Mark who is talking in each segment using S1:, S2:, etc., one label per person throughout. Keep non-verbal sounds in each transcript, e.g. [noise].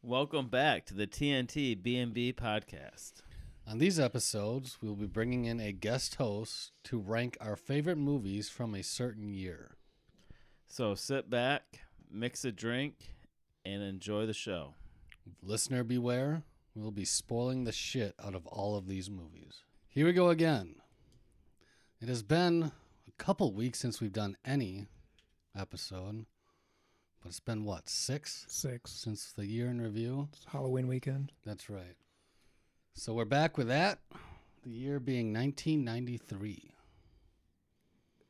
S1: Welcome back to the TNT B&B podcast.
S2: On these episodes, we will be bringing in a guest host to rank our favorite movies from a certain year.
S1: So sit back, mix a drink, and enjoy the show.
S2: Listener beware, we will be spoiling the shit out of all of these movies. Here we go again. It has been a couple weeks since we've done any episode, but it's been what, six
S3: Six.
S2: since the year in review?
S3: It's Halloween weekend.
S2: That's right. So we're back with that, the year being 1993.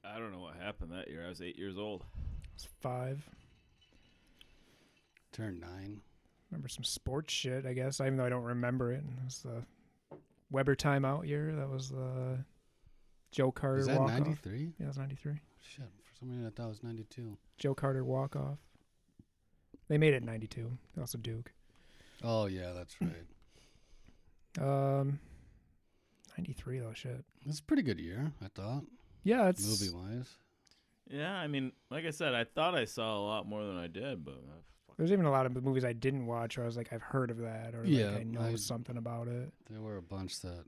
S1: I don't know what happened that year. I was eight years old.
S3: It's five.
S2: Turn nine.
S3: Remember some sports shit, I guess, even though I don't remember it. And it was the Weber timeout year. That was the Joe Carter
S2: Is that
S3: walk off.
S2: 93?
S3: Yeah, it was 93.
S2: Shit, for some reason I thought it was 92.
S3: Joe Carter walk off. They made it 92. Also Duke.
S2: Oh, yeah, that's [clears throat] right.
S3: Um, 93, though, shit.
S2: It's a pretty good year, I thought,
S3: Yeah, it's.
S2: movie wise.
S1: Yeah, I mean, like I said, I thought I saw a lot more than I did, but
S3: There's even a lot of movies I didn't watch where I was like, I've heard of that or
S2: Yeah,
S3: like I know
S2: I-
S3: something about it.
S2: There were a bunch that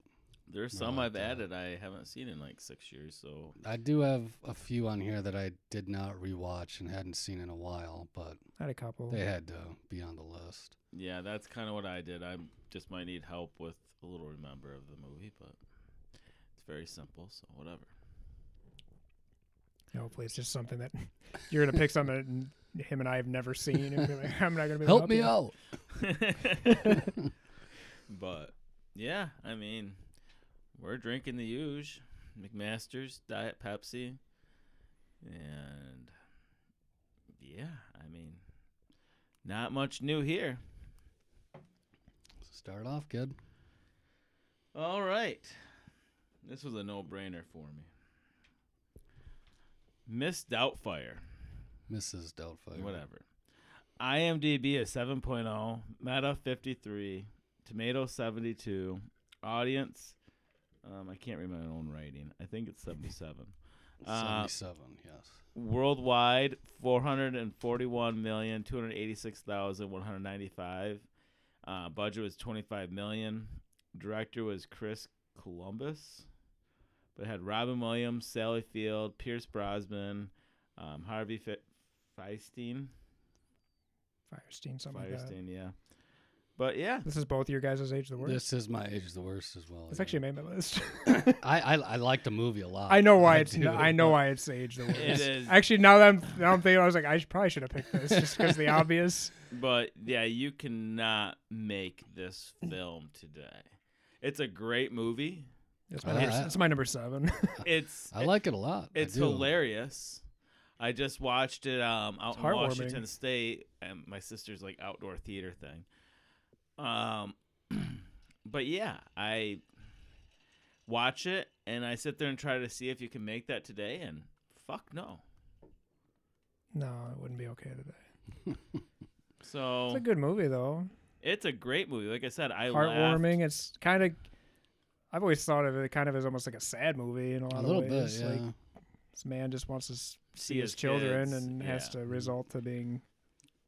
S1: there's
S2: No,
S1: some
S2: I
S1: I've
S2: don't.
S1: added I haven't seen in like six years. So
S2: I do have a few on here that I did not rewatch and hadn't seen in a while, but
S3: I had a couple.
S2: they had to be on the list.
S1: yeah, that's kind of what I did. I just might need help with a little remember of the movie, but it's very simple. So whatever.
S3: Yeah, Hopefully, it's just something that [laughs] you're gonna pick something that him and I have never seen. And be like, [laughs] I'm not gonna be able to
S2: Help me
S3: you."
S2: out.
S1: [laughs] but yeah, I mean, we're drinking the huge McMaster's Diet Pepsi, and yeah, I mean, not much new here.
S2: Start off good.
S1: All right, this was a no-brainer for me. Miss Doubtfire.
S2: Mrs. Doubtfire.
S1: Whatever. IMDb is 7.0, Meta 53, Tomato 72, Audience. Um, I can't read my own writing. I think it's 77. Uh,
S2: 77, yes.
S1: Worldwide, 441,286,195. Uh, budget was 25 million. Director was Chris Columbus. But it had Robin Williams, Sally Field, Pierce Brosnan, um, Harvey Fe- Feinstein.
S3: Firestein, something like that.
S1: Firestein, yeah. But
S2: [laughs]
S1: yeah,
S3: This is both your guys' age the worst.
S2: This is my age is the worst as well.
S3: This
S2: yeah.
S3: actually made my list. [laughs]
S2: I, I I like the movie a lot.
S3: I know
S2: [laughs]
S3: why it's.
S2: do,
S3: n I I know
S2: but
S3: why it's age
S2: [laughs]
S3: the worst.
S1: it is.
S3: Actually, now that I'm now I'm thinking, I was like, I should, probably should have picked this just
S2: [laughs]
S3: because the obvious.
S1: But yeah, you cannot make this
S3: Mm.
S1: film today. It's a great movie.
S3: It's my,
S2: I-
S3: number,
S2: I-
S3: it's my number seven. [laughs]
S1: It's
S2: I like it a lot. I
S1: it's
S2: do.
S1: hilarious. I just watched it um, out
S3: It's
S1: in
S3: heartwarming.
S1: Washington State, and my sister's like outdoor theater thing. Um, [clears throat] but yeah, I watch it and I sit there and try to see if you can make that today, and fuck no.
S3: no, it wouldn't be okay today.
S1: So
S3: It's a good movie though.
S1: great movie. Like I said, I laughed.
S3: Heartwarming. It's kind of. I've always thought of it kind of as almost like a sad movie in a lot
S2: A
S3: of
S2: little bit,
S3: ways.
S2: yeah.
S3: Like this man just wants to s- see
S1: See
S3: his,
S1: his
S3: children
S1: kids,
S3: and has
S1: yeah.
S3: to result to being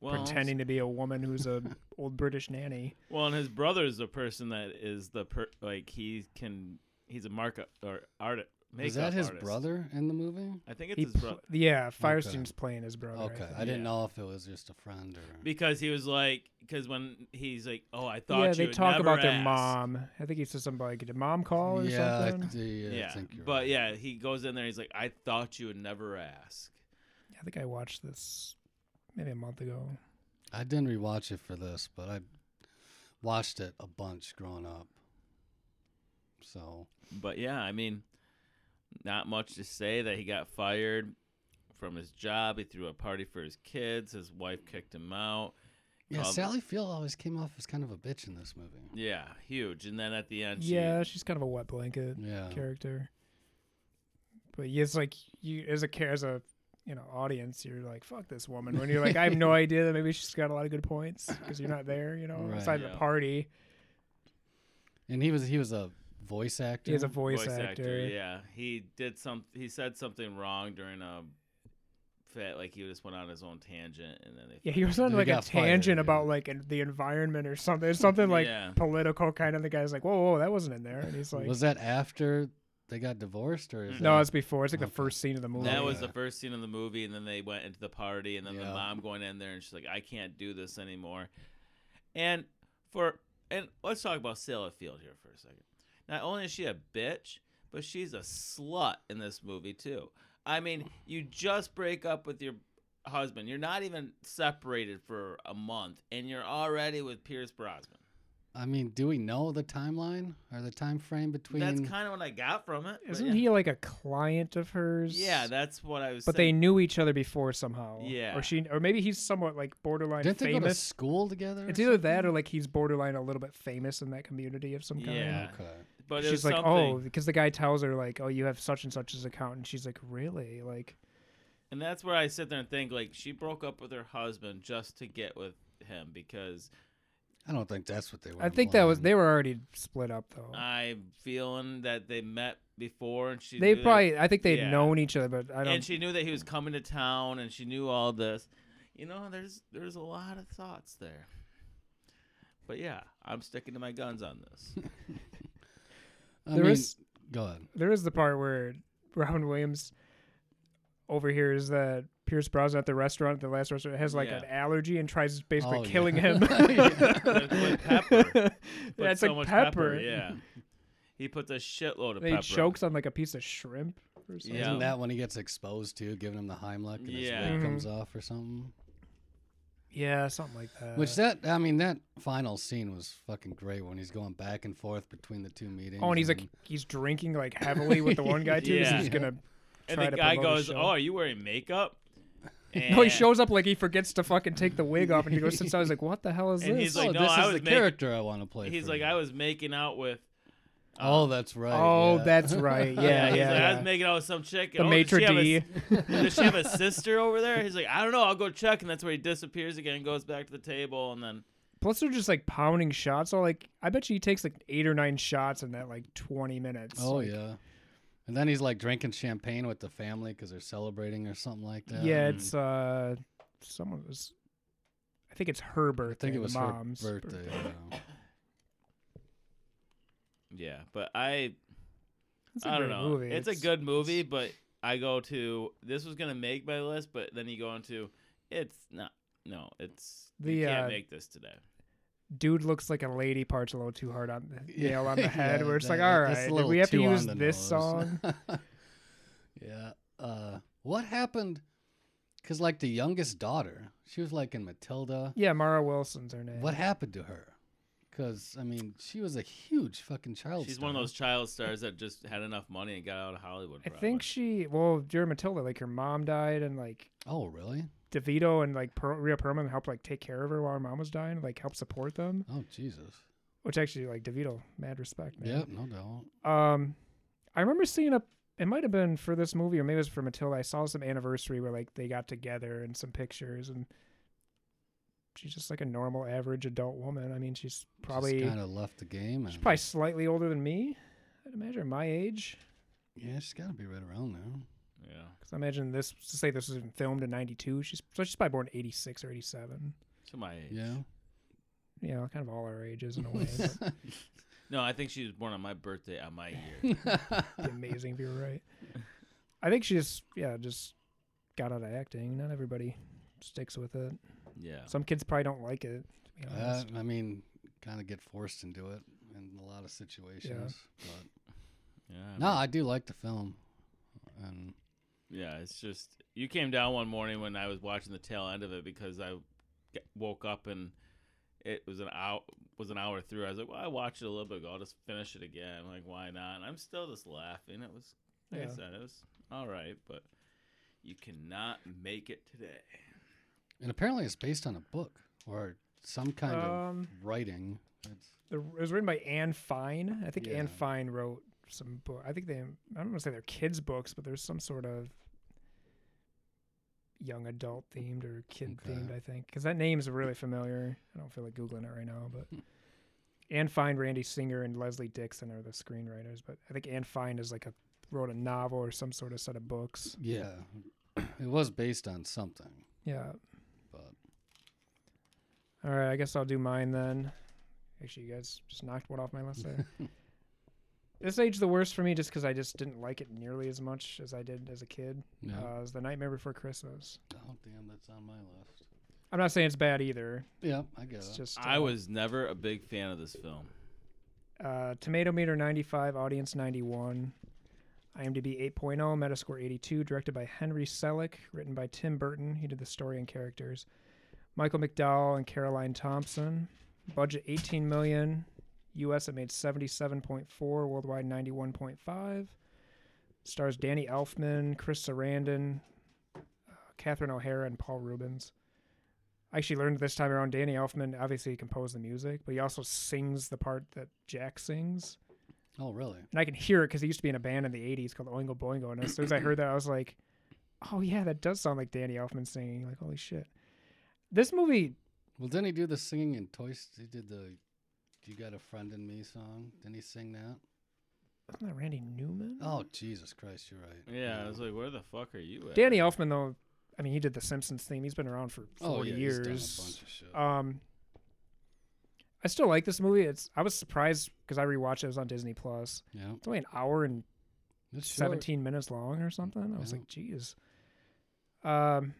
S1: Well,
S3: pretending to be a woman
S1: [laughs]
S3: who's a old British nanny.
S1: Well, and his brother is the person that is the per- like he can he's a markup or art makeup
S2: Is that his
S1: artist.
S2: brother in the movie?
S1: I think it's
S3: He
S1: his
S3: pl-
S1: brother
S3: yeah, Firestein's playing his brother. I
S2: Okay,
S3: think.
S2: I didn't
S1: Yeah.
S2: know if it was just a friend or.
S1: because he was like because when he's like oh I thought
S3: yeah,
S1: you
S3: they
S1: would
S3: talk
S1: never
S3: about their
S1: ask."
S3: mom. I think he said something like, "Did mom call or
S2: yeah, I,
S3: something?"
S2: th- yeah, I
S1: Yeah,
S2: think you're
S1: but
S2: right.
S1: yeah, he goes in there. He's like I thought you would never ask.
S3: I think I watched this maybe a month ago.
S2: I didn't rewatch it for this, but I watched it a bunch growing up. So
S1: But yeah, I mean, not much to say that he got fired from his job. He threw a party for his kids. His wife kicked him out.
S2: yeah,
S1: Um,
S2: Sally Field always came off as kind of a bitch in this movie.
S1: Yeah, huge. And then at the end, she,
S3: Yeah, she's kind of a wet blanket
S2: Yeah,
S3: character. But yeah, it's like you as a ca- as a you know audience, you're like, "Fuck this woman." When you're like, "I
S2: [laughs]
S3: have no idea that maybe she's got a lot of good points because you're not there," you know,
S2: Right.
S3: outside
S1: Yeah.
S3: the party.
S2: and he was he was a voice actor.
S3: He is a voice,
S1: voice actor.
S3: actor.
S1: Yeah, he did some. He said something wrong during a fit. Like he just went on his own tangent, and then they
S3: Yeah, he was on
S2: They
S3: like a
S2: got fired,
S3: tangent
S2: yeah.
S3: about like en- the environment or something. It's something like
S1: Yeah.
S3: political kind of. The guy's like, "Whoa, whoa, that wasn't in there." And he's like,
S2: was that after they got divorced or
S1: Mm-hmm.
S2: is
S3: "No,
S2: that-
S3: it's before. It's like
S2: Okay.
S3: the first scene of the movie."
S1: That was
S2: Oh, yeah.
S1: the first scene of the movie, and then they went into the party, and then the
S2: Yeah.
S1: mom going in there, and she's like, "I can't do this anymore." And for and let's talk about Sarah Field here for a second. Not only is she a bitch, but she's a slut in this movie too. I mean, you just break up with your husband. You're not even separated for a month, and you're already with Pierce Brosnan.
S2: I mean, do we know the timeline or the time frame between?
S1: That's kind of what I got from it. but
S3: Isn't
S1: yeah.
S3: he like a client of hers?
S1: Yeah, that's what I was.
S3: but they
S1: saying.
S3: knew each other before somehow.
S1: Yeah.
S3: Or she, or maybe he's somewhat like borderline
S2: Didn't they go to
S3: famous.
S2: school together? or
S3: It's either that or like he's borderline a little bit famous in that community of some kind.
S1: Yeah.
S2: something? Okay.
S1: But it was
S3: she's like,
S1: something,
S3: oh, because the guy tells her like, oh, you have such and such as account, and she's like, really? Like,
S1: And that's where I sit there and think like she broke up with her husband just to get with him because
S2: I don't think that's what they were.
S3: I think that was
S2: implying.
S3: they were already split up though.
S1: I'm feeling that they met before and she
S3: they
S1: knew that-
S3: probably, I think they'd
S1: yeah.
S3: known each other, but I don't.
S1: and she knew that he was coming to town and she knew all this. You know, there's there's a lot of thoughts there. But yeah, I'm sticking to my guns on
S3: [laughs]
S1: this.
S2: I
S3: there
S2: mean,
S3: is-
S2: Go ahead.
S3: there is the part where Robin Williams overhears that Pierce Brosnan at the restaurant, the last restaurant, has like
S1: Yeah.
S3: an allergy and tries basically
S2: Oh, yeah.
S3: killing
S2: [laughs]
S3: him.
S2: With-
S3: [laughs]
S1: with pepper. Put
S3: Yeah, it's
S1: so
S3: like
S1: much
S3: pepper.
S1: Yeah. He puts a shitload of
S3: They
S1: pepper.
S3: chokes on like a piece of shrimp or something.
S1: Yeah.
S2: Isn't that when he gets exposed to giving him the Heimlich and
S1: Yeah.
S2: his wig
S3: Mhm.
S2: comes off or something?
S3: Yeah, something like that.
S2: Which that I mean that final scene was fucking great when he's going back and forth between the two meetings.
S3: Oh, and he's like he's drinking like heavily with the one guy too. 'cause
S2: [laughs]
S1: Yeah.
S3: He's gonna.
S1: And
S3: try
S1: the
S3: to
S1: guy
S3: promote
S1: goes,
S3: his show.
S1: "Oh, are you wearing makeup?"
S3: [laughs] No, he
S1: And-
S3: shows up like he forgets to fucking take the wig off, and he goes sits down. He's like, "What the hell is
S1: And
S3: this?"
S1: he's like,
S2: oh, [laughs]
S1: "No,
S2: this
S1: I
S2: is
S1: was
S2: the
S1: making-
S2: character I want to play."
S1: He's
S2: for
S1: like,
S2: you."
S1: I was making out with.
S2: Oh, that's right.
S3: oh,
S2: yeah. [laughs]
S3: that's right.
S1: [laughs]
S3: Yeah,
S1: Yeah,
S3: [laughs] yeah.
S1: he's like, I
S3: yeah.
S1: was making out with some chick.
S3: the
S1: oh,
S3: maitre
S1: does she,
S3: d.
S1: have a, [laughs] does she have
S3: [laughs]
S1: a sister over there? He's like, I don't know. I'll go check. And that's where he disappears again, goes back to the table, and then
S3: Plus, they're just like pounding shots. All like, I bet you he takes like eight or nine shots in that like twenty minutes.
S2: Oh
S3: Like,
S2: yeah. And then he's like drinking champagne with the family because they're celebrating or something like that.
S3: yeah.
S1: Mm.
S3: It's uh, someone was. I think it's her
S2: I
S3: birthday.
S2: think it was
S3: the mom's
S2: her birthday. yeah.
S1: yeah. But I,
S3: It's a
S1: I don't
S3: great
S1: know.
S3: movie.
S1: It's, a good movie, but I go to this was gonna make my list, but then you go into it's not. No, it's you
S3: The,
S1: can't
S3: uh,
S1: make this today.
S3: dude looks like a lady parts a little too hard on the
S2: [laughs] Yeah,
S3: nail on the head
S2: yeah,
S3: where it's like
S2: that-
S3: all
S2: that's a
S3: right did
S2: little
S3: we have to
S2: too on
S3: use
S2: the
S3: this
S2: nose." [laughs]
S3: song
S2: yeah. Uh, what happened? Because like the youngest daughter, she was like in Matilda.
S3: yeah mara wilson's her name
S2: What happened to her? Because I mean, she was a huge fucking child.
S1: She's one of
S2: star.
S1: those child stars that just had enough money and got out of Hollywood.
S3: i
S1: Probably.
S3: think she well during matilda like her mom died and like
S2: Oh really?
S3: devito and like per- Rhea perlman helped like take care of her while her mom was dying like help support them
S2: Oh Jesus.
S3: which actually like devito mad respect man
S2: Yep. No doubt.
S3: um i remember seeing a it might have been for this movie or maybe it was for matilda i saw some anniversary where like they got together and some pictures and she's just like a normal average adult woman i mean she's probably
S2: kind of left the game.
S3: She's
S2: And,
S3: probably slightly older than me. I'd imagine my age,
S2: yeah, she's got to be right around there.
S1: Yeah.
S3: because I imagine this. To say this was filmed in '92, she's so she's probably born '86 or '87.
S1: To my age.
S2: Yeah.
S3: You know, kind of all our ages in
S2: [laughs]
S3: a way. but
S1: No, I think she was born on my birthday on my
S3: [laughs]
S1: year.
S3: it'd be amazing if you were right. I think she's yeah, just got out of acting. Not everybody sticks with it.
S1: yeah.
S3: Some kids probably don't like it. To be
S2: Uh,
S3: honest.
S2: I mean, kind of get forced into it in a lot of situations.
S1: Yeah.
S2: But no, I do like the film. And
S1: Yeah, it's just you came down one morning when I was watching the tail end of it because I g- woke up and it was an hour was an hour through. I was like, well, I watched it a little bit ago. I'll just finish it again. like, why not? And I'm still just laughing. It was like I
S3: Yeah.
S1: said, it was all right, but you cannot make it today.
S2: and apparently, it's based on a book or some kind
S3: Um,
S2: of writing. It's,
S3: The, it was written by Anne Fine. I think Anne
S2: Yeah.
S3: Fine wrote some book. I think they. I don't want to say they're kids' books, but there's some sort of young adult themed or kid themed.
S2: Okay.
S3: I think because that name's really familiar. I don't feel like googling it right now, but Anne Fine, Randy Singer, and Leslie Dixon are the screenwriters. But I think Anne Fine is like a wrote a novel or some sort of set of books.
S2: yeah, It was based on something,
S3: Yeah.
S2: but
S3: All right, I guess I'll do mine then. Actually, you guys just knocked one off my
S2: [laughs]
S3: list there. this age the worst for me just because I just didn't like it nearly as much as I did as a kid.
S2: yeah.
S3: Uh, is The Nightmare Before Christmas.
S2: oh damn, that's on my list.
S3: I'm not saying it's bad either.
S2: Yeah, I get
S3: It's
S2: it.
S3: just
S1: I
S3: uh,
S1: was never a big fan of this film.
S3: uh, tomato meter 95 audience 91 imdb 8.0 metascore 82 directed by henry selick written by tim burton he did the story and characters michael mcdowell and caroline thompson budget 18 million us it made 77.4 worldwide 91.5 stars danny elfman chris sarandon uh, catherine o'hara and paul rubens I actually learned this time around Danny Elfman obviously composed the music, but he also sings the part that Jack sings.
S2: oh really?
S3: And I can hear it because he used to be in a band in the 80s called Oingo Boingo. And as soon as I heard that, I was like, oh, yeah, that does sound like Danny Elfman singing. Like, holy shit. This movie,
S2: Well, didn't he do the singing in Toy? St- He did the "You Got a Friend in Me" song. Didn't he sing that?
S3: isn't that Randy Newman?
S2: Oh Jesus Christ, you're right.
S1: Yeah, I was like, where the fuck are you at?
S3: Danny Elfman, though, I mean, he did the Simpsons theme. He's been around for 40
S2: oh yeah, he's
S3: years.
S2: done a bunch of shit.
S3: Um, I still like this movie. It's I was surprised because I rewatched it. It was on Disney Plus.
S2: yeah,
S3: It's only an hour and
S2: it's short.
S3: 17 minutes long or something. I was
S2: Yeah.
S3: like, geez. Um,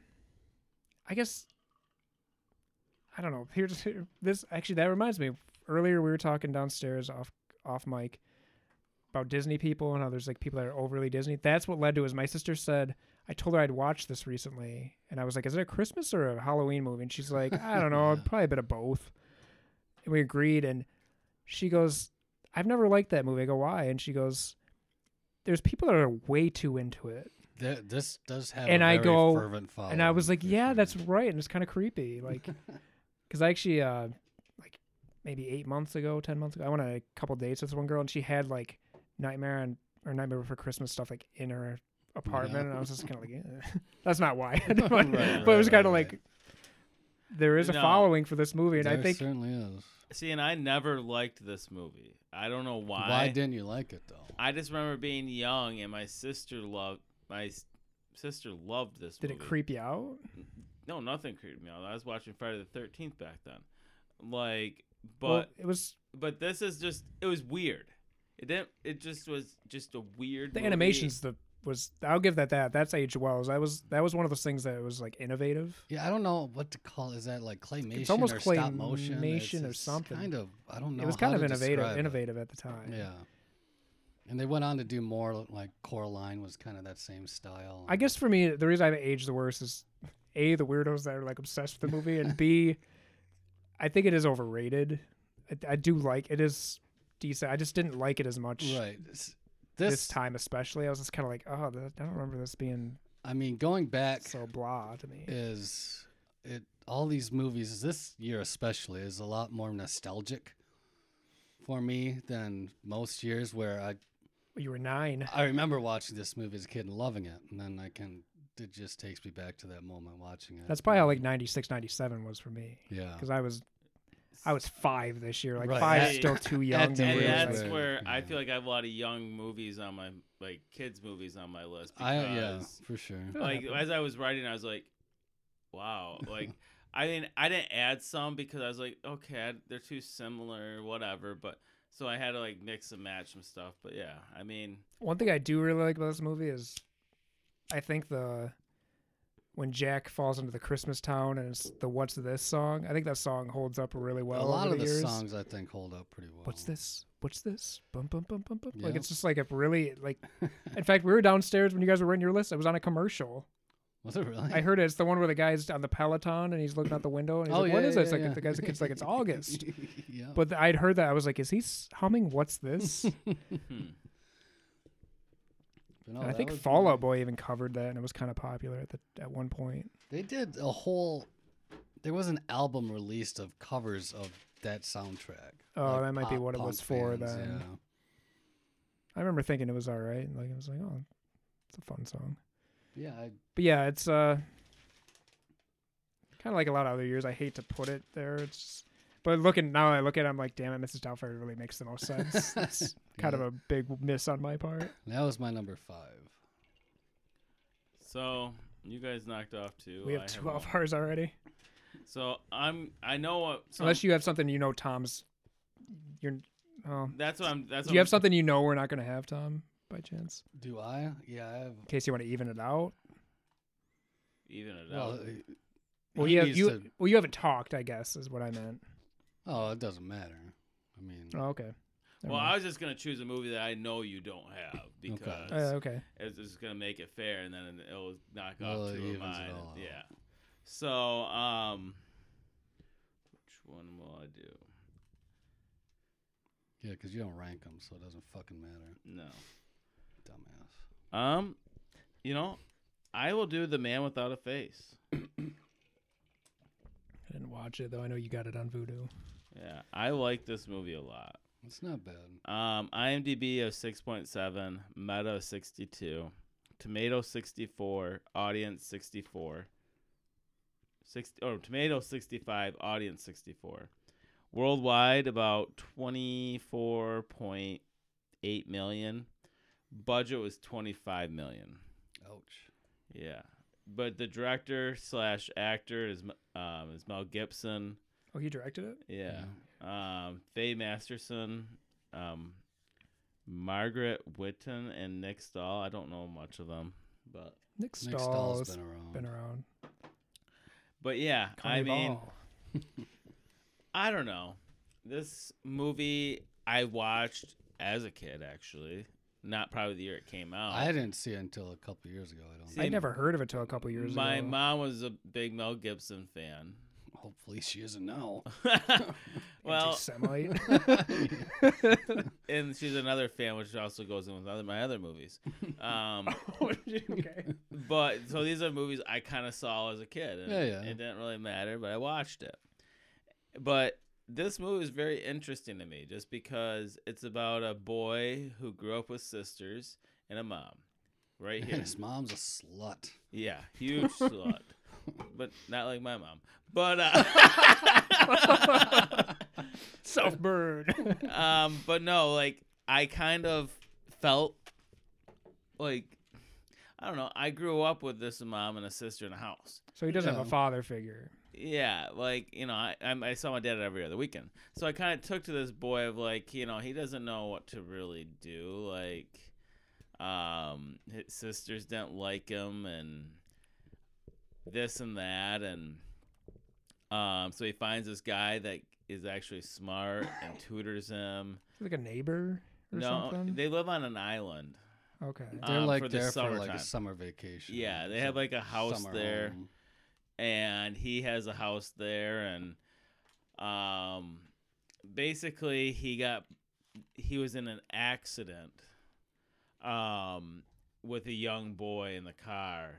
S3: I guess I don't know. Here's here- [laughs] this. Actually, that reminds me. Earlier, we were talking downstairs off off mic about Disney people and how there's like people that are overly Disney. That's what led to is my sister said I told her I'd watched this recently, and I was like, "Is it a Christmas or a Halloween movie?" And she's like, "I don't know,
S2: Yeah.
S3: probably a bit of both." And we agreed, and she goes, "I've never liked that movie." I go, "Why?" And she goes, "There's people that are way too into it."
S2: Th- this does have
S3: and
S2: a
S3: I
S2: very
S3: go-
S2: fervent following.
S3: and I was like,
S2: for
S3: "Yeah,
S2: sure.
S3: that's right," and it's kind of creepy, like, because I actually, uh, like, maybe eight months ago, ten months ago, I went on a couple dates with one girl, and she had like Nightmare and or Nightmare Before Christmas stuff like in her apartment, and I was just kind of like, eh. [laughs] "That's not why,"
S2: [laughs]
S3: but,
S2: Right,
S3: [laughs] but it was
S2: right,
S3: kind of
S2: right,
S3: like there is a
S1: No.
S3: following for this movie, and I
S2: There
S3: think
S2: certainly is.
S1: See, and I never liked this movie. I don't know why.
S2: Why didn't you like it though?
S1: I just remember being young, and my sister loved my s- sister loved this.
S3: did it
S1: movie.
S3: creep you out?
S1: No, nothing creeped me out. I was watching Friday the Thirteenth back then. Like, but
S3: well, it was
S1: but this is just it was weird. It didn't. It just was just a weird.
S3: the
S1: movie.
S3: animations the was I'll give that that that's aged well. That was that was one of those things that was like innovative.
S2: Yeah, I don't know what to call. Is that like claymation
S3: almost
S2: or stop motion? It's-
S3: claymation or
S2: it's
S3: something.
S2: Kind of. I don't know.
S3: it was
S2: how
S3: kind of
S2: to
S3: innovative,
S2: describe it.
S3: innovative at the time.
S2: Yeah. And they went on to do more like Coraline was kind of that same style.
S3: I guess for me, the reason I have aged the worst is a the weirdos that are like obsessed with the movie, and b I think it is overrated. I, I do like it is decent. I just didn't like it as much
S2: right. This,
S3: this,
S2: this time,
S3: time, especially. I was just kind of like, oh, th- I don't remember this being
S2: I mean, going back
S3: so blah to me.
S2: is it all these movies this year especially is a lot more nostalgic for me than most years where I
S3: you were nine.
S2: I remember watching this movie as a kid and loving it, and then I can it just takes me back to that moment watching it.
S3: That's probably how like 96, 97 was for me [laughs]
S2: yeah.
S3: because I was I was five this year. Like
S2: Right.
S3: five's
S1: Yeah.
S3: still too young.
S2: That's
S3: to
S2: it
S1: And
S3: really,
S2: was
S1: that's
S3: like-
S2: weird.
S1: where I
S2: Yeah.
S1: feel like I have a lot of young movies on my like kids movies on my list.
S2: I yeah
S1: because-
S2: for sure.
S3: That'll
S1: like
S3: happen.
S1: as I was writing, I was like,
S3: [laughs]
S1: "Wow!" Like, I mean, I didn't add some because I was like, "Okay, I, they're too similar, whatever." But so I had to like mix and match some stuff. But yeah, I mean,
S3: One thing I do really like about this movie is I think the when Jack falls into the Christmas town and it's the What's This song, I think that song holds up really well.
S2: a lot
S3: over
S2: of
S3: the,
S2: the
S3: years.
S2: songs I think hold up pretty well.
S3: What's this? What's this? Bum bum bum bum bum. Like
S2: Yeah.
S3: it's just like a really
S2: [laughs]
S3: like in fact we were downstairs when you guys were writing your list, it was on a commercial.
S2: Was it really?
S3: I heard it, it's the one where the guy's on the Peloton and he's looking out the window
S2: Oh,
S3: and he's like, What is this? like the guy's the
S2: [laughs]
S3: kid's like, It's August.
S2: yeah.
S3: But th- I'd heard that I was like, Is he s- humming what's this?
S2: [laughs] Oh,
S1: hmm.
S2: But no,
S3: And I
S2: that
S3: think
S2: was
S3: Fall
S2: really-
S3: Out Boy even covered that and it was kinda popular at the at one point.
S2: They did a whole. There was an album released of covers of that soundtrack.
S3: Oh,
S2: like
S3: that might be
S2: pop
S3: what it
S2: punk
S3: was for
S2: fans,
S3: then. I remember thinking it was all right. Like I was like, oh, it's a fun song. [laughs]
S2: Yeah, yeah. I,
S3: But yeah, it's uh, kind of like a lot of other years. I hate to put it there. It's just, but looking now, I look at, it, I'm like, damn it, Mrs. Doubtfire really makes the
S2: [laughs]
S3: most sense. That's kind of a big miss on my part.
S2: that was my number five.
S1: so You guys knocked off two.
S3: we have
S1: I
S3: two off
S1: one.
S3: ours already.
S1: So I'm. I know what. So
S3: Unless you have something you know Tom's. You're. Oh.
S1: That's what I'm. That's
S3: Do
S1: what
S3: you have
S1: I'm-
S3: something you know we're not going to have, Tom, by chance?
S2: Do I? Yeah, I have.
S3: In case you want to even it out.
S1: Even it
S2: Well,
S1: out.
S2: uh,
S3: Well,
S2: he
S3: you, have,
S2: needs
S3: you,
S2: to-
S3: well, you haven't talked, I guess, is what I meant.
S2: oh, it doesn't matter. I mean,
S3: Oh, okay. Never
S1: Well, I
S3: mind.
S1: was just gonna choose a movie that I know you don't have because
S3: Uh, okay.
S1: it's just gonna make it fair, and then it'll knock
S2: Well,
S1: off
S2: it
S1: two
S2: evens
S1: of
S2: it
S1: mine.
S2: all out.
S1: Yeah. So, um, which one will I do?
S2: yeah, because you don't rank them, so it doesn't fucking matter.
S1: No.
S2: Dumbass.
S1: Um, you know, I will do The Man Without a Face.
S3: I didn't watch it, though. I know you got it on Voodoo.
S1: Yeah, I like this movie a lot.
S2: It's not bad.
S1: Um, IMDb of 6.7, Meta of 62, Tomato 64, Audience 64, 60, or Tomato 65, Audience 64. Worldwide, about 24.8 million. Budget was 25 million.
S2: Ouch.
S1: Yeah. But the director slash actor is um, is Mel Gibson.
S3: Oh, he directed it?
S1: Yeah. Um, Faye Masterson, um, Margaret Whitten, and Nick Stahl. I don't know much of them, but
S3: Nick
S2: Nick Stahl's
S3: Stahl's
S2: been around.
S3: been around.
S1: but yeah, I
S3: Connie
S1: mean,
S3: Ball.
S1: I don't know. This movie I watched as a kid, actually, not probably the year it came out.
S2: I didn't see it until a couple years ago. I don't.
S1: See,
S3: I
S2: think.
S1: him-
S3: never heard of it till a couple years
S1: My
S3: ago.
S1: mom was a big Mel Gibson fan. [laughs]
S3: [laughs]
S2: Hopefully, she isn't now.
S1: well, [laughs]
S3: Anti-Semite. [laughs]
S1: and she's another fan, which also goes in with other my other
S3: [laughs]
S1: movies. Um,
S3: okay.
S1: But so these are movies I kind of saw as a kid. And
S2: Yeah, yeah.
S1: It didn't really matter, but I watched it. But this movie is very interesting to me just because it's about a boy who grew up with sisters and a mom. Right
S2: And
S1: here.
S2: his mom's a slut.
S1: yeah,
S2: [laughs]
S1: huge slut. But not like my mom. But
S2: [laughs]
S1: uh
S3: Self burn.
S1: um, but no, like I kind of felt like I don't know. I grew up with this mom and a sister in a house.
S3: [laughs] so he doesn't have
S2: Yeah.
S3: a father figure.
S1: Yeah, like you know, I I'm- I saw my dad every other weekend, so I kind of took to this boy of like you know he doesn't know what to really do. Like, um, his sisters didn't like him and this and that, and um, so he finds this guy that is actually smart and tutors him.
S3: He's like a neighbor or
S1: no,
S3: something.
S1: they live on an island.
S3: okay.
S2: They're
S1: Um,
S2: like
S1: for the
S2: there for like
S1: summertime.
S2: a summer vacation.
S1: Yeah, they
S2: It's
S1: have like a house
S2: summer
S1: there.
S2: home.
S1: and he has a house there and um basically he got he was in an accident um with a young boy in the car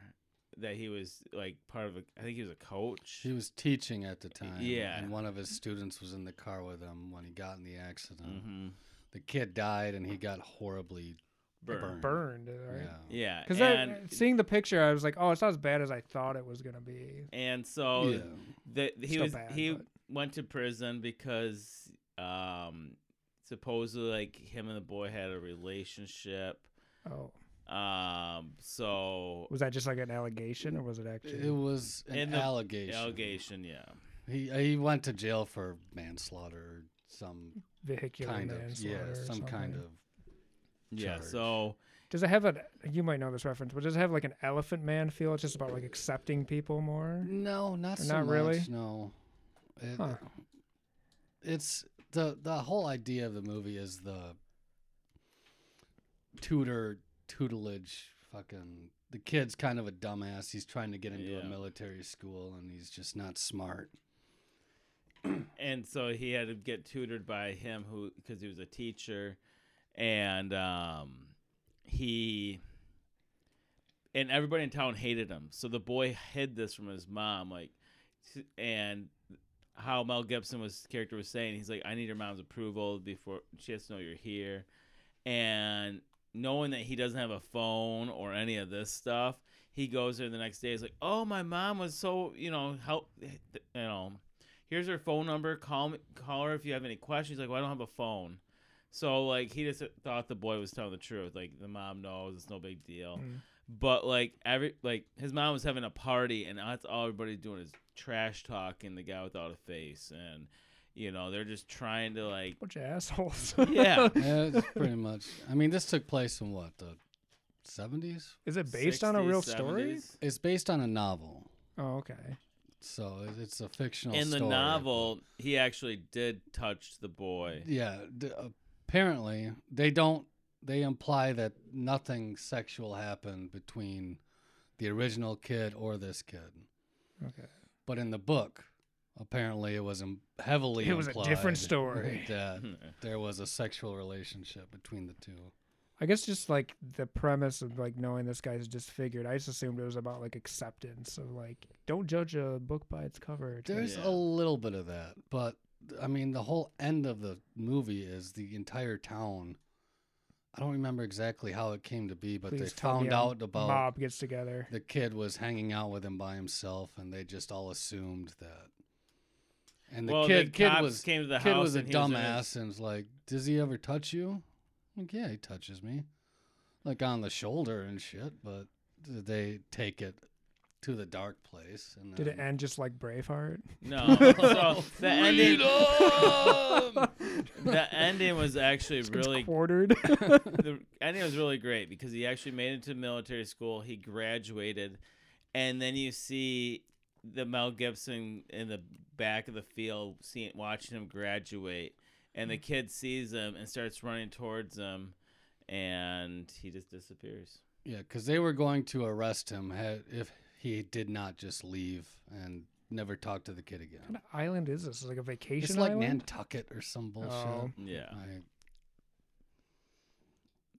S1: that he was like part of a I think he was a coach.
S2: He was uh, teaching at the time.
S1: Yeah.
S2: And one of his students was in the car with him when he got in the accident.
S1: Mhm.
S2: The kid died and he got horribly
S1: Burn.
S2: burned.
S3: Burned, right?
S2: Yeah.
S1: Yeah.
S3: Because
S1: and
S3: seeing the picture, I was like, "Oh, it's not as bad as I thought it was gonna be."
S1: and so
S2: Yeah.
S1: the, he
S3: Still
S1: was
S3: bad,
S1: he
S3: but-
S1: went to prison because um supposedly like him and the boy had a relationship.
S3: Oh,
S1: Um so
S3: was that just like an allegation, or was it actually?
S2: It was an
S1: In the
S2: allegation.
S1: Allegation, yeah.
S2: He uh, he went to jail for manslaughter, or some
S3: vehicular
S2: kind of
S3: manslaughter
S2: yeah,
S3: or
S2: some kind
S3: something.
S2: of
S1: Yeah,
S2: Charge.
S1: so
S3: Does it have a? You might know this reference, but does it have like an Elephant Man feel? It's just about like accepting people more.
S2: No, not
S3: Or
S2: so
S3: not really?
S2: much, No, It-
S3: Huh.
S2: it's the the whole idea of the movie is the tutor tutelage. Fucking the kid's kind of a dumbass. He's trying to get into a
S1: Yeah.
S2: military school and he's just not smart.
S1: and so he had to get tutored by him who because he was a teacher, and um, he and everybody in town hated him. So the boy hid this from his mom, like, s- and how Mel Gibson was character was saying, he's like, I need your mom's approval before she has to know you're here, and knowing that he doesn't have a phone or any of this stuff. He goes there the next day. He's like, "Oh, my mom was so you know help, you know, here's her phone number. Call me, call her if you have any questions. Like, well, I don't have a phone. So like he just thought the boy was telling the truth. Like the mom knows it's no big deal.
S3: Mm.
S1: But like every like his mom was having a party and that's all everybody's doing is trash talking the guy without a face and you know they're just trying to like
S3: Bunch of assholes.
S1: Yeah.
S2: yeah, it's pretty [laughs] much. I mean, this took place in what the seventies.
S3: [laughs] Is it based on a
S1: 60s,
S3: real story?
S1: 70s.
S2: It's based on a novel,
S3: Oh, okay.
S2: so it- it's a fictional.
S1: In the
S2: story,
S1: novel, he actually did touch the boy.
S2: but-
S1: [laughs]
S2: yeah. D- apparently, they don't. They imply that nothing sexual happened between the original kid or this kid,
S3: Okay.
S2: but in the book, apparently it was im- heavily.
S3: It was a different
S2: implied
S3: story.
S2: [laughs] that there was a sexual relationship between the two.
S3: I guess just like the premise of like knowing this guy's disfigured, I just assumed it was about like acceptance of like don't judge a book by its cover. type
S2: There's
S1: Yeah.
S2: a little bit of that, but I mean, the whole end of the movie is the entire town. I don't remember exactly how it came to be, but they
S3: Please tell me
S2: found
S3: a
S2: out about
S3: mob gets together.
S2: the kid was hanging out with him by himself, and they just all assumed that. And the
S1: well,
S2: kid,
S1: the
S2: kid
S1: cops
S2: was
S1: came to the
S2: kid
S1: house
S2: was a
S1: and he in his-
S2: dumbass, and was like, "Does he ever touch you?" I'm like, yeah, he touches me, like on the shoulder and shit. But they take it to the dark place. And
S3: Did it
S2: then-
S3: end just like Braveheart?
S1: No,
S2: [laughs]
S1: so the ending,
S2: Freedom!
S1: the ending was actually
S3: Just gets
S1: really
S3: quartered. [laughs]
S1: the ending was really great because he actually made it to military school. He graduated, and then you see the Mel Gibson in the back of the field, seeing watching him graduate, and the kid sees him and starts running towards him, and he just disappears.
S2: [laughs] Yeah, because they were going to arrest him had, if he did not just leave and never talk to the kid again.
S3: what island is this? Like a vacation
S2: It's like
S3: island?
S2: Nantucket or some bullshit.
S3: Oh.
S2: Mm-hmm.
S1: Yeah,
S2: I-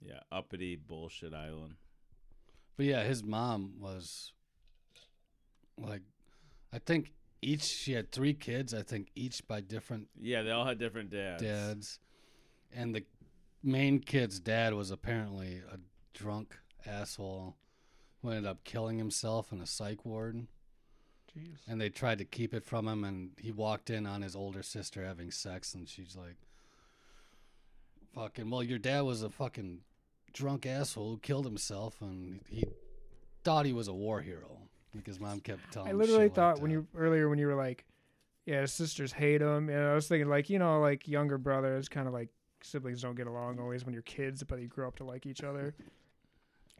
S1: yeah, uppity bullshit island.
S2: but yeah, his mom was like, I think each she had three kids. I think each by different
S1: Yeah, they all had different dads.
S2: dads, and the main kid's dad was apparently a drunk asshole who ended up killing himself in a psych ward.
S3: Jeez.
S2: and they tried to keep it from him and he walked in on his older sister having sex and she's like fucking well your dad was a fucking drunk asshole who killed himself and he thought he was a war hero like his mom kept telling
S3: I
S2: him
S3: literally
S2: Oh, shit like
S3: thought when
S2: that.
S3: you earlier when you were like, yeah, his sisters hate him, and I was thinking like, you know, like younger brothers, kind of like siblings don't get along always when you're kids, but you grow up to like
S2: [laughs]
S3: each other.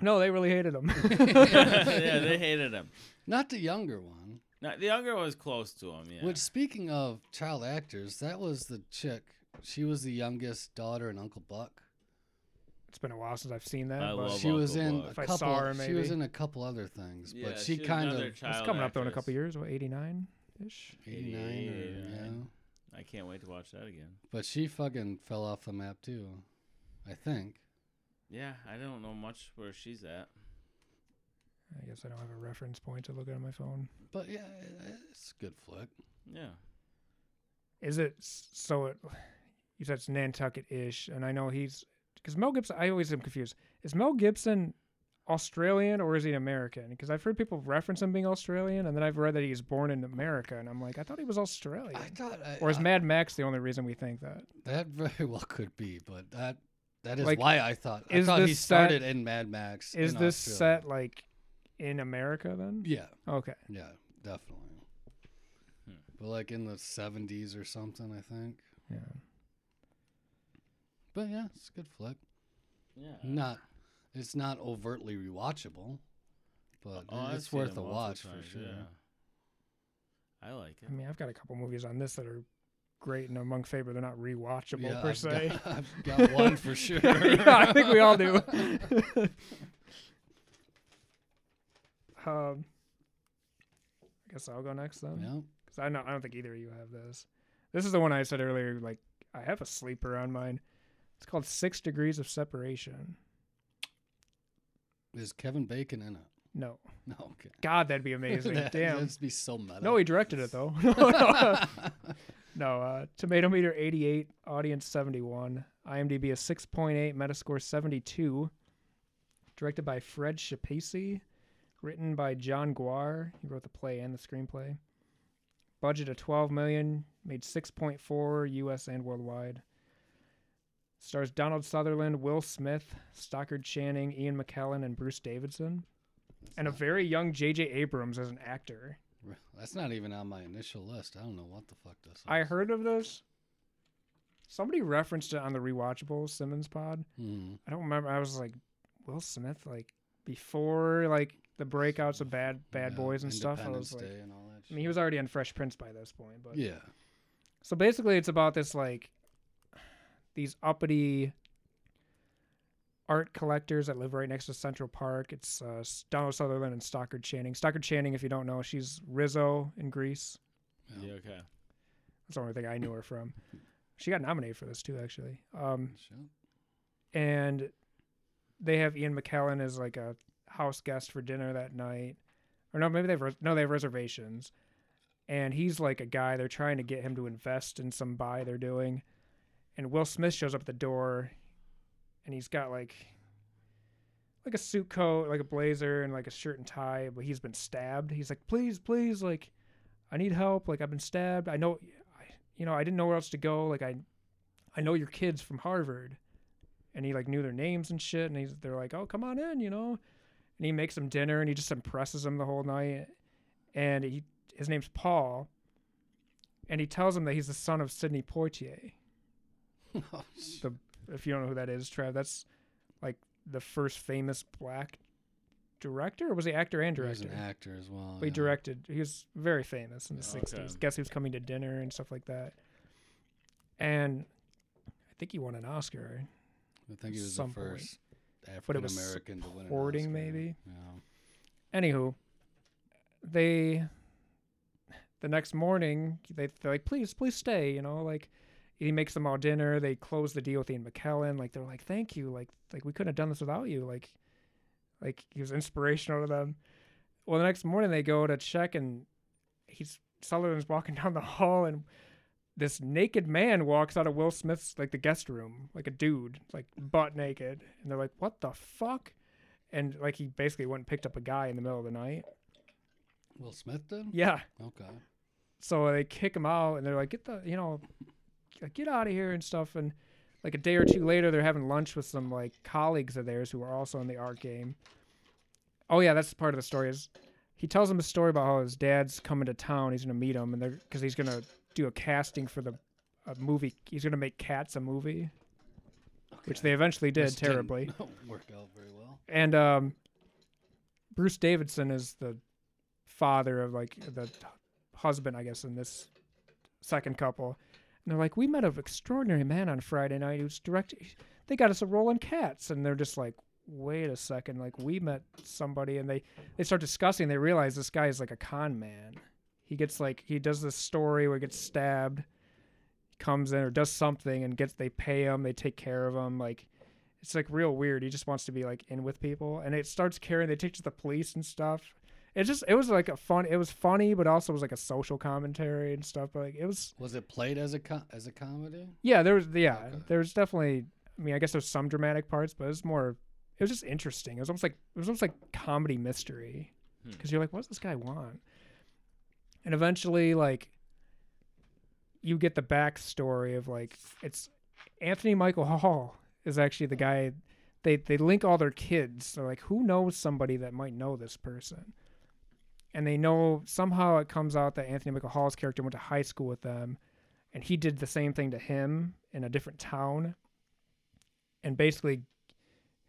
S3: No, they really hated him.
S1: [laughs]
S3: [laughs]
S1: yeah, they hated him.
S2: not the younger one
S1: Now, the younger one was close to him. Yeah.
S2: which speaking of child actors that was the chick she was the youngest daughter in uncle buck
S3: it's been a while since I've seen that.
S1: I
S3: but
S1: love
S2: she was
S1: Uncle
S2: in
S1: Buck.
S2: a
S3: If I
S2: couple
S3: saw her,
S2: she was
S3: maybe.
S2: in a couple other things
S1: Yeah,
S2: but she
S1: was
S2: kind
S1: another
S2: of
S1: child
S3: it's coming up though in a
S1: actress.
S3: couple years. What, eighty nine ish?
S2: 89 or yeah
S1: Yeah. I can't wait to watch that again.
S2: But she fucking fell off the map too, I think.
S1: Yeah, I don't know much where she's at.
S3: I guess I don't have a reference point to look at on my phone.
S2: But yeah, i- it's a good flick.
S1: Yeah.
S3: Is it s- so? It you said it's Nantucket ish, and I know he's because Mel Gibson. I always am confused. Is Mel Gibson Australian or is he American? Because I've heard people reference him being Australian, and then I've read that he was born in America, and I'm like, I thought he was Australian.
S2: I thought I,
S3: or is
S2: I-
S3: Mad Max the only reason we think that?
S2: that very [laughs] well could be, but that that is
S3: Like,
S2: why I thought I
S3: is
S2: thought he
S3: this set-
S2: started in Mad Max.
S3: Is
S2: in
S3: this
S2: Australia.
S3: set like in America then?
S2: Yeah,
S3: Okay.
S2: yeah, definitely.
S1: Hmm.
S2: But like in the seventies or something, I think.
S3: Yeah.
S2: But yeah, it's a good flick.
S1: Yeah.
S2: Not, it's not overtly rewatchable, but
S1: Oh, I've
S2: it's
S1: seen
S2: worth
S1: him
S2: a
S1: lots of
S2: watch for
S1: times,
S2: sure.
S1: yeah. I like
S3: I
S1: it.
S3: mean, I've got a couple movies on this that are great and among favorite. They're not rewatchable
S2: Yeah,
S3: per
S2: I've
S3: se.
S2: got- I've
S3: [laughs]
S2: got one for sure.
S3: yeah, I think we all do. [laughs] um, I guess I'll go next then.
S2: Yep.
S3: Because I know I don't think either of you have this. This is the one I said earlier. Like I have a sleeper on mine. It's called Six Degrees of Separation.
S2: Is Kevin Bacon in it? [laughs]
S3: No,
S2: No, okay.
S3: God, that'd be amazing.
S2: that,
S3: Damn.
S2: That'd be so meta.
S3: No, he directed it though. [laughs] no, no. No, uh, Tomato Meter 88, audience 71, IMDb is 6.8, Metascore 72. Directed by Fred Shapisi, written by John Guar. He wrote the play and the screenplay. Budget of 12 million, made 6.4 U.S. and worldwide. Stars Donald Sutherland, Will Smith, Stockard Channing, Ian McKellen, and Bruce Davidson. and a very young J.J. Abrams as an actor.
S2: That's not even on my initial list. I don't know what the fuck this is.
S3: I heard of this. Somebody referenced it on the rewatchable Simmons pod.
S2: Hmm.
S3: I don't remember. I was like, Will Smith, like before like the breakouts of Bad Bad
S2: Yeah,
S3: Boys and stuff. I
S2: Independence
S3: was like,
S2: Day and all that
S3: I mean, he was already on Fresh Prince by this point, [laughs] but
S2: yeah. [laughs]
S3: So basically, it's about this like these uppity art collectors that live right next to Central Park. It's uh, S- Donald Sutherland and Stockard Channing. Stockard Channing, if you don't know, she's Rizzo in Greece.
S2: Yeah.
S1: Yeah, okay.
S3: That's the only thing I knew her from. She got nominated for this too, actually. Um,
S2: Shit.
S3: and they have Ian McKellen as like a house guest for dinner that night, or no, maybe they've res- no, they have reservations, and he's like a guy they're trying to get him to invest in some buy they're doing, and Will Smith shows up at the door, and he's got like like a suit coat, like a blazer, and like a shirt and tie, but he's been stabbed. He's like, please, please, like, I need help. Like, I've been stabbed. I know, I, you know, I didn't know where else to go. Like, I, I know your kids from Harvard and he like knew their names and shit and he's they're like oh come on in you know and he makes them dinner and he just impresses them the whole night and he his name's paul and he tells him that he's the son of sidney poitier
S2: Oh, shit.
S3: if you don't know who that is trav that's like the first famous black director or was he actor and
S2: He was
S3: director
S2: an actor as well.
S3: but he
S2: yeah. Oh,
S3: directed. He was very famous in the
S1: Okay.
S3: '60s. Guess who's coming to dinner and stuff like that. And I think he won an Oscar.
S2: I think he was the
S3: some point.
S2: first African
S3: was
S2: American to win an
S3: supporting,
S2: Oscar.
S3: maybe?
S2: Yeah.
S3: anywho, they the next morning they they're like, please, please stay. You know, like he makes them all dinner. They close the deal with Ian McKellen. Like they're like, thank you. Like like we couldn't have done this without you. Like like he was inspirational to them. Well, the next morning they go to check and he's Sullivan's walking [laughs] down the hall and this naked man walks out of Will Smith's like the guest room, like a dude, like butt naked, and they're like, "What the fuck?" And like he basically went and picked up a guy in the middle of the night.
S2: Will Smith did?
S3: Yeah.
S2: Okay.
S3: So they kick him out and they're like, get the, you know, like, get out of here and stuff. And like a day or two later, they're having lunch with some like colleagues of theirs who are also in the art game. Oh yeah, that's part of the story is he tells them a story about how his dad's coming to town. He's gonna meet him and they're because he's gonna do a casting for the a movie. He's gonna make Cats a movie, which they eventually did
S2: This didn't [laughs]
S3: terribly
S2: work out very well.
S3: and um, Bruce Davidson is the father of like the h- husband, I guess, in this second couple. And they're like, we met an extraordinary man on Friday night who's directing. They got us a role in Cats, and they're just like, wait a second, like we met somebody, and they they start discussing. They realize this guy is like a con man. He gets like he does this story where he gets stabbed, comes in or does something, and gets they pay him, they take care of him, like it's like real weird. He just wants to be like in with people, and it starts carrying. They take to the police and stuff. It just it was like a fun. It was funny, but also was like a social commentary and stuff. But like it was,
S2: Was it played as a co- as a comedy?
S3: yeah. There was yeah.
S2: Okay.
S3: There was definitely. I mean, I guess there's some dramatic parts, but it was more. It was just interesting. It was almost like it was almost like comedy mystery,
S1: Hmm.
S3: because you're like, what does this guy want? And eventually, like, you get the backstory of like it's Anthony Michael Hall is actually the guy they they link all their kids. They're like, who knows somebody that might know this person? And they know somehow it comes out that Anthony Michael Hall's character went to high school with them, and he did the same thing to him in a different town, and basically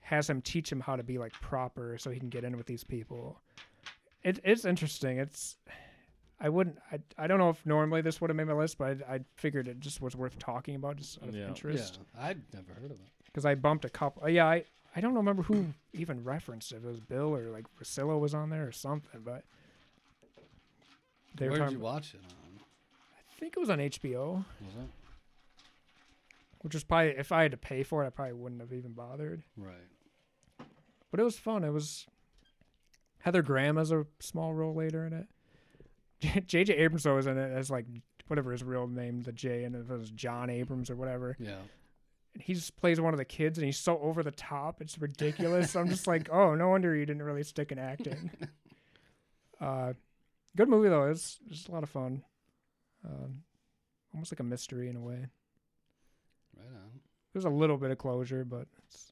S3: has him teach him how to be like proper so he can get in with these people. It, it's interesting. It's I wouldn't I, I don't know if normally this would have made my list, but I, I figured it just was worth talking about just out of
S1: Yeah.
S3: interest
S2: Yeah, I'd never heard of it.
S3: because I bumped a couple. uh, Yeah, I, I don't remember who even referenced it. If it was Bill or like Priscilla was on there or something, but they were
S2: Where did
S3: talking.
S2: you watch it on?
S3: I think it was on HBO,
S2: Was it
S3: which was probably if I had to pay for it, I probably wouldn't have even bothered.
S2: right?
S3: But it was fun. It was Heather Graham has a small role later in it. [laughs] J.J. Abrams though, is in it as like whatever his real name, the J, and if it was John Abrams or whatever.
S2: Yeah.
S3: and he just plays one of the kids and he's so over the top it's ridiculous i'm just like [laughs] oh no wonder you didn't really stick in acting uh good movie though it's just a lot of fun um almost like a mystery in a way
S2: [laughs] Right on.
S3: there's a little bit of closure but it's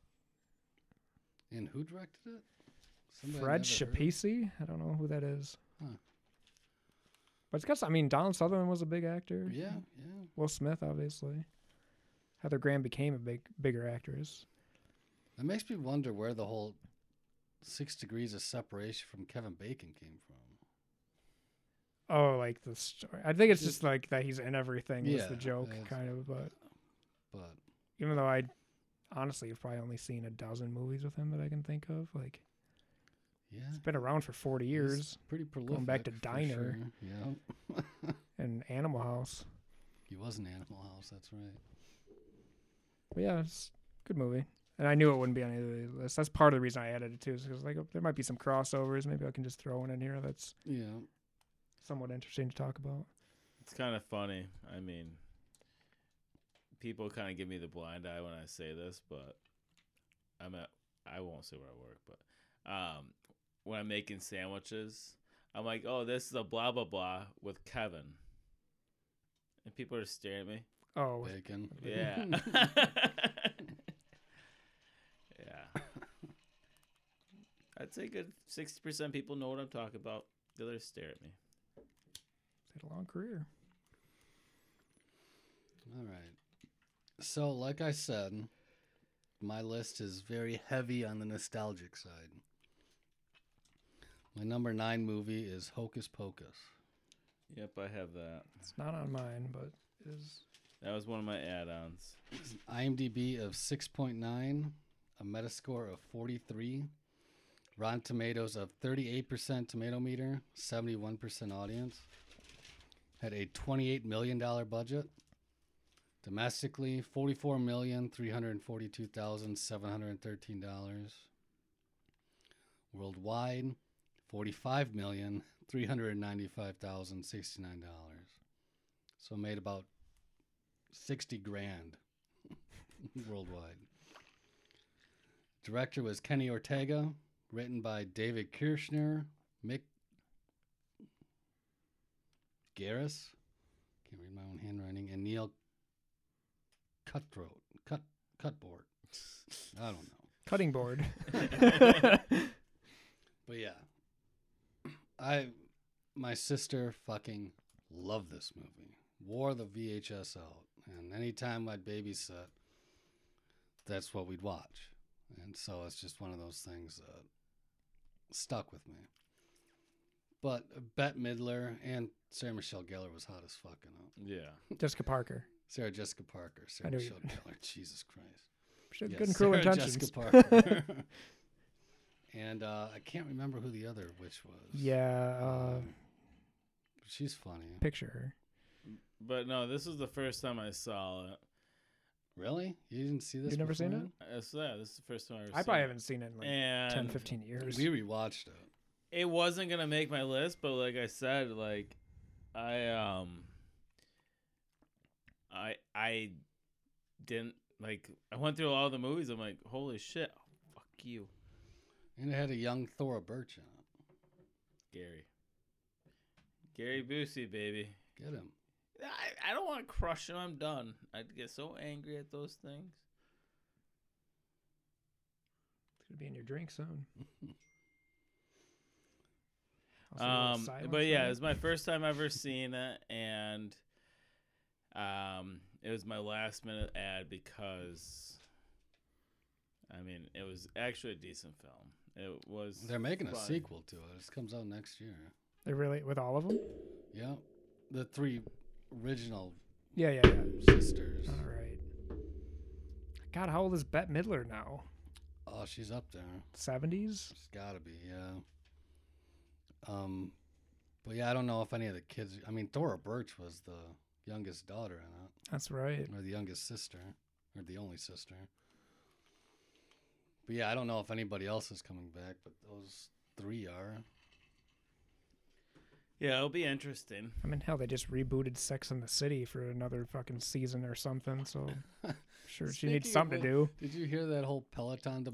S2: And who directed it? Somebody I
S3: Fred
S2: never heard of.
S3: Shapisi. I don't know who that is.
S2: Huh.
S3: But it's got. some- I mean, Donald Sutherland was a big actor.
S2: Yeah, yeah.
S3: Will Smith, obviously. Heather Graham became a big, bigger actress.
S2: That makes me wonder where the whole six degrees of separation from Kevin Bacon came from.
S3: Oh, like the story. I think it's
S2: Just-
S3: just like that he's in everything was
S2: Yeah,
S3: the joke,
S2: that's-
S3: kind of. But
S2: But
S3: even though I honestly have probably only seen a dozen movies with him that I can think of, like
S2: yeah,
S3: it's been around for 40
S2: he's
S3: years.
S2: pretty prolific.
S3: Going back to
S2: for
S3: Diner.
S2: sure. Yeah,
S3: And Animal House.
S2: he was in Animal House. That's right.
S3: But yeah, it's a good movie. And I knew it wouldn't be on either of these lists. That's part of the reason I added it too, is because like there might be some crossovers. Maybe I can just throw one in here that's
S2: Yeah,
S3: somewhat interesting to talk about.
S1: It's kind of funny. I mean, people kind of give me the blind eye when I say this, but I'm at I won't say where I work, but um, when I'm making sandwiches, I'm like, "Oh, this is a blah blah blah with Kevin," and people are staring at me.
S3: Oh, with-
S2: Bacon.
S1: Yeah. yeah. I'd say a good sixty percent people know what I'm talking about. The others stare at me.
S3: it's had a long career.
S2: [laughs] All right. So, like I said, my list is very heavy on the nostalgic side. My number nine movie is Hocus Pocus.
S1: Yep, I have that.
S3: It's not on mine, but it is
S1: That was one of my add-ons.
S2: It's an IMDb of 6.9, a Metascore of 43, Rotten Tomatoes of 38% tomato meter, 71% audience. Had a $28 million budget. Domestically, $44,342,713. Worldwide, $45,395,069. So made about 60 grand worldwide. Director was Kenny Ortega, written by David Kirshner, Mick Garris, can't read my own handwriting, and Neil Cutthroat, Cut Cutboard. [laughs] I don't know.
S3: cutting board.
S1: [laughs]
S2: But yeah. I my sister fucking loved this movie. Wore the VHS out. And anytime I'd babysit, that's what we'd watch. And so it's just one of those things that stuck with me. But Bette Midler and Sarah Michelle Gellar was hot as fuck in it.
S1: Yeah.
S3: Jessica Parker.
S2: Sarah Jessica Parker, Sarah
S3: knew you-
S2: Michelle
S3: [laughs]
S2: Gellar, Jesus Christ.
S3: She had
S2: Yeah,
S3: good and
S1: [laughs]
S3: cruel
S2: Sarah
S3: intentions.
S2: Jessica Parker. [laughs] and uh, I can't remember who the other witch was.
S3: yeah, uh,
S2: She's funny.
S3: picture her.
S1: But no, this was the first time I saw it.
S2: Really? You didn't see this?
S3: You've never seen
S2: beforehand?
S1: I saw that. Uh, This is the first time I ever
S3: I
S1: seen
S3: probably
S1: it.
S3: haven't seen it in like
S1: and
S3: 10, 15 years.
S2: We rewatched it.
S1: it wasn't gonna make my list, but like I said, like I um I I didn't like I went through all the movies, I'm like, holy shit, oh, fuck you.
S2: And it had a young Thora Birch in it.
S1: Gary. Gary Busey, baby.
S2: Get him.
S1: I, I don't want to crush him. I'm done. I'd get so angry at those things.
S3: It's gonna be in your drink soon.
S1: [laughs]
S3: Also a little
S1: Um,
S3: silence
S1: but yeah,
S3: there.
S1: it was my first time ever seeing it, and um, it was my last minute ad because, I mean, it was actually a decent film. It was.
S2: They're making a
S1: fun.
S2: sequel to it. This comes out next year.
S3: they really with all of them.
S2: Yeah. The three original
S3: Yeah, yeah, yeah.
S2: sisters.
S3: All right. God, how old is Bette Midler now?
S2: Oh, she's up there.
S3: Seventies.
S2: She's gotta be, yeah. Um but yeah, I don't know if any of the kids I mean Thora Birch was the youngest daughter in it.
S3: That's right.
S2: or the youngest sister, or the only sister. But yeah, I don't know if anybody else is coming back, but those three are.
S1: Yeah, it'll be interesting.
S3: I mean, hell, they just rebooted Sex in the City for another fucking season or something.
S2: [laughs]
S3: So, sure, she
S2: Speaking
S3: needs
S2: of
S3: something to
S2: [laughs]
S3: do.
S2: Did you hear that whole Peloton debacle?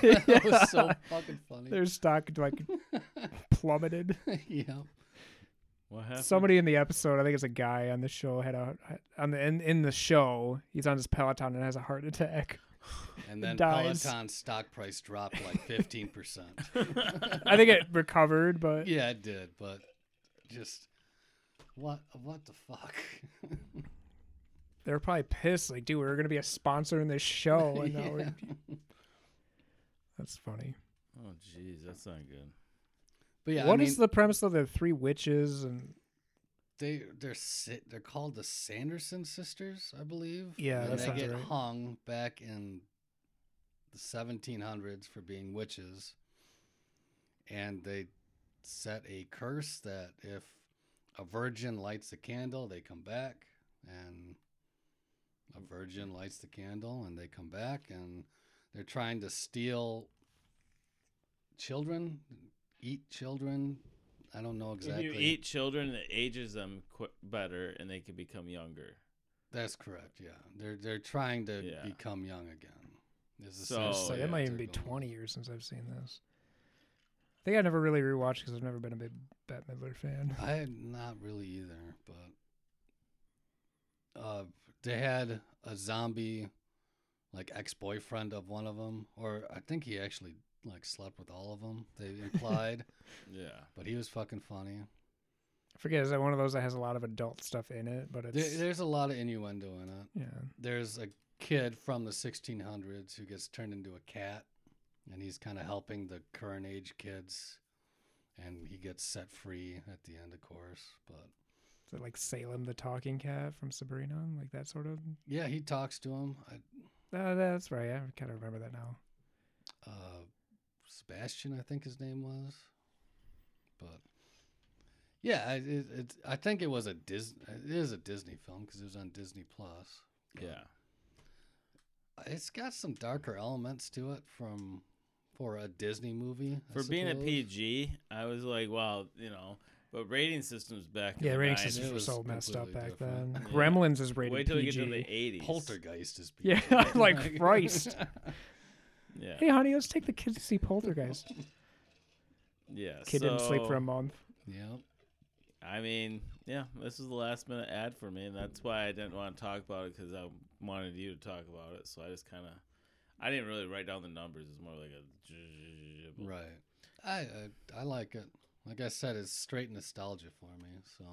S3: Yeah,
S2: [laughs]
S3: [laughs]
S2: that was so
S3: yeah.
S2: fucking funny.
S3: Their stock like plummeted.
S2: [laughs] yeah,
S1: What happened?
S3: Somebody in the episode, I think it's a guy on the show, had a on the in, in the show. He's on his Peloton and has a heart attack. [laughs]
S2: And then
S3: dies.
S2: Peloton's stock price dropped like 15%.
S3: [laughs] I think it recovered, but
S2: yeah, it did, but just what what the fuck?
S3: they're probably pissed. Like, dude, we we're gonna be a sponsor in this show, and
S2: [laughs]
S3: now
S2: Yeah.
S3: we're, that's funny.
S1: Oh, jeez, that's not good.
S2: But yeah,
S3: What
S2: I
S3: is
S2: mean,
S3: the premise of the three witches? And
S2: they they're si- they're called the Sanderson sisters, I believe.
S3: Yeah,
S2: and
S3: that
S2: they
S3: sounds
S2: get
S3: right.
S2: hung back in the 1700s for being witches, and they set a curse that if a virgin lights a candle, they come back, and a virgin lights the candle, and they come back, and they're trying to steal children, eat children. I don't know exactly.
S1: If you eat children, it ages them qu- better, and they can become younger.
S2: That's correct. Yeah, they're they're trying to
S1: Yeah.
S2: become young again. Is
S1: So-
S2: essentially
S1: Oh,
S3: so
S1: yeah,
S3: it might
S2: what
S3: even
S2: they're
S3: be
S2: going-
S3: twenty years since I've seen this. I think I never really rewatched because I've never been a big Bette Midler fan.
S2: I had not really either, but uh, they had a zombie, like ex boyfriend of one of them, or I think he actually like slept with all of them.
S1: [laughs]
S2: They implied,
S1: Yeah.
S2: but he was fucking funny.
S3: I forget is that one of those that has a lot of adult stuff in it, but it's
S2: There, there's a lot of innuendo in it.
S3: yeah.
S2: there's a kid from the 1600s who gets turned into a cat and he's kind of helping the current age kids and he gets set free at the end of course but
S3: Is it like Salem the Talking Cat from Sabrina, like that sort of?
S2: yeah he talks to him I,
S3: Uh, that's right. I kind of remember that now.
S2: uh, sebastian i think his name was but yeah I- it, it, I think it was a disney it is a disney film because it was on disney plus
S1: Yeah.
S2: it's got some darker elements to it from for a disney movie I
S1: For being a
S2: suppose.
S1: PG, I was like, well, you know, but rating systems back. in
S3: Yeah,
S1: the
S3: rating
S1: 90s.
S3: systems
S2: It
S3: were
S2: was
S3: so messed up
S2: completely
S3: back
S2: different.
S3: then.
S1: Yeah.
S3: Gremlins is rated
S1: Wait till we
S3: PG.
S1: get to the eighties.
S2: Poltergeist is
S3: Yeah,
S2: PG.
S3: [laughs]
S1: [laughs]
S3: like, Christ.
S1: Yeah.
S3: Hey, honey, let's take the kids to
S1: [laughs]
S3: see Poltergeist.
S1: Yeah.
S3: Kid didn't sleep for a
S1: so,
S3: month.
S2: yep.
S1: I mean, yeah, this was the last minute ad for me, and that's why I didn't want to talk about it because I wanted you to talk about it. So I just kind of, I didn't really write down the numbers. It's more like a.
S2: Right. I, I I like it. Like I said, it's straight nostalgia for me. So,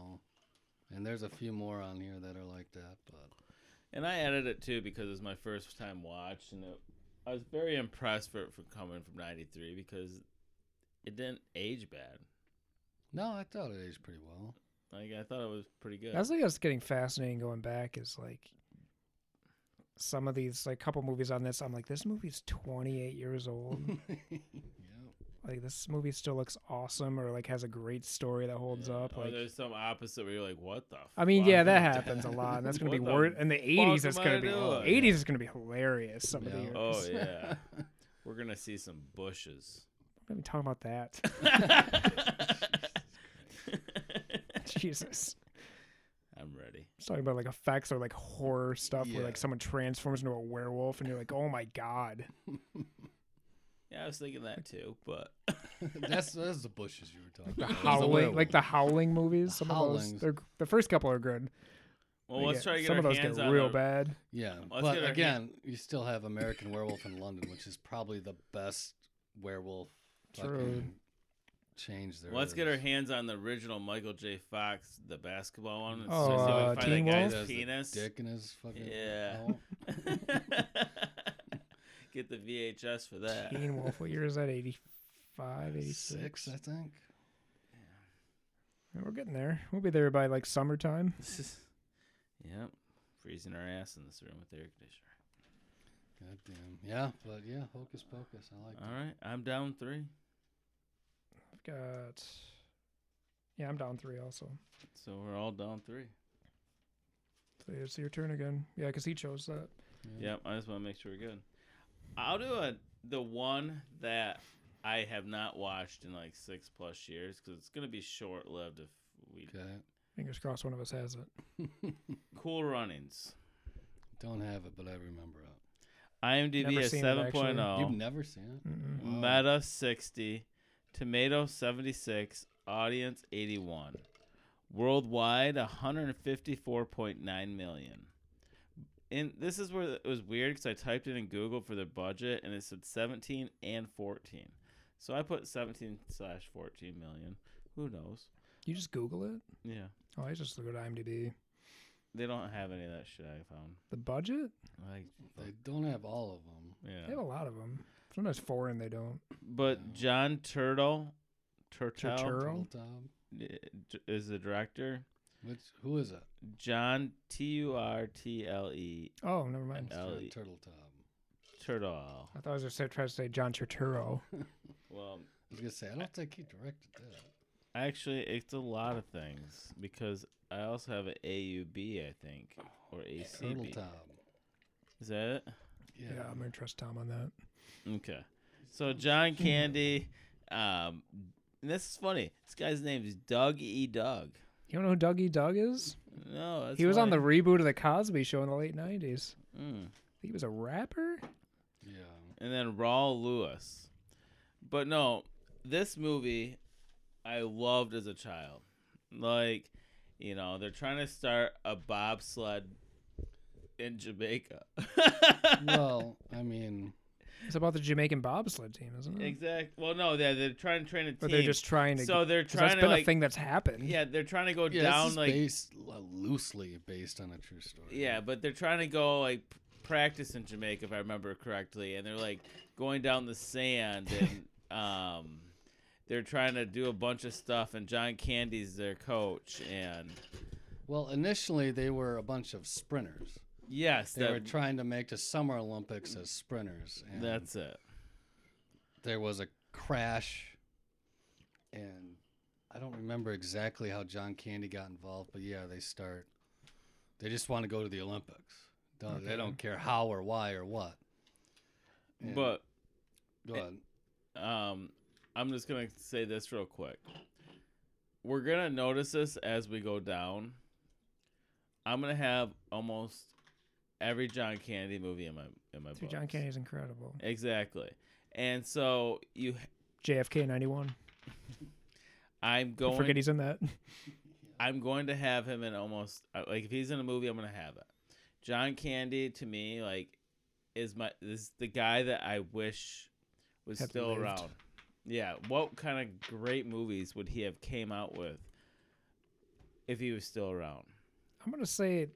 S2: and there's a few more on here that are like that. But
S1: [laughs] And I added it too because it was my first time watch, and it, I was very impressed for it for coming from '93 because it didn't age bad.
S2: no, I thought it aged pretty well. [laughs]
S1: Like I thought it was pretty good.
S3: That's like that's getting fascinating going back is like some of these like couple movies on this. I'm like, this movie's 28
S1: [laughs]
S3: years old.
S2: yep.
S3: like this movie still looks awesome or like has a great story that holds
S1: Yeah.
S3: up.
S1: Or
S3: Like,
S1: there's some opposite where you're like, what the?
S3: I mean, yeah,
S1: fuck? [laughs]
S3: that happens a lot. And that's gonna be
S1: What the
S3: worth. In the 80s,
S1: fuck
S3: it's
S1: am
S3: gonna
S1: I
S3: be
S1: doing?
S3: 80s is gonna be hilarious. Some of the
S2: Yeah.
S3: years.
S1: Oh yeah, we're gonna see some bushes.
S3: Let me talk about that.
S1: [laughs]
S3: [laughs] Jesus.
S1: I'm ready.
S3: It's talking about like effects or like horror stuff where like
S2: Yeah.
S3: someone transforms into a werewolf and you're like, oh my
S1: [laughs]
S3: god.
S1: Yeah, I was thinking that too, but
S2: [laughs]
S1: [laughs]
S2: that's that's the bushes you were talking
S3: The
S2: about. It was
S3: howling, like the
S2: werewolf.
S3: howling movies. Some of
S2: Howlings.
S3: those, they're, the first couple are good.
S1: well,
S3: They
S1: let's
S3: get-
S1: try to get
S3: some
S1: our
S3: of those
S1: hands
S3: get
S1: on
S3: real
S1: our-
S3: bad.
S2: Yeah,
S1: Let's
S2: but
S1: get our
S2: again, you still have American Werewolf in London, which is probably the best werewolf.
S3: True.
S2: fucking Change there.
S1: Let's get
S2: is.
S1: our hands on the original Michael J. Fox, the basketball one. and
S3: Oh,
S1: see if we can
S3: uh, Teen
S1: find
S2: He
S1: that
S3: Wolf?
S1: guy's
S2: does the
S1: penis.
S2: Dick in his fucking.
S1: Yeah.
S2: Oh.
S1: [laughs] Get the VHS for that.
S3: Teen Wolf, what year is that? 85, 86?
S2: six, I think.
S3: We're getting there. We'll be there by like summertime.
S1: [laughs] yep, freezing our ass in this room with the air conditioner.
S2: God damn. Yeah, but yeah, Hocus Pocus. I like.
S1: All right, I'm down three.
S3: I've got. Yeah, I'm down three also.
S1: So we're all down three.
S3: So it's your turn again. Yeah, because he chose that.
S2: that.
S1: Yep, I just want to make sure we're good. I'll do a the one that I have not watched in like six plus years because it's gonna be short lived if we.
S2: Okay.
S3: Fingers crossed one of us has it.
S1: Cool Runnings.
S2: Don't have it, but I remember it.
S1: IMDb
S3: Never
S1: is oh.
S3: seen it, actually.
S1: 7.0.
S2: You've never seen it.
S3: Mm-mm.
S2: Wow.
S1: Meta 60, Tomato 76, Audience 81. Worldwide 154.9 million. and this is where it was weird because I typed it in Google for their budget and it said 17 and 14. So I put 17 slash 14 million. Who knows?
S3: You just Google it.
S1: Yeah.
S3: Oh, I just look at IMDb.
S1: They don't have any of that shit I found.
S3: The budget?
S1: Like,
S2: They don't have all of them.
S3: They have
S1: yeah.
S3: a lot of them. Sometimes foreign they don't.
S1: But John Turtle, Turtle
S3: Turturro? Earl?
S2: Tom,
S1: is the director.
S2: which who is it?
S1: John T U R T L E
S3: Oh, never mind.
S1: Uh,
S2: Mr.
S1: Ellie.
S2: Turtle Tom.
S1: Turtle.
S3: I thought I was just trying to say John Turturro.
S1: Well,
S2: I was gonna say I don't think he directed that.
S1: Actually, it's a lot of things because I also have an AUB, I think, or
S2: Turtle
S1: ACB.
S2: Tom.
S1: Is that
S2: Yeah.
S3: Yeah, I'm gonna trust Tom on that.
S1: it? Okay. So John Candy, um, and this is funny. This guy's name is Doug E. Doug.
S3: You don't know who Dougie Doug is?
S1: No, that's
S3: he was on
S1: why-
S3: the reboot of the Cosby Show in the late '90s.
S1: Mm.
S3: He was a rapper.
S2: yeah.
S1: and then Raul Lewis. But no, this movie I loved as a child. Like, you know, they're trying to start a bobsled in Jamaica. [laughs]
S3: Mm-hmm.
S2: Well, I mean,
S3: It's about the Jamaican bobsled team, isn't it?
S1: Exact. Well, no, they're, they're trying to train a team.
S3: But they're just trying to.
S1: so they're
S3: 'cause that's
S1: trying
S3: been
S1: to
S3: a
S1: like
S3: thing that's happened.
S1: yeah, they're trying to go
S2: yeah, this
S1: down
S2: is
S1: like
S2: based lo- loosely based on a true story.
S1: yeah, but they're trying to go like p- practice in Jamaica if I remember correctly, and they're like going down the sand
S2: [laughs]
S1: and um, they're trying to do a bunch of stuff, and John Candy's their coach, and
S2: Well, initially they were a bunch of sprinters.
S1: yes,
S2: They
S1: that-
S2: were trying to make the Summer Olympics as sprinters. And
S1: that's it.
S2: there was a crash, and I don't remember exactly how John Candy got involved, but yeah, they start. They just want to go to the Olympics. Don't, They
S3: Okay.
S2: don't care how or why or what. And-
S1: But
S2: go ahead.
S1: um, I'm just gonna say this real quick. We're gonna notice this as we go down. I'm gonna have almost every John Candy movie in my in my
S3: Dude, John
S1: books.
S3: Candy is incredible.
S1: exactly. And so you,
S3: JFK '91.
S1: I'm
S3: I forget
S1: going.
S3: he's in that. [laughs]
S1: I'm going to have him in almost uh, like if he's in a movie, I'm gonna have it. John Candy to me like is my is the guy that I wish was
S3: Had
S1: still
S3: lived.
S1: around. Yeah, what kind of great movies would he have came out with if he was still around?
S3: I'm gonna say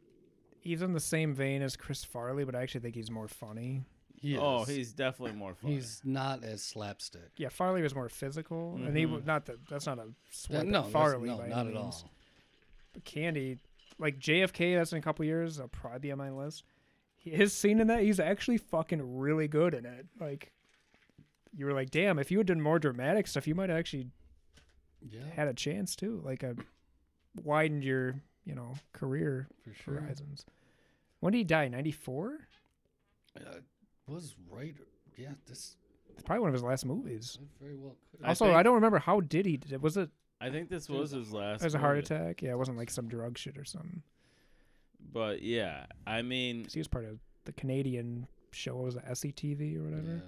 S3: he's in the same vein as Chris Farley, but I actually think he's more funny.
S2: He
S1: Oh,
S2: is.
S1: he's definitely more fun.
S2: he's not as slapstick.
S3: Yeah, Farley was more physical, and he wa-
S1: Mhm.
S3: not that that's not a
S2: That-
S3: sweat.
S2: no, that's-
S3: at Farley,
S2: no,
S3: by
S2: not
S3: any
S2: at
S3: means.
S2: all.
S3: But Candy, like JFK, that's in a couple years. I'll probably be on my list. He- His scene in that, he's actually fucking really good in it. Like, you were like, damn, if you had done more dramatic stuff, you might have actually
S2: Yeah,
S3: had a chance too. Like, a widened your you know career
S2: for sure.
S3: horizons. When did he die? Ninety four.
S2: Uh, was right. Yeah, this
S3: It's probably one of his last movies.
S2: that very well could.
S1: I
S3: Also, I,
S1: think-
S3: don't remember how did he. Did, was it
S1: I think this
S2: Dude,
S1: was
S2: the
S1: his last.
S3: as a heart
S1: movie.
S3: attack? Yeah, it wasn't like some drug shit or something.
S1: But yeah, I mean,
S3: 'Cause he was part of the Canadian show. What was it SETV or whatever?
S2: Yeah.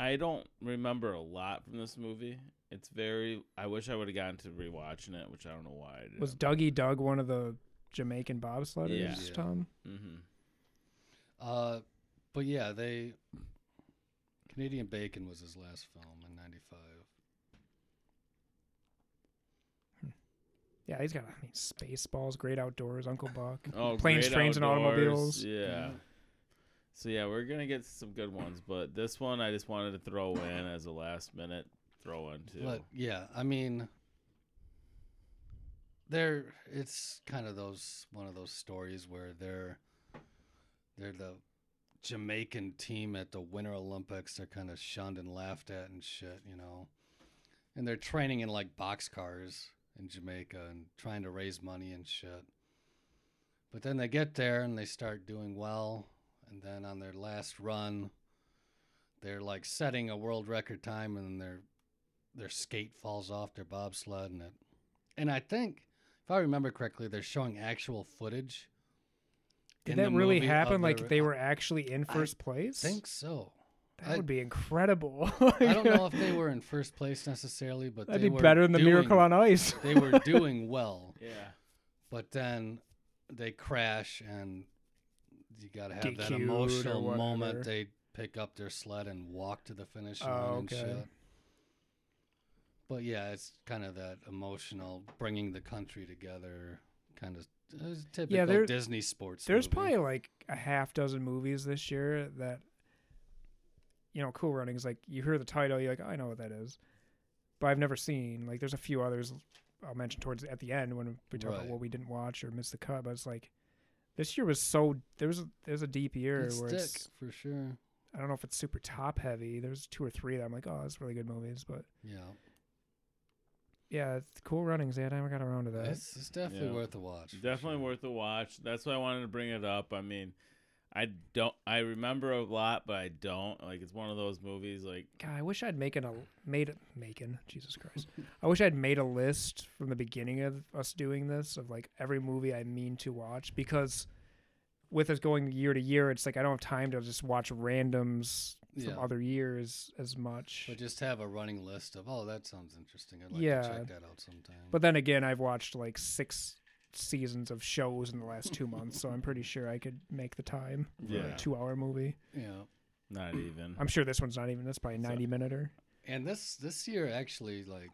S1: I don't remember a lot from this movie. It's very. I wish I would have gotten to rewatching it, which I don't know why I didn't.
S3: Was Dougie Doug one of the Jamaican bobsledders?
S1: Yeah.
S2: Yeah.
S3: Tom.
S1: mm-hmm.
S2: Uh, but yeah, they Canadian Bacon was his last film in '95.
S3: Yeah, he's got. I mean, Spaceballs, Great Outdoors, Uncle Buck.
S1: Oh,
S3: Planes,
S1: Great
S3: Trains, and
S1: Outdoors.
S3: Automobiles. Mm-hmm.
S1: Yeah. So yeah, we're gonna get some good ones, but this one I just wanted to throw in as a last minute throw in too.
S2: But yeah, I mean, they're it's kind of those one of those stories where they're they're the Jamaican team at the Winter Olympics. They're kind of shunned and laughed at and shit, you know. And they're training in like boxcars in Jamaica and trying to raise money and shit. But then they get there and they start doing well. And then on their last run, they're like setting a world record time and their their skate falls off their bobsled and it. And I think, if I remember correctly, they're showing actual footage. in
S3: Did that
S2: the
S3: really
S2: movie Oh, of
S3: happen? Like
S2: their-
S3: they were actually in
S2: I
S3: first place?
S2: think
S3: [laughs]
S2: so.
S3: that
S2: I-
S3: would be incredible. [laughs]
S2: I don't know if they were in first place necessarily, but
S3: That'd
S2: they
S3: be
S2: were
S3: better than the
S2: doing-
S3: Miracle on Ice.
S2: they were doing well,
S1: yeah,
S2: but then they crash and you gotta have
S3: Get
S2: that
S3: cute or
S2: emotional
S3: whatever.
S2: moment they pick up their sled and walk to the finish line
S3: Oh,
S2: and
S3: okay.
S2: shit. But yeah, it's kind of that emotional bringing the country together kind of it's typical
S3: there-
S2: Disney sports.
S3: There's
S2: movie.
S3: probably like a half dozen movies this year that, you know, Cool Runnings. Like you hear the title, you're like, "Oh, I know what that is, but I've never seen. Like there's a few others I'll mention towards at the end when we talk about
S2: Right.
S3: what we didn't watch or missed the cut. But it's like this year was so there's there's a deep year
S2: it's
S3: where
S2: thick,
S3: it's
S2: for sure.
S3: I don't know if it's super top heavy. There's two or three that I'm like, oh, that's really good movies. But
S2: Yeah.
S3: yeah, it's Cool Runnings. Yeah, I never got around to that.
S2: It's, it's definitely
S1: Yeah.
S2: worth a watch. for
S1: Definitely
S2: sure.
S1: worth a watch. That's why I wanted to bring it up. I mean, I don't. I remember a lot, but I don't. Like it's one of those movies. Like
S3: God, I wish I'd making a made making
S2: [laughs]
S3: Jesus Christ. I wish I'd made a list from the beginning of us doing this of like every movie I mean to watch because with us going year to year, it's like I don't have time to just watch randoms from
S2: Yeah.
S3: other years as much.
S2: But just have a running list of oh that sounds interesting. I'd like
S3: Yeah.
S2: to check that out sometime.
S3: but then again, I've watched like six seasons of shows in the last two months, so I'm pretty sure I could make the time for
S1: Yeah.
S3: a two-hour movie.
S2: yeah.
S1: not even.
S3: I'm sure this one's not even. That's probably ninety-minute or
S2: And this this year actually like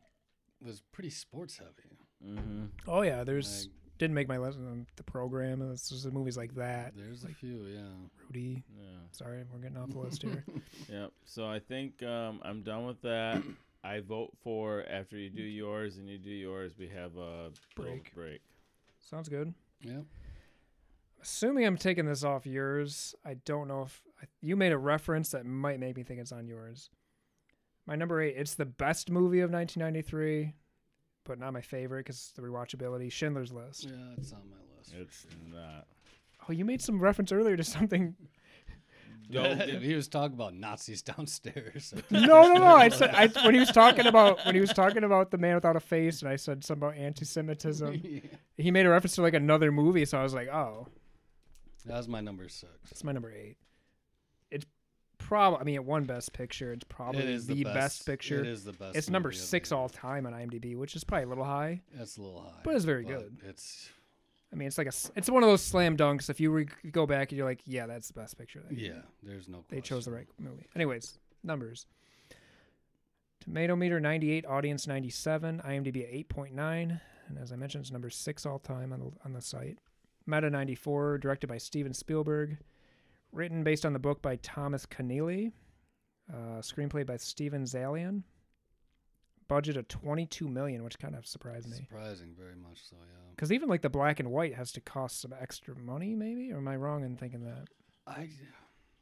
S2: was pretty sports heavy.
S1: hmm
S3: oh yeah, there's.
S2: Like,
S3: didn't make my list on the program. and It's just movies like that.
S2: there's
S3: like-
S2: a few, yeah.
S3: Rudy.
S1: Yeah.
S3: Sorry, we're getting off the list here.
S1: Yep. So I think um, I'm done with that. I vote for after you do yours and you do yours, we have a break.
S3: Break.
S1: Break.
S3: Sounds good.
S2: Yeah.
S3: Assuming I'm taking this off yours, I don't know if I, you made a reference that might make me think it's on yours. My number eight, it's the best movie of 1993, but not my favorite because the rewatchability. Schindler's List.
S2: Yeah, it's on my
S1: [laughs]
S2: list.
S1: It's not.
S3: Oh, you made some reference earlier to something.
S1: Don't get,
S2: he was talking about Nazis [laughs]
S3: [laughs]
S2: downstairs.
S3: No, no, no. I said I, when he was talking about when he was talking about the man without a face, and I said something
S2: [laughs]
S3: about anti-Semitism.
S2: Yeah.
S3: He made a reference to like another movie, so I was like, oh,
S2: That was my number six.
S3: It's my number eight. It's probably. I mean, it won Best Picture. It's probably
S2: it is
S3: the, best. picture.
S2: It is the best.
S3: it's number
S2: movie of the
S3: six
S2: year.
S3: all time on IMDb, which is probably a little high.
S2: That's a little high,
S3: But it's very good.
S2: It's
S3: I mean, it's like a. s- It's one of those slam dunks. If you re- go back and you're like, yeah, that's the Best Picture. They,
S2: yeah. There's no.
S3: they chose the
S2: question.
S3: right movie. Anyways, numbers. Tomato meter 98, audience 97, IMDb 8.9, and as I mentioned, it's number six all time on the, on the site. Meta 94, directed by Steven Spielberg, written based on the book by Thomas Keneally, uh, screenplay by Steven Zalian. Budget of 22 million, which kind of surprised me.
S2: Surprising, very much so. Yeah.
S3: Because even like the black and white has to cost some extra money, maybe. Or am I wrong in thinking that?
S2: I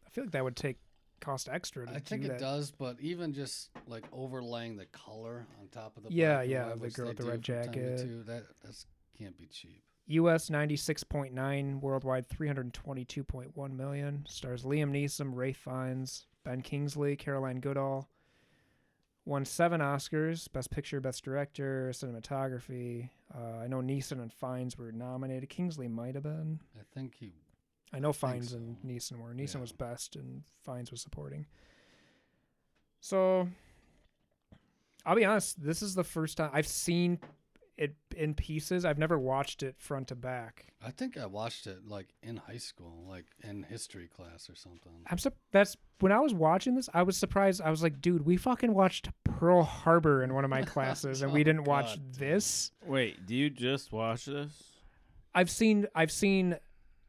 S3: I feel like that would take cost extra. To
S2: I think
S3: do
S2: it
S3: that.
S2: does, but even just like overlaying the color on top of the
S3: Yeah,
S2: black and
S3: yeah,
S2: white,
S3: the
S2: which
S3: girl
S2: they
S3: with the
S2: do
S3: red
S2: from time to
S3: jacket.
S2: two, that that's can't be cheap.
S3: US 96.9, worldwide 322.1 million. Stars Liam Neeson, Ray Fiennes, Ben Kingsley, Caroline Goodall. Won seven Oscars Best Picture, Best Director, Cinematography. Uh, I know Neeson and Fiennes were nominated. Kingsley might have been.
S2: I think he
S3: I know
S2: think
S3: Fines and
S2: so.
S3: Neeson were. Neeson
S2: Yeah.
S3: was best, and Fines was supporting. So, I'll be honest. This is the first time I've seen it in pieces. I've never watched it front to back.
S2: I think I watched it like in high school, like in history class or something.
S3: I'm sup that's when I was watching this, I was surprised. I was like, dude, we fucking watched Pearl Harbor in one
S2: [laughs]
S3: of my classes, and we
S2: Oh,
S3: didn't watch
S2: God, dude.
S3: this.
S1: [laughs] wait, do you just watch this?
S3: I've seen I've seen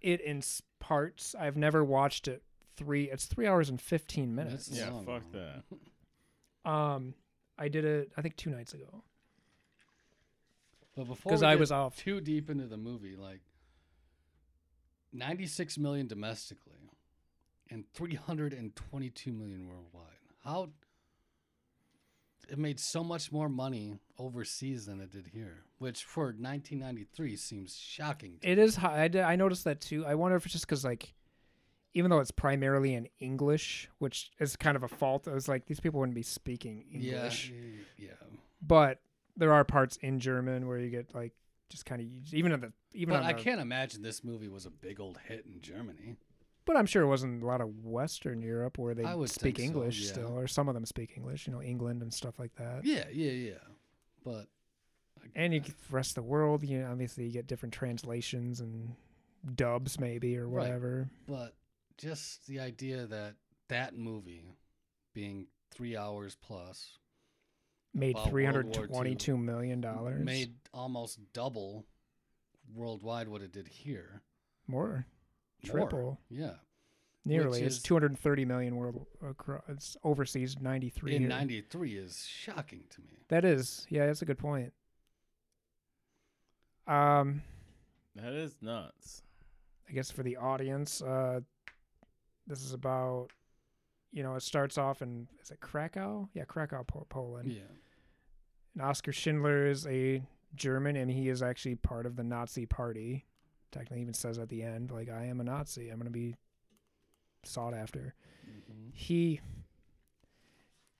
S3: it in s- parts. I've never watched it three. It's three hours and fifteen minutes.
S2: That's
S1: Yeah,
S2: long,
S1: fuck
S2: though.
S1: that.
S3: Um, I did it. I think two nights ago.
S2: [laughs] But before
S3: 'Cause
S2: we
S3: I
S2: get
S3: was off.
S2: too deep into the movie, like ninety six million domestically, and three hundred and twenty two million worldwide. How it made so much more money overseas than it did here, which for nineteen ninety three seems shocking. To
S3: It
S2: me.
S3: is high. I, did- I noticed that too. I wonder if it's just because like, even though it's primarily in English, which is kind of a fault. I was like, these people wouldn't be speaking
S2: Yeah,
S3: English.
S2: y- yeah.
S3: but there are parts in German where you get like just kind of even on the even
S2: But
S3: on
S2: I
S3: the-
S2: can't imagine this movie was a big old hit in Germany.
S3: But I'm sure it wasn't a lot of Western Europe where they
S2: I would
S3: speak
S2: think so,
S3: English
S2: yeah.
S3: still, or some of them speak English. You know, England and stuff like that.
S2: Yeah, yeah, yeah. But
S3: And you get the rest of the world, you know, obviously you get different translations and dubs maybe or
S2: Right.
S3: whatever.
S2: But just the idea that that movie being three hours plus
S3: Made
S2: About
S3: three hundred
S2: World War
S3: twenty-two million dollars.
S2: made almost double worldwide what it did here. More,
S3: more, triple,
S2: Yeah.
S3: nearly.
S2: which
S3: It's
S2: is-
S3: two hundred thirty million world across it's overseas. Ninety-three.
S2: In
S3: here.
S2: 93 is shocking to me.
S3: That is, yeah, that's a good point. Um,
S1: That is nuts.
S3: I guess for the audience, uh, this is about, you know, it starts off in is it Krakow? Yeah, Krakow, Po- Poland.
S2: Yeah.
S3: And Oscar Schindler is a German, and he is actually part of the Nazi Party. Technically, even says at the end, like, "I am a Nazi. I'm going to be sought after."
S2: Mhm.
S3: He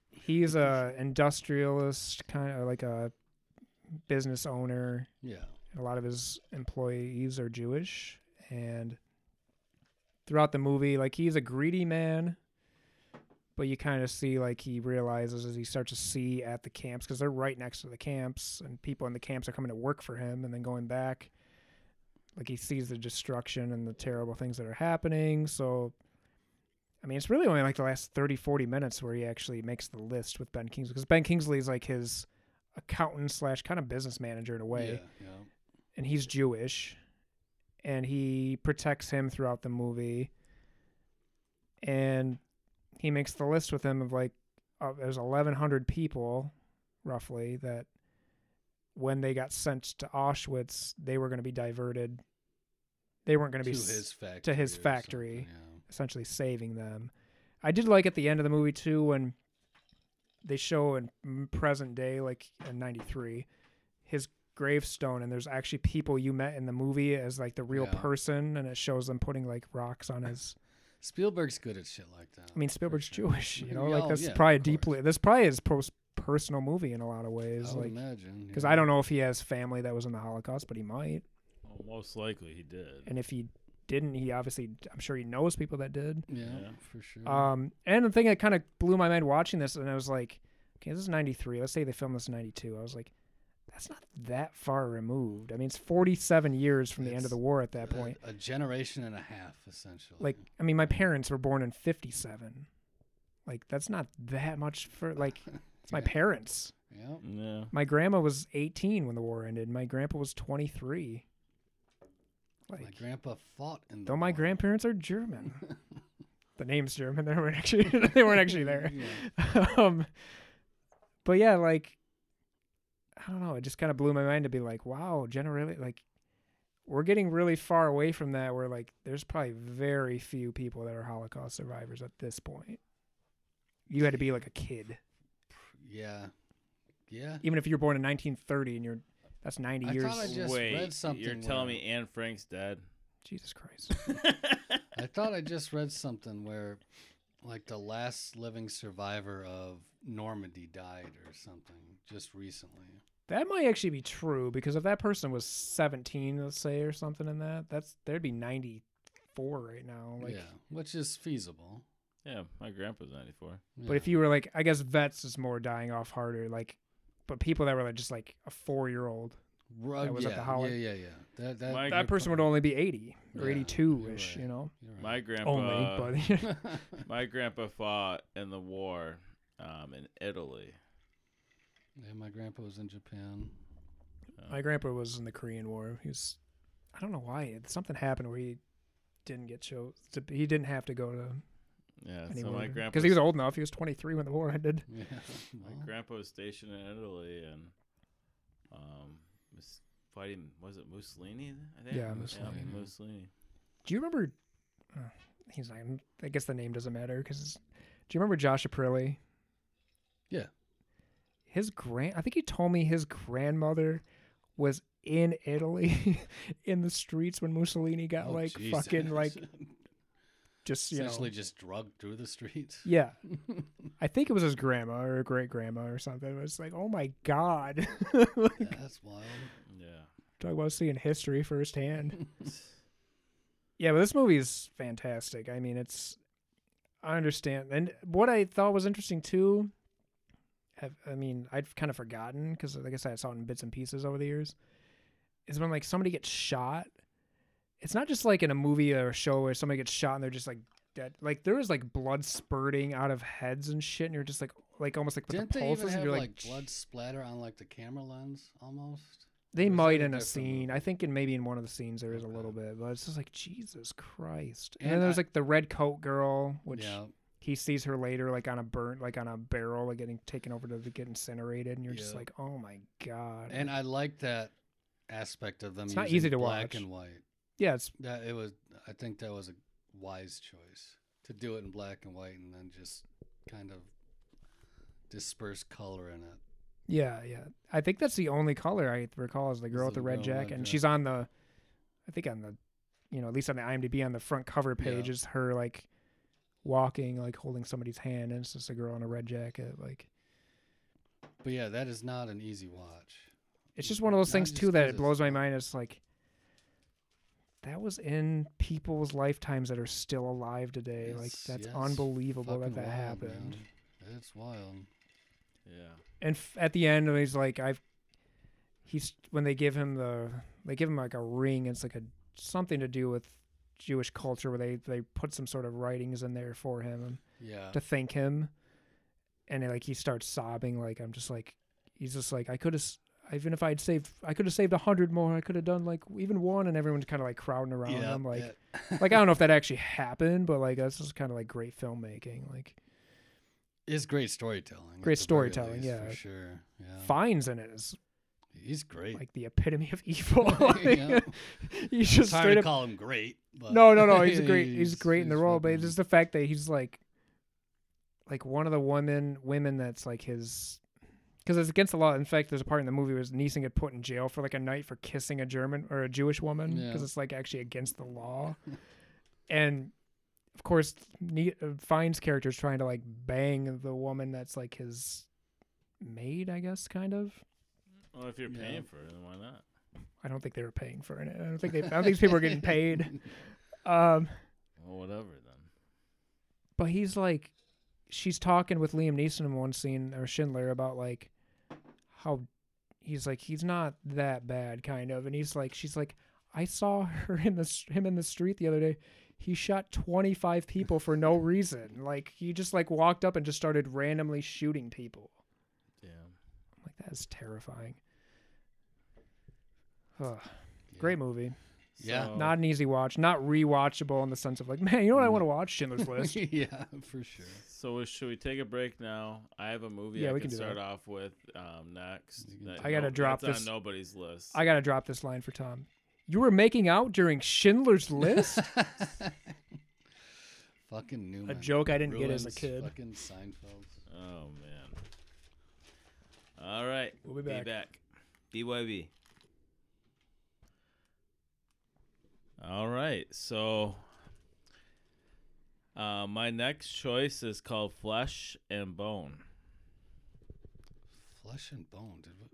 S3: he's a industrialist, kind of like a business owner.
S2: Yeah.
S3: a lot of his employees are Jewish and throughout the movie like he's a greedy man but you kind of see like he realizes as he starts to see at the camps cuz they're right next to the camps and people in the camps are coming to work for him and then going back like he sees the destruction and the terrible things that are happening so I mean it's really only like the last 30 40 minutes where he actually makes the list with Ben Kingsley cuz Ben Kingsley's like his accountant slash kind of business manager in a way
S2: Yeah. yeah.
S3: and he's Jewish, and he protects him throughout the movie, and he makes the list with him of like uh, there's 1,100 people, roughly that when they got sent to Auschwitz they were going to be diverted, they weren't going to
S2: To
S3: be s-
S2: his factory.
S3: his
S2: or something,
S3: factory.
S2: yeah.
S3: essentially saving them. I did like at the end of the movie too when they show in present day, like in '93, his gravestone, and there's actually people you met in the movie as like the real
S2: Yeah.
S3: person, and it shows them putting like rocks on his.
S2: Spielberg's good at shit like that.
S3: I mean, Spielberg's
S2: sure.
S3: Jewish, you know,
S2: Yeah,
S3: like
S2: oh,
S3: that's
S2: yeah,
S3: probably a
S2: of course.
S3: deeply. This probably is post personal movie in a lot of ways,
S2: I would
S3: like
S2: imagine.
S3: because
S2: yeah.
S3: I don't know if he has family that was in the Holocaust, but he might,
S1: Well, most likely he did.
S3: and if he didn't, he obviously, I'm sure he knows people that did.
S2: Yeah,
S1: Yeah.
S2: for sure.
S3: Um, and the thing that kind of blew my mind watching this, and I was like, okay, this is 93. Let's say they filmed this in 92. I was like, that's not that far removed. I mean, it's 47 years from the end of
S2: It's-
S3: the war at that
S2: A-
S3: point.
S2: A, generation and a half, essentially.
S3: Like, I mean, my parents were born in 57. Like, that's not that much for, like, it's my
S2: Yeah.
S3: parents.
S2: Yeah.
S1: Yeah.
S3: My grandma was 18 when the war ended. My grandpa was 23. Like,
S2: My grandpa fought in the.
S3: though my
S2: war.
S3: grandparents are German. the name's German. [laughs] They weren't actually, they
S2: [laughs]
S3: weren't actually there.
S2: Yeah.
S3: [laughs] um, but yeah, like I don't know, it just kind of blew my mind to be like, wow, generally, like we're getting really far away from that. Where like there's probably very few people that are Holocaust survivors at this point. You had to be like a kid,
S2: Yeah. Yeah.
S3: even if you're born in 1930 and you're that's 90
S2: I
S3: years.
S2: thought I just
S1: Wait,
S2: read something.
S1: you're telling
S2: where-
S1: me Anne Frank's dead?
S3: Jesus Christ.
S2: I thought I just read something where, like, the last living survivor of Normandy died or something just recently.
S3: That might actually be true because if that person was 17, let's say, or something in that, that's there'd be 94 right now. Like,
S2: yeah, which is feasible.
S1: yeah, my grandpa's 94.
S3: But if
S2: Yeah.
S3: you were like, I guess vets is more dying off harder. Like, but people that were like just like a four year old,
S2: Ru-
S3: that was
S2: yeah,
S3: at the Howard-
S2: yeah, yeah, yeah. That, that,
S1: Like-
S3: that
S2: you're
S3: person would
S2: pro-
S3: only be eighty or
S2: Yeah,
S3: eighty two ish.
S2: you're
S3: You know,
S2: you're
S1: My
S2: right.
S1: grandpa.
S3: only. But [laughs]
S1: My grandpa fought in the war um, in Italy.
S2: [laughs] yeah, my grandpa was in Japan. [laughs]
S3: my grandpa was in the Korean War. He was, I don't know why it- something happened where he didn't get chose. to- He didn't have to go to
S1: Yeah, so
S3: anywhere
S1: my grandpa
S3: because he was old enough. He was twenty three when the war ended.
S2: Yeah. well,
S1: My grandpa was stationed in Italy and um, was fighting. Was it Mussolini? I think.
S3: Yeah,
S2: Mussolini.
S1: Mussolini.
S3: Do you remember? Uh, he's like, I guess the name doesn't matter because. Do you remember Josh Aprilli?
S2: Yeah.
S3: His grand, I think he told me his grandmother was in Italy [laughs] in the streets when Mussolini got
S2: oh,
S3: like
S2: jeez.
S3: fucking
S2: [laughs]
S3: like just you know.
S2: essentially just drugged through the streets. [laughs]
S3: Yeah. I think it was his grandma or great grandma or something. It was like, oh my God. [laughs]
S2: Yeah, that's wild.
S1: Yeah.
S3: Talk about seeing history firsthand. yeah, but this movie is fantastic. I mean, it's I understand, and what I thought was interesting too. have- I mean, I'd kind of forgotten because, like I said, I saw it in bits and pieces over the years. Is when like somebody gets shot, it's not just like in a movie or a show where somebody gets shot and they're just like dead. Like there was like blood spurting out of heads and shit, and you're just like like almost like with
S2: Didn't
S3: the
S2: they even
S3: pulses, and
S2: have
S3: you're
S2: like,
S3: like, "Ch-"
S2: blood splatter on like the camera lens almost?
S3: they
S2: or was
S3: might
S2: that a
S3: in a
S2: different
S3: scene. I
S2: movie?
S3: think in maybe in one of the scenes there is a
S2: Okay.
S3: little bit, but it's just like Jesus Christ. And,
S2: And
S3: then
S2: I-
S3: there's like the red coat girl, which
S2: yeah,
S3: he sees her later like on a burnt like on a barrel like getting taken over to get incinerated and you're just
S2: Yeah.
S3: like oh my god
S2: and I like that aspect of them.
S3: It's not
S2: using
S3: easy to
S2: black
S3: watch.
S2: and white.
S3: yeah it's
S2: That it was. I think that was a wise choice to do it in black and white, and then just kind of disperse color in it.
S3: yeah yeah i think that's the only color i recall is the girl
S2: Is
S3: with
S2: the
S3: the red
S2: girl,
S3: jacket
S2: red
S3: and
S2: jacket.
S3: she's on the i think on the you know at least on the imdb on the front cover
S2: Yeah.
S3: page is her like walking like holding somebody's hand and it's just a girl in a red jacket like
S2: But yeah, that is not an easy watch.
S3: it's just one of those
S2: Not
S3: things
S2: just
S3: too that
S2: 'cause
S3: it
S2: it's-
S3: blows my mind it's like that was in people's lifetimes that are still alive today like
S2: Yes,
S3: that's
S2: yes.
S3: unbelievable that
S2: Fucking
S3: that
S2: wild,
S3: happened
S2: man. It's wild.
S1: Yeah.
S3: and f- at the end he's like i've he's when they give him the they give him like a ring it's like a something to do with jewish culture where they they put some sort of writings in there for him
S2: Yeah.
S3: to thank him and like he starts sobbing like i'm just like he's just like i could have even if i'd saved i could have saved a hundred more i could have done like even one and everyone's kind of like crowding around
S2: yeah,
S3: him like
S2: that-
S3: like i don't know if that actually happened but like that's just kind of like great filmmaking like
S2: It's great storytelling. at
S3: Great
S2: the very
S3: storytelling,
S2: least,
S3: yeah.
S2: for sure. Yeah,
S3: fines in it is
S2: he's great.
S3: like the epitome of evil [laughs]
S2: [laughs] Yeah.
S3: like, you just
S2: Sorry
S3: straight
S2: to
S3: up
S2: call him great. But
S3: No, no,
S2: [laughs]
S3: no. He's great. He's great in the
S2: he's
S3: role, but it's
S2: fucking-
S3: just the fact that he's like, like one of the women, women that's like his, because it's against the law. In fact, there's a part in the movie where Neeson get put in jail for like a night for kissing a German or a Jewish woman because
S2: Yeah.
S3: it's like actually against
S2: [laughs]
S3: the law, and of course, ne- uh, Fine's character is trying to like bang the woman that's like his maid, I guess, kind of.
S1: Well, if you're
S2: Yeah.
S1: paying for it, then why not?
S3: I don't think they were paying for it. I don't think they. I don't think people were getting paid.
S2: [laughs]
S3: Um,
S1: Well, whatever then.
S3: but he's like she's talking with Liam Neeson in one scene or Schindler about like how he's like he's not that bad kind of and he's like she's like I saw her in the s- him in the street the other day he shot 25 people for no reason like he just like walked up and just started randomly shooting people
S1: Damn.
S3: I'm like that is terrifying Ugh, great movie
S2: Yeah.
S1: So-
S3: not an easy watch not rewatchable in the sense of like man you know what I want to watch
S2: [laughs]
S3: Schindler's List
S2: yeah, for sure. [laughs]
S1: So we- should we take a break now? I have a movie
S3: Yeah,
S1: I
S3: we
S1: can,
S3: can do
S1: start
S3: that.
S1: off with um, next.
S2: You can
S1: that
S2: do
S3: I gotta
S1: nob-
S3: drop
S1: that's
S3: this-
S1: on nobody's list.
S3: I gotta drop this line for Tom. You were making out during Schindler's
S2: [laughs]
S3: List?
S2: fucking Newman.
S3: a joke I didn't get as a
S2: ruins
S3: kid.
S2: Fucking Seinfeld.
S1: oh man. All right.
S3: We'll be back.
S1: BYB. All right. So uh, my next choice is called Flesh and Bone.
S2: Flesh and Bone. Did, we,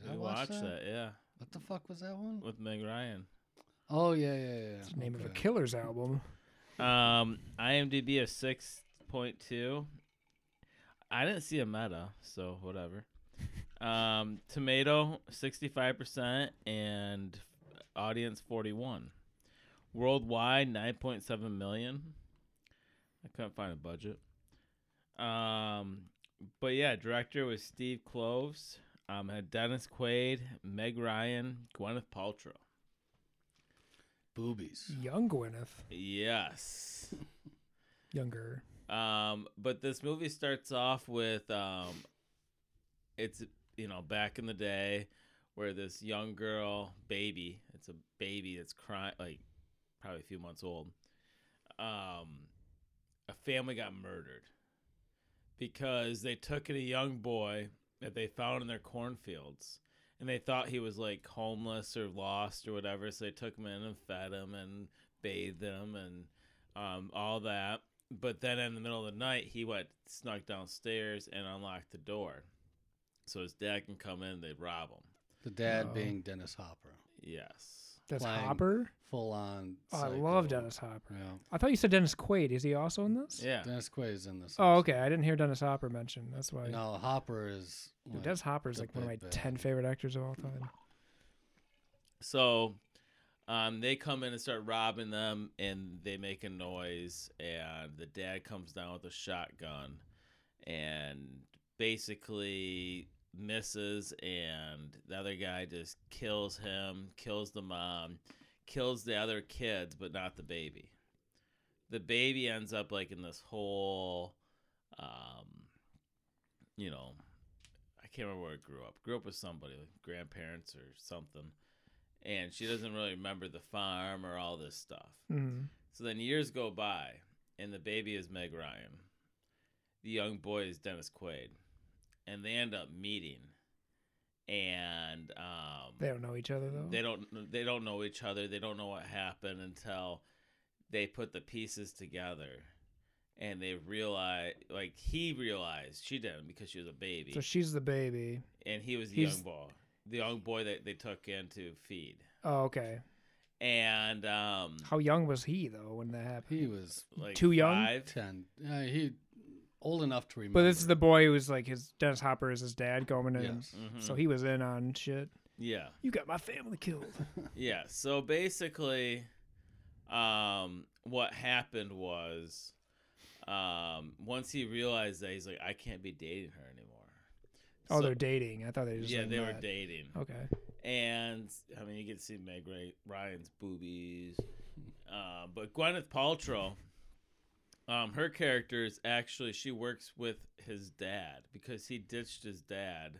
S2: did I,
S1: I
S2: watch
S1: watched that? yeah,
S2: What the fuck was that one?
S1: with Meg Ryan.
S2: Oh yeah, yeah, yeah.
S3: It's the name of a
S2: okay.
S3: killer's album.
S1: Um, IMDb of six point two. I didn't see a meta, so whatever. Um, tomato sixty five percent and audience forty one. Worldwide nine point seven million. I couldn't find a budget. Um, but yeah, director was Steve Cloves. Um, had Dennis Quaid, Meg Ryan, Gwyneth Paltrow.
S2: Boobies.
S3: Young Gwyneth.
S1: Yes.
S3: Younger.
S1: Um, but this movie starts off with um, it's you know back in the day where this young girl baby, it's a baby that's crying like probably a few months old. Um, a family got murdered because they took in a young boy that they found in their cornfields. And they thought he was like homeless or lost or whatever, so they took him in and fed him and bathed him and um, all that but then in the middle of the night he went snuck downstairs and unlocked the door so his dad can come in they rob him
S2: The dad
S3: Oh.
S2: being Dennis Hopper.
S1: yes
S3: That's
S2: Playing
S3: Hopper.
S2: Full on.
S3: Oh, I love
S2: psycho.
S3: Dennis Hopper.
S2: Yeah.
S3: I thought you said Dennis Quaid. Is he also in this?
S1: yeah
S2: Dennis Quaid's in this.
S3: Oh,
S2: also.
S3: okay. I didn't hear Dennis Hopper mentioned. That's why.
S2: No, Hopper is.
S3: Dude,
S2: like,
S3: Dennis Hopper's
S2: the
S3: like one of my
S2: big bad.
S3: ten favorite actors of all time.
S1: so Um, they come in and start robbing them, and they make a noise, and the dad comes down with a shotgun, and basically misses, and the other guy just kills him, kills the mom, kills the other kids, but not the baby. The baby ends up like in this whole, um, you know, I can't remember where it grew up. Grew up with somebody, like grandparents or something, and she doesn't really remember the farm or all this stuff.
S3: Mm.
S1: So then years go by, and the baby is Meg Ryan. The young boy is Dennis Quaid. And they end up meeting. And um,
S3: They don't know each other though.
S1: they don't they don't know each other. They don't know what happened until they put the pieces together. And they realize, like he realized, she didn't because she was a baby,
S3: so she's the baby.
S1: and he was the
S3: he's-
S1: young boy, the young boy that they took in to feed.
S3: Oh, okay.
S1: And um,
S3: How young was he though when that happened?
S2: He was
S1: like
S3: too young?
S1: five.
S2: ten. Uh, he old enough to remember.
S3: But this is the boy who's like his Dennis Hopper is his dad going in.
S2: Yes.
S1: Hmm.
S3: So he was in on shit.
S1: Mm-hmm. yeah.
S3: You got my family killed.
S1: [laughs] Yeah. So basically, um, what happened was, um, once he realized that he's like, I can't be dating her anymore.
S3: Oh,
S1: So-
S3: they're dating. I thought they just
S1: yeah,
S3: like Oh.
S1: they were
S3: met.
S1: dating,
S3: Okay.
S1: and I mean, you get to see Meg Ray- Ryan's boobies, uh, but Gwyneth Paltrow. Um, her character is actually she works with his dad because he ditched his dad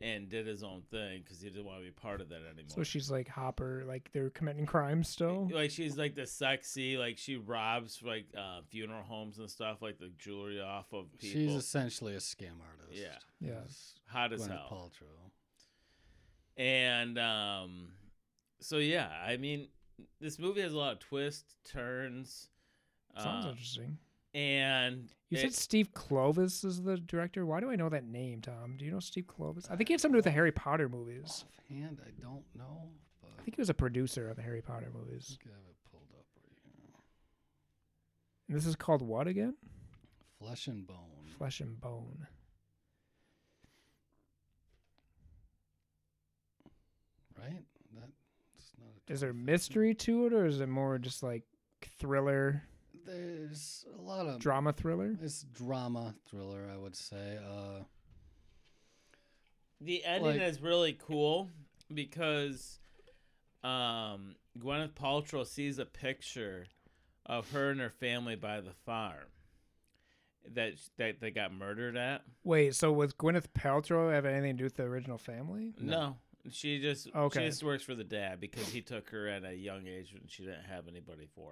S1: and did his own thing because he didn't want to be part of that anymore.
S3: So she's like Hopper, like they're committing crimes still.
S1: Like she's like the sexy, like she robs like uh, funeral homes and stuff, like the jewelry off of
S2: She's
S1: people.
S2: essentially a scam artist.
S1: Yeah.
S3: Yeah.
S2: Is
S1: hot as
S2: Gwyneth
S1: hell.
S2: Paltrow.
S1: And um, so yeah, I mean, this movie has a lot of twists, turns,
S3: Sounds
S1: uh,
S3: interesting.
S1: and
S3: You said
S1: it-
S3: Steve Clovis is the director. Why do I know that name, Tom? Do you know Steve Clovis? I think he had something to do with the Harry Potter movies.
S2: Offhand, I don't know, but
S3: I think he was a producer on the Harry Potter movies.
S2: think I have it pulled up right here.
S3: And this is called what again?
S2: Flesh and Bone.
S3: Flesh and Bone.
S2: Right? That's not a
S3: Is there
S2: total
S3: mystery to it, or is it more just like thriller,
S2: fiction. There's a lot of
S3: drama thriller?
S2: it's drama thriller, I would say. Uh
S1: the ending
S2: like-
S1: is really cool because um, Gwyneth Paltrow sees a picture of her and her family by the farm that that they got murdered at.
S3: Wait, so was Gwyneth Paltrow have anything to do with the original family?
S1: No. She just
S3: Okay.
S1: she just works for the dad because he took her at a young age when she didn't have anybody for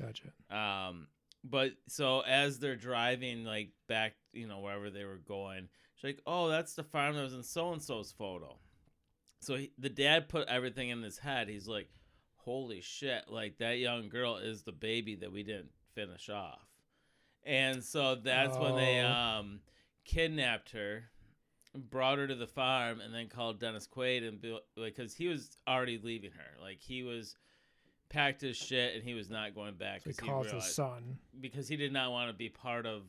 S3: Gotcha.
S1: her. Um but so as they're driving like back, you know, wherever they were going, she's like, "Oh, that's the farm that was in so and so's photo." So he, the dad put everything in his head. He's like, "Holy shit, like that young girl is the baby that we didn't finish off." And so that's when they
S3: Oh.
S1: um kidnapped her brought her to the farm and then called Dennis Quaid and be, like because he was already leaving her. Like he was packed his shit and he was not going back
S3: So he
S1: 'cause he
S3: calls his
S1: realized-
S3: son.
S1: because he did not want to be part of.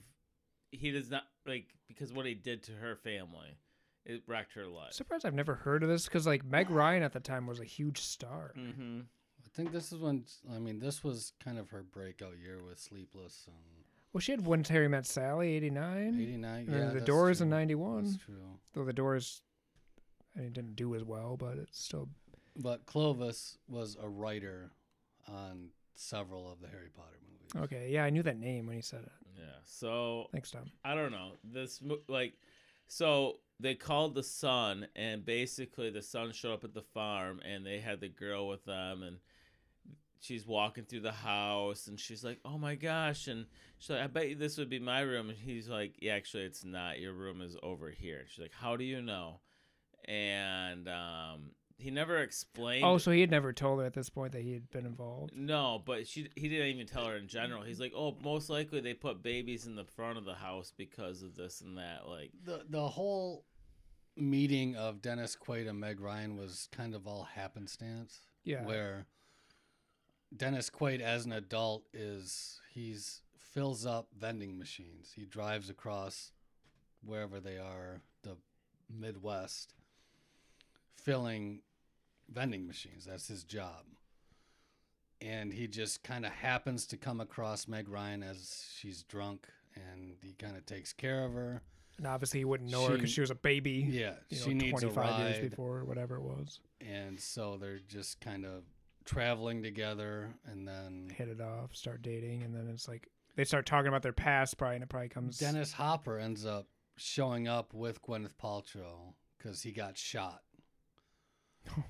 S1: He does not like because what he did to her family, it wrecked her life.
S3: Surprised I've never heard of this because like Meg Ryan at the time was a huge star.
S2: Mm.
S1: mm-hmm.
S2: I think this is when I mean this was kind of her breakout year with Sleepless and
S3: Well, she had When Terry Met Sally, eighty nine,
S2: eighty nine.
S3: and
S2: Yeah,
S3: The
S2: that's
S3: Doors in
S2: true.
S3: ninety one.
S2: That's true.
S3: Though The Doors, I mean, didn't do as well, but it's still
S2: But Clovis was a writer on several of the Harry Potter movies.
S3: okay. Yeah, I knew that name when he said it.
S1: Yeah. So
S3: Thanks, Tom.
S1: I don't know this mo- like, so they called the son and basically the son showed up at the farm and they had the girl with them and she's walking through the house and she's like, oh my gosh, and she's like, I bet you this would be my room and he's like, yeah, actually it's not. Your room is over here. And she's like, how do you know? And um, he never explained.
S3: Oh, so he had never told her at this point that he had been involved.
S1: No, but she he didn't even tell her in general. He's like, "Oh, most likely they put babies in the front of the house because of this and that." Like,
S2: the the whole meeting of Dennis Quaid and Meg Ryan was kind of all happenstance.
S3: Yeah.
S2: Where Dennis Quaid as an adult is he's fills up vending machines. He drives across wherever they are, the Midwest, filling vending machines. That's his job. and he just kind of happens to come across Meg Ryan as she's drunk, and he kind of takes care of her.
S3: And obviously, he wouldn't know her 'cause her because
S2: She-
S3: she was a baby.
S2: Yeah,
S3: you know,
S2: she needs a
S3: 25
S2: ride,
S3: years before, or whatever it was.
S2: and so they're just kind of traveling together, and then
S3: Hit it off, start dating, and then it's like they start talking about their past, probably, and it probably comes.
S2: Dennis Hopper ends up showing up with Gwyneth Paltrow because he got
S3: [laughs]
S2: shot.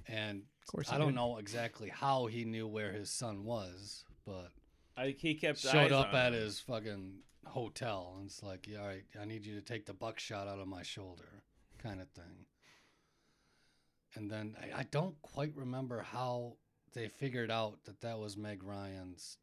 S2: And
S3: of course,
S2: I
S3: he
S2: don't
S3: did.
S2: know exactly how he knew where his son was, but
S1: I, he kept eyes
S2: showed up
S1: on
S2: at
S1: him.
S2: his fucking hotel and it's like, yeah, all right, I need you to take the buckshot out of my shoulder, kind of thing. And then I, I don't quite remember how they figured out that that was Meg Ryan's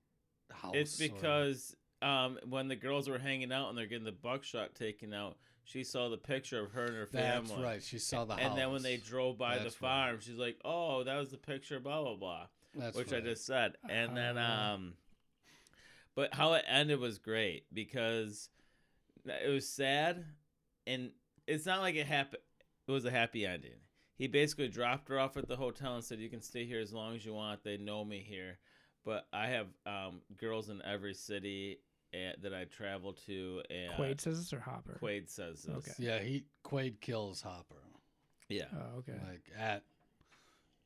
S2: house.
S1: It's
S2: or-
S1: because um, when the girls were hanging out and they're getting the buckshot taken out, she saw the picture of her and her family.
S2: that's right. She saw the house.
S1: And then when they drove by the
S2: That's right.
S1: farm, she's like, "Oh, that was the picture." Blah blah blah,
S2: That's
S1: which
S2: right.
S1: I just said. And then,
S3: Ah.
S1: um, but how it ended was great because it was sad, and it's not like it happened. It was a happy ending. He basically dropped her off at the hotel and said, "You can stay here as long as you want. They know me here, but I have um, girls in every city eh, that I travel to." And
S3: Quaid says this or Hopper.
S1: Quaid says this.
S3: Okay.
S2: Yeah, he Quaid kills Hopper.
S1: Yeah.
S3: Oh, okay.
S2: Like at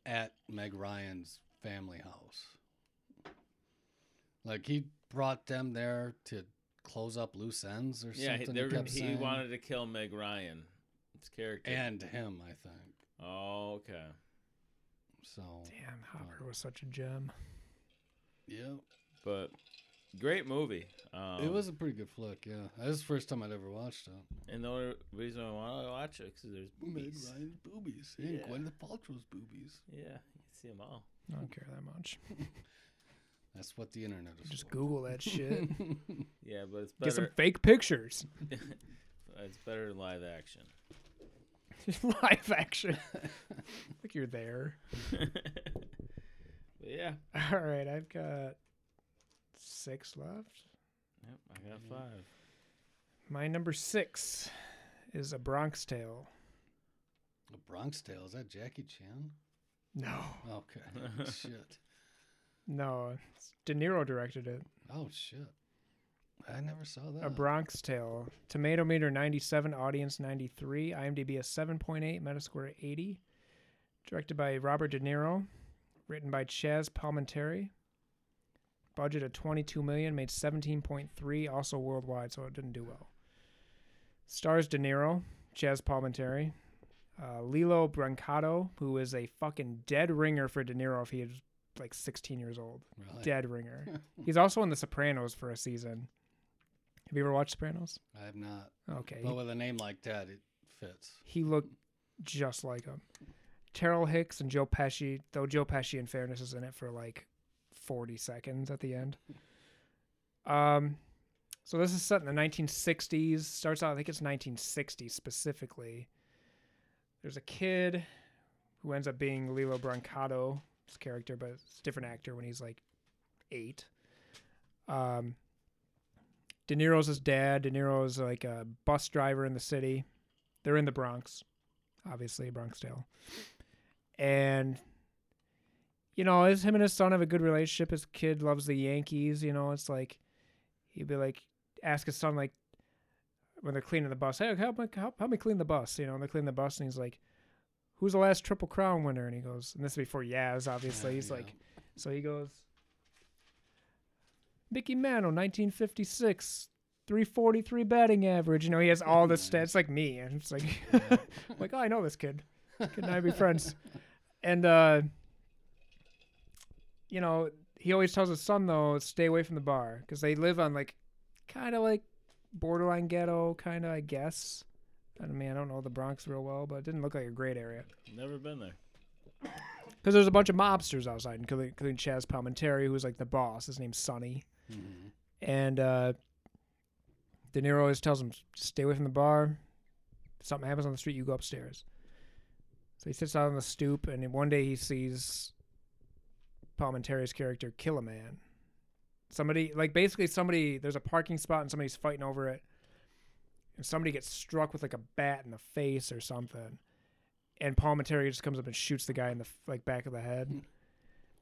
S2: at Meg Ryan's family house. Like he brought them there to close up loose ends or
S1: Yeah, he,
S2: something.
S1: they
S2: he
S1: were-
S2: kept
S1: he
S2: saying.
S1: wanted to kill Meg Ryan, his character.
S2: and him, I think.
S1: oh, okay.
S2: So
S3: Damn, Hopper was such a gem.
S2: yeah,
S1: But great movie. Um,
S2: it was a pretty good flick. Yeah, that's the first time I'd ever watched it.
S1: and the only reason I want to watch it because there's
S2: Meg
S1: boobies.
S2: Ryan's boobies and
S1: Yeah.
S2: Gwyneth Paltrow's boobies.
S1: Yeah, you can see them all.
S3: I don't care that much.
S2: That's what the internet is.
S3: Just
S2: for.
S3: Google that shit.
S2: [laughs]
S1: Yeah, but it's
S3: Get some
S1: better.
S3: fake pictures. [laughs]
S1: it's better in live action. [laughs]
S3: Live action. [laughs] like you're there.
S1: but yeah,
S3: All right, I've got six left.
S1: yep, I got five.
S3: My number six is A Bronx Tale.
S2: The Bronx Tale is that Jackie Chan?
S3: No,
S1: [laughs]
S2: Okay, shit.
S3: no, it's- De Niro directed it.
S2: Oh shit! I never saw that.
S3: A Bronx Tale. Tomato meter 97, audience 93, IMDb a 7.8, Metascore 80. Directed by Robert De Niro, written by Chaz Palminteri. Budget of 22 million, made 17.3, also worldwide, so it didn't do well. Stars De Niro, Chaz Palminteri, uh, Lilo Brancato, who is a fucking dead ringer for De Niro if he is like 16 years old
S2: Really? [laughs]
S3: dead ringer. He's also in The Sopranos for a season. Have you ever watched Sopranos?
S2: I have not.
S3: Okay.
S2: But with a name like that, it fits.
S3: He looked just like him. Terrell Hicks and Joe Pesci, though Joe Pesci, in fairness, is in it for like 40 seconds at the end. Um, so this is set in the 1960s. Starts out, I think it's 1960 specifically. There's a kid who ends up being Lilo Brancato's character, but it's a different actor when he's like eight. Um, De Niro's his dad. De Niro's like a bus driver in the city. They're in the Bronx, obviously Bronx Tale, and you know, his him and his son have a good relationship. His kid loves the Yankees. You know, it's like he'd be like, ask his son like when they're cleaning the bus, hey, help me, help, help me clean the bus. You know, and they're cleaning the bus, and he's like, who's the last Triple Crown winner? And he goes, and this is before Yaz, obviously.
S2: Yeah,
S3: he's
S2: yeah.
S3: like, so he goes, Mickey Mantle, 1956, 343 batting average. You know, he has all this stats like me. And it's like, [laughs] like, oh, I know this kid. Could I be friends? And, uh, you know, he always tells his son, though, stay away from the bar because they live on like kind of like borderline ghetto, kind of, I guess. I mean, I don't know the Bronx real well, but it didn't look like a great area
S1: Never been there.
S3: because there's a bunch of mobsters outside, including, including Chaz Palminteri, who's like the boss. His name's Sonny,
S2: Mhm.
S3: and uh, De Niro always tells him, "Stay away from the bar. If something happens on the street, you go upstairs." So he sits out on the stoop, and then one day he sees Palminteri's character kill a man. Somebody, like basically somebody, there's a parking spot, and somebody's fighting over it, and somebody gets struck with like a bat in the face or something, and Palminteri just comes up and shoots the guy in the f- like back of the head.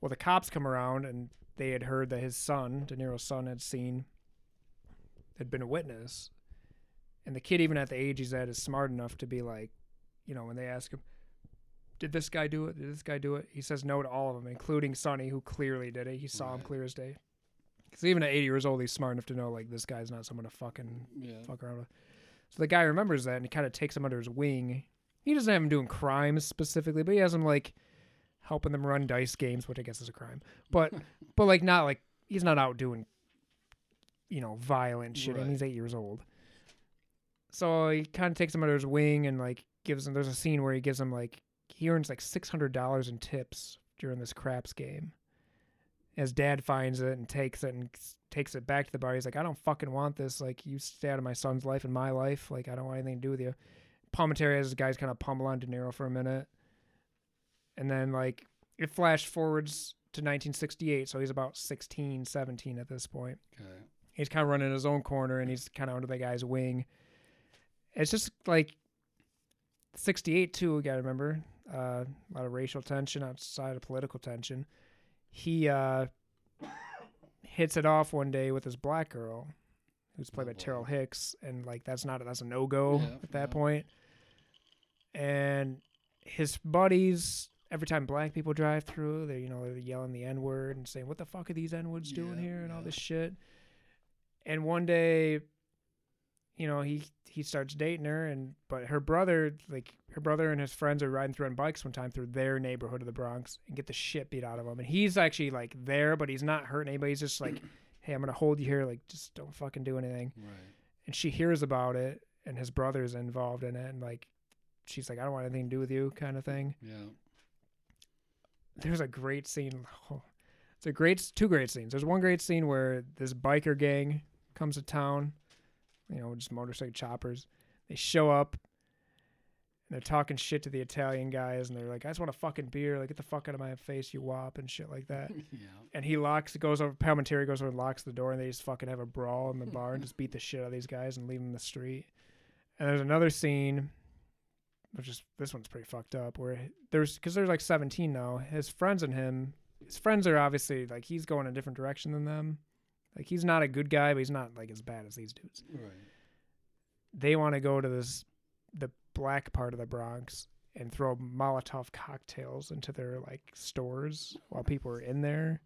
S3: Well, the cops come around and they had heard that his son, De Niro's son, had seen, had been a witness. And the kid, even at the age he's at, is smart enough to be like, you know, when they ask him, did this guy do it? Did this guy do it? He says no to all of them, including Sonny, who clearly did it. He saw him
S2: Right.
S3: clear as day. Because even at 80 years old, he's smart enough to know, like, this guy's not someone to fucking
S2: Yeah.
S3: fuck around with. So the guy remembers that and he kind of takes him under his wing. He doesn't have him doing crimes specifically, but he has him like helping them run dice games, which I guess is a crime. But but like not like he's not out doing you know violent shit.
S2: Right.
S3: And he's eight years old, so he kind of takes him under his wing and like gives him. There's a scene where he gives him like he earns like six hundred dollars in tips during this craps game. As dad finds it and takes it and s- takes it back to the bar, he's like, "I don't fucking want this. Like, you stay out of my son's life and my life. Like, I don't want anything to do with you." Palmentary has his guys kind of pummel on De Niro for a minute, and then like it flashed forwards to 1968, so he's about 16, 17 at this point
S2: Okay.
S3: he's kind of running his own corner and he's kind of under the guy's wing. It's just like 68 too. You got to remember uh, a lot of racial tension outside of political tension. He uh, hits it off one day with his black girl, who's played
S2: Oh,
S3: by
S2: boy.
S3: Terrell Hicks, and like that's not that's a no go
S2: Yeah,
S3: at that
S2: yeah.
S3: point. And his buddies. Every time black people drive through, they're you know they're yelling the n word and saying, "What the fuck are these n words doing
S2: Yeah,
S3: here?" and all
S2: yeah.
S3: this shit and one day you know he he starts dating her and but her brother like her brother and his friends are riding through on bikes one time through their neighborhood of the bronx and get the shit beat out of him and he's actually like there but he's not hurting anybody he's
S2: [clears throat]
S3: just like hey i'm gonna hold you here like just don't fucking do anything
S2: Right.
S3: and she hears about it and his brother's involved in it and like she's like i don't want anything to do with you kind of thing
S2: Yeah. [laughs]
S3: there's a great scene. oh, It's a great two great scenes. There's one great scene where this biker gang comes to town, you know, just motorcycle choppers. They show up and they're talking shit to the Italian guys and they're like, I just want a fucking beer, like get the fuck out of my face, you wop and shit like that.
S2: Yeah.
S3: And he locks goes over Palmenteri goes over and locks the door and they just fucking have a brawl in the bar and just beat the shit out of these guys and leave them in the street. And there's another scene which is this one's pretty fucked up where h- there's because there's like 17 now his friends and him his friends are obviously like he's going a different direction than them like he's not a good guy but he's not like as bad as these dudes
S2: Right.
S3: they want to go to this the black part of the Bronx and throw Molotov cocktails into their like stores while people are in there.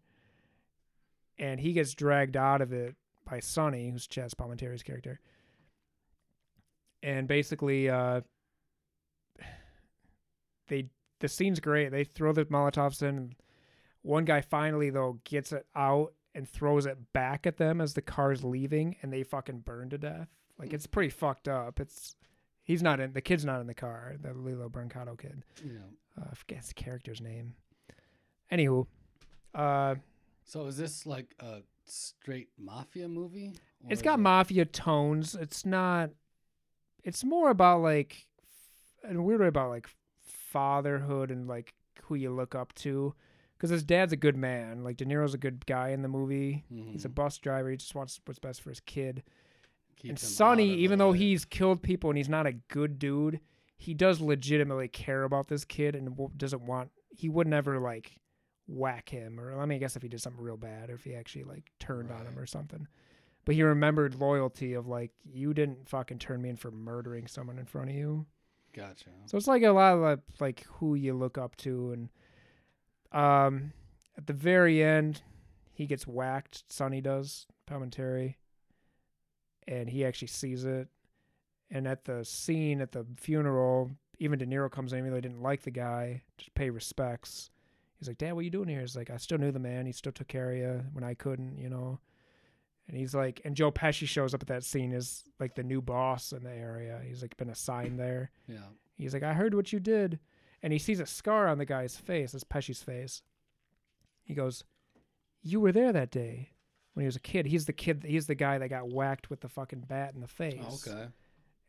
S3: And he gets dragged out of it by Sonny, who's Chaz Palminteri's character. And basically, uh, [sighs] they the scene's great. They throw the Molotovs in. One guy finally though gets it out and throws it back at them as the car's leaving, and they fucking burn to death. Like it's pretty fucked up. It's he's not in the kid's not in the car. The Lilo Brancato kid.
S2: Yeah.
S3: Uh, I forget his character's name. Anywho, uh,
S2: So is this like a straight mafia movie? Or
S3: it's
S2: is
S3: got
S2: it-
S3: mafia tones. It's not. It's more about like, in a weird way, about like fatherhood and like who you look up to. Because his dad's a good man. Like De Niro's a good guy in the movie. He's a
S2: Mhm.
S3: bus driver. He just wants what's best for his kid.
S2: Keep
S3: and
S2: him out
S3: Sonny,
S2: of
S3: even
S2: the
S3: though
S2: way.
S3: he's killed people and he's not a good dude, he does legitimately care about this kid and w- doesn't want. He would never like whack him, or I mean, I guess if he did something real bad, or if he actually like turned on him
S2: Right.
S3: or something. But he remembered loyalty of like you didn't fucking turn me in for murdering someone in front of you.
S2: gotcha.
S3: So it's like a lot of like, like who you look up to, and um, at the very end, he gets whacked. Sonny does Palmentary, and he actually sees it. And at the scene at the funeral, even De Niro comes in. Even though he didn't like the guy, just pay respects. He's like, "Dad, what you doing here?" He's like, "I still knew the man. He still took care of you when I couldn't, you know." And he's like, and Joe Pesci shows up at that scene as like the new boss in the area. He's like been assigned there.
S2: yeah.
S3: He's like, I heard what you did. And he sees a scar on the guy's face, it's Pesci's face. He goes, You were there that day when he was a kid. He's the kid, he's the guy that got whacked with the fucking bat in the face.
S2: Oh, Okay.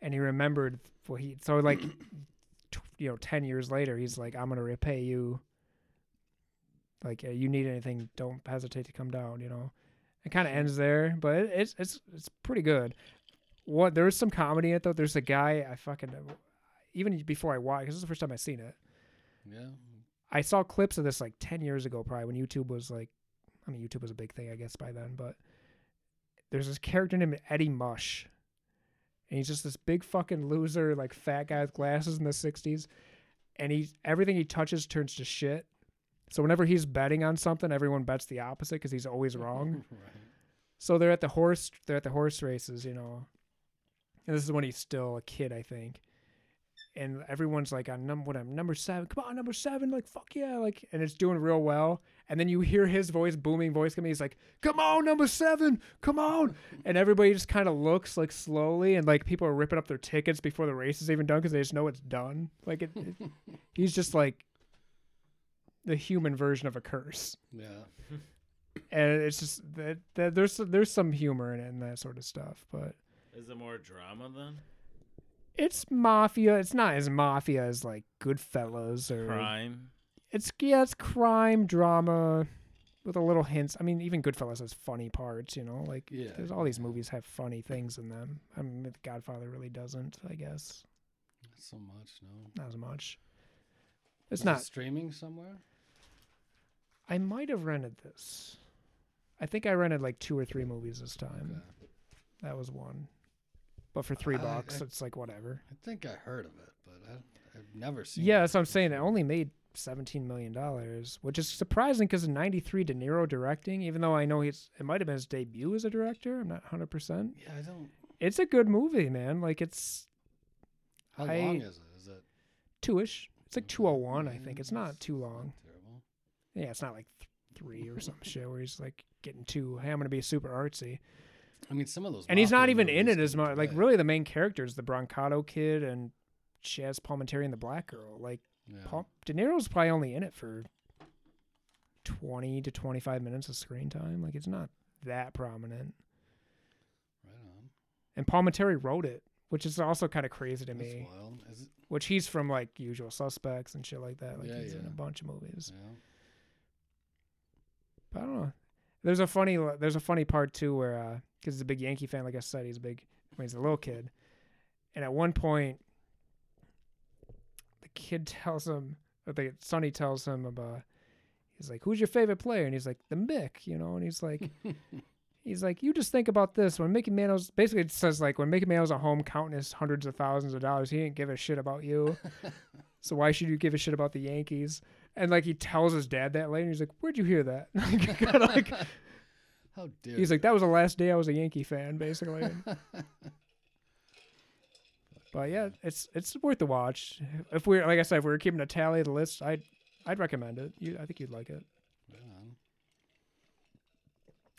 S3: And he remembered what he, so like, [clears throat] tw- you know, 10 years later, he's like, I'm going to repay you. Like, uh, you need anything, don't hesitate to come down, you know? It kind of ends there, but it, it's, it's, it's pretty good. What, there's some comedy in it though. There's a guy, I fucking, even before I watched, because this is the first time i seen it.
S2: Yeah.
S3: [laughs] I saw clips of this like 10 years ago, probably when YouTube was like I mean, YouTube was a big thing, I guess, by then. But there's this character named Eddie Mush, and he's just this big fucking loser, like fat guy with glasses in the '60s, and he everything he touches turns to shit. So whenever he's betting on something, everyone bets the opposite because he's always wrong.
S2: right.
S3: So they're at the horse they're at the horse races, you know. And this is when he's still a kid, I think. And everyone's like on number what I'm number seven. Come on, number seven, like fuck yeah, like and it's doing real well. And then you hear his voice, booming voice coming, he's like, Come on, number seven, come on. And everybody just kind of looks like slowly and like people are ripping up their tickets before the race is even done because they just know it's done. Like it, it- he's just like the human version of a curse
S2: Yeah.
S3: and it's just that, that there's there's some humor in it and that sort of stuff, but
S1: Is it more drama then?
S3: it's mafia. It's not as mafia as like Goodfellas or
S1: Crime.
S3: it's yeah, it's crime drama with a little hints. I mean, even Goodfellas has funny parts, you know. Like
S2: Yeah.
S3: there's all these movies have funny things in them. I mean, The Godfather really doesn't. I guess
S2: Not so much, no.
S3: not as much. It's
S2: Is it
S3: not.
S2: streaming somewhere.
S3: I might have rented this. I think I rented like two or three movies this time.
S2: Okay.
S3: That was one. But for three
S2: I-
S3: bucks,
S2: I-
S3: it's like whatever.
S2: I think I heard of it, but I, I've never seen.
S3: Yeah,
S2: it
S3: that's what I'm saying. It
S2: before.
S3: only made seventeen million dollars, which is surprising because in '93 De Niro directing. Even though I know he's, it might have been his debut as a director. I'm not hundred percent.
S2: Yeah, I don't.
S3: It's a good movie, man. Like it's
S2: How
S3: I-
S2: long is it? Is it?
S3: two-ish. It's like
S2: okay.
S3: 201, I
S2: Yeah,
S3: think. It's
S2: that's-
S3: not too
S2: that's
S3: long.
S2: terrible.
S3: Yeah, it's not like th- three or [laughs] some shit where he's like getting too. Hey, I'm gonna be super artsy.
S2: I mean, some of those.
S3: and he's not
S2: mafia
S3: even in
S2: movies
S3: it as
S2: get
S3: much. Like
S2: delayed.
S3: really, the main character is the Broncato kid and Chaz Palminteri and the black girl. Like
S2: Yeah.
S3: Paul, De Niro's probably only in it for twenty to twenty-five minutes of screen time. Like it's not that prominent.
S2: Right on.
S3: And Palminteri wrote it, which is also kind of crazy to
S2: That's
S3: me.
S2: wild. Is it?
S3: Which he's from like Usual Suspects and shit like that. Like
S2: Yeah,
S3: he's in a
S2: yeah.
S3: bunch of movies.
S2: Yeah.
S3: I don't know. There's a funny there's a funny part too where because he's a big Yankee fan, like I said, he's a big when he's a little kid, and at one point, the kid [laughs] tells him, or the Sonny tells him about, he's like, "Who's your favorite player?" And he's like, "The Mick," you know, and
S2: [laughs]
S3: he's like. He's like, you just think about this. When Mickey Mantle's basically it says like, when Mickey Mantle's at home counting his hundreds of thousands of dollars, he didn't give a shit about you. so why should you give a shit about the Yankees? And like he tells his dad that later, and he's like, where'd you hear that? [laughs] Like, [laughs] kinda like-
S2: [laughs] How dare
S3: he's like, that was the last day I was a Yankee fan, basically. but yeah, it's it's worth the watch. If we're like I said, if we were keeping a tally of the list, I'd I'd recommend it. You, I think you'd like it.
S2: you. Right
S3: [laughs]
S2: on.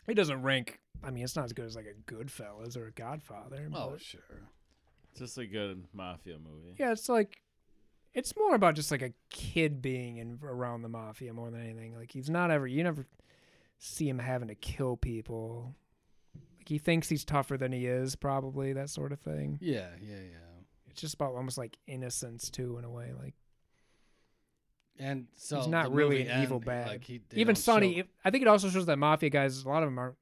S3: It doesn't rank. I mean, it's not as good as like a Goodfellas or a Godfather.
S2: Oh
S3: but-
S2: sure.
S1: Just a good mafia movie.
S3: Yeah, it's like it's more about just like a kid being in around the mafia more than anything. Like he's not ever you never see him having to kill people. Like he thinks he's tougher than he is, probably that sort of thing.
S2: Yeah, yeah, yeah.
S3: It's just about almost like innocence too, in a way. Like
S2: And so
S3: not
S2: the
S3: really
S2: movie
S3: an evil
S2: end,
S3: bad.
S2: Like he, they
S3: even
S2: don't
S3: Sonny,
S2: show-
S3: I think it also shows that mafia guys, a lot of them aren't.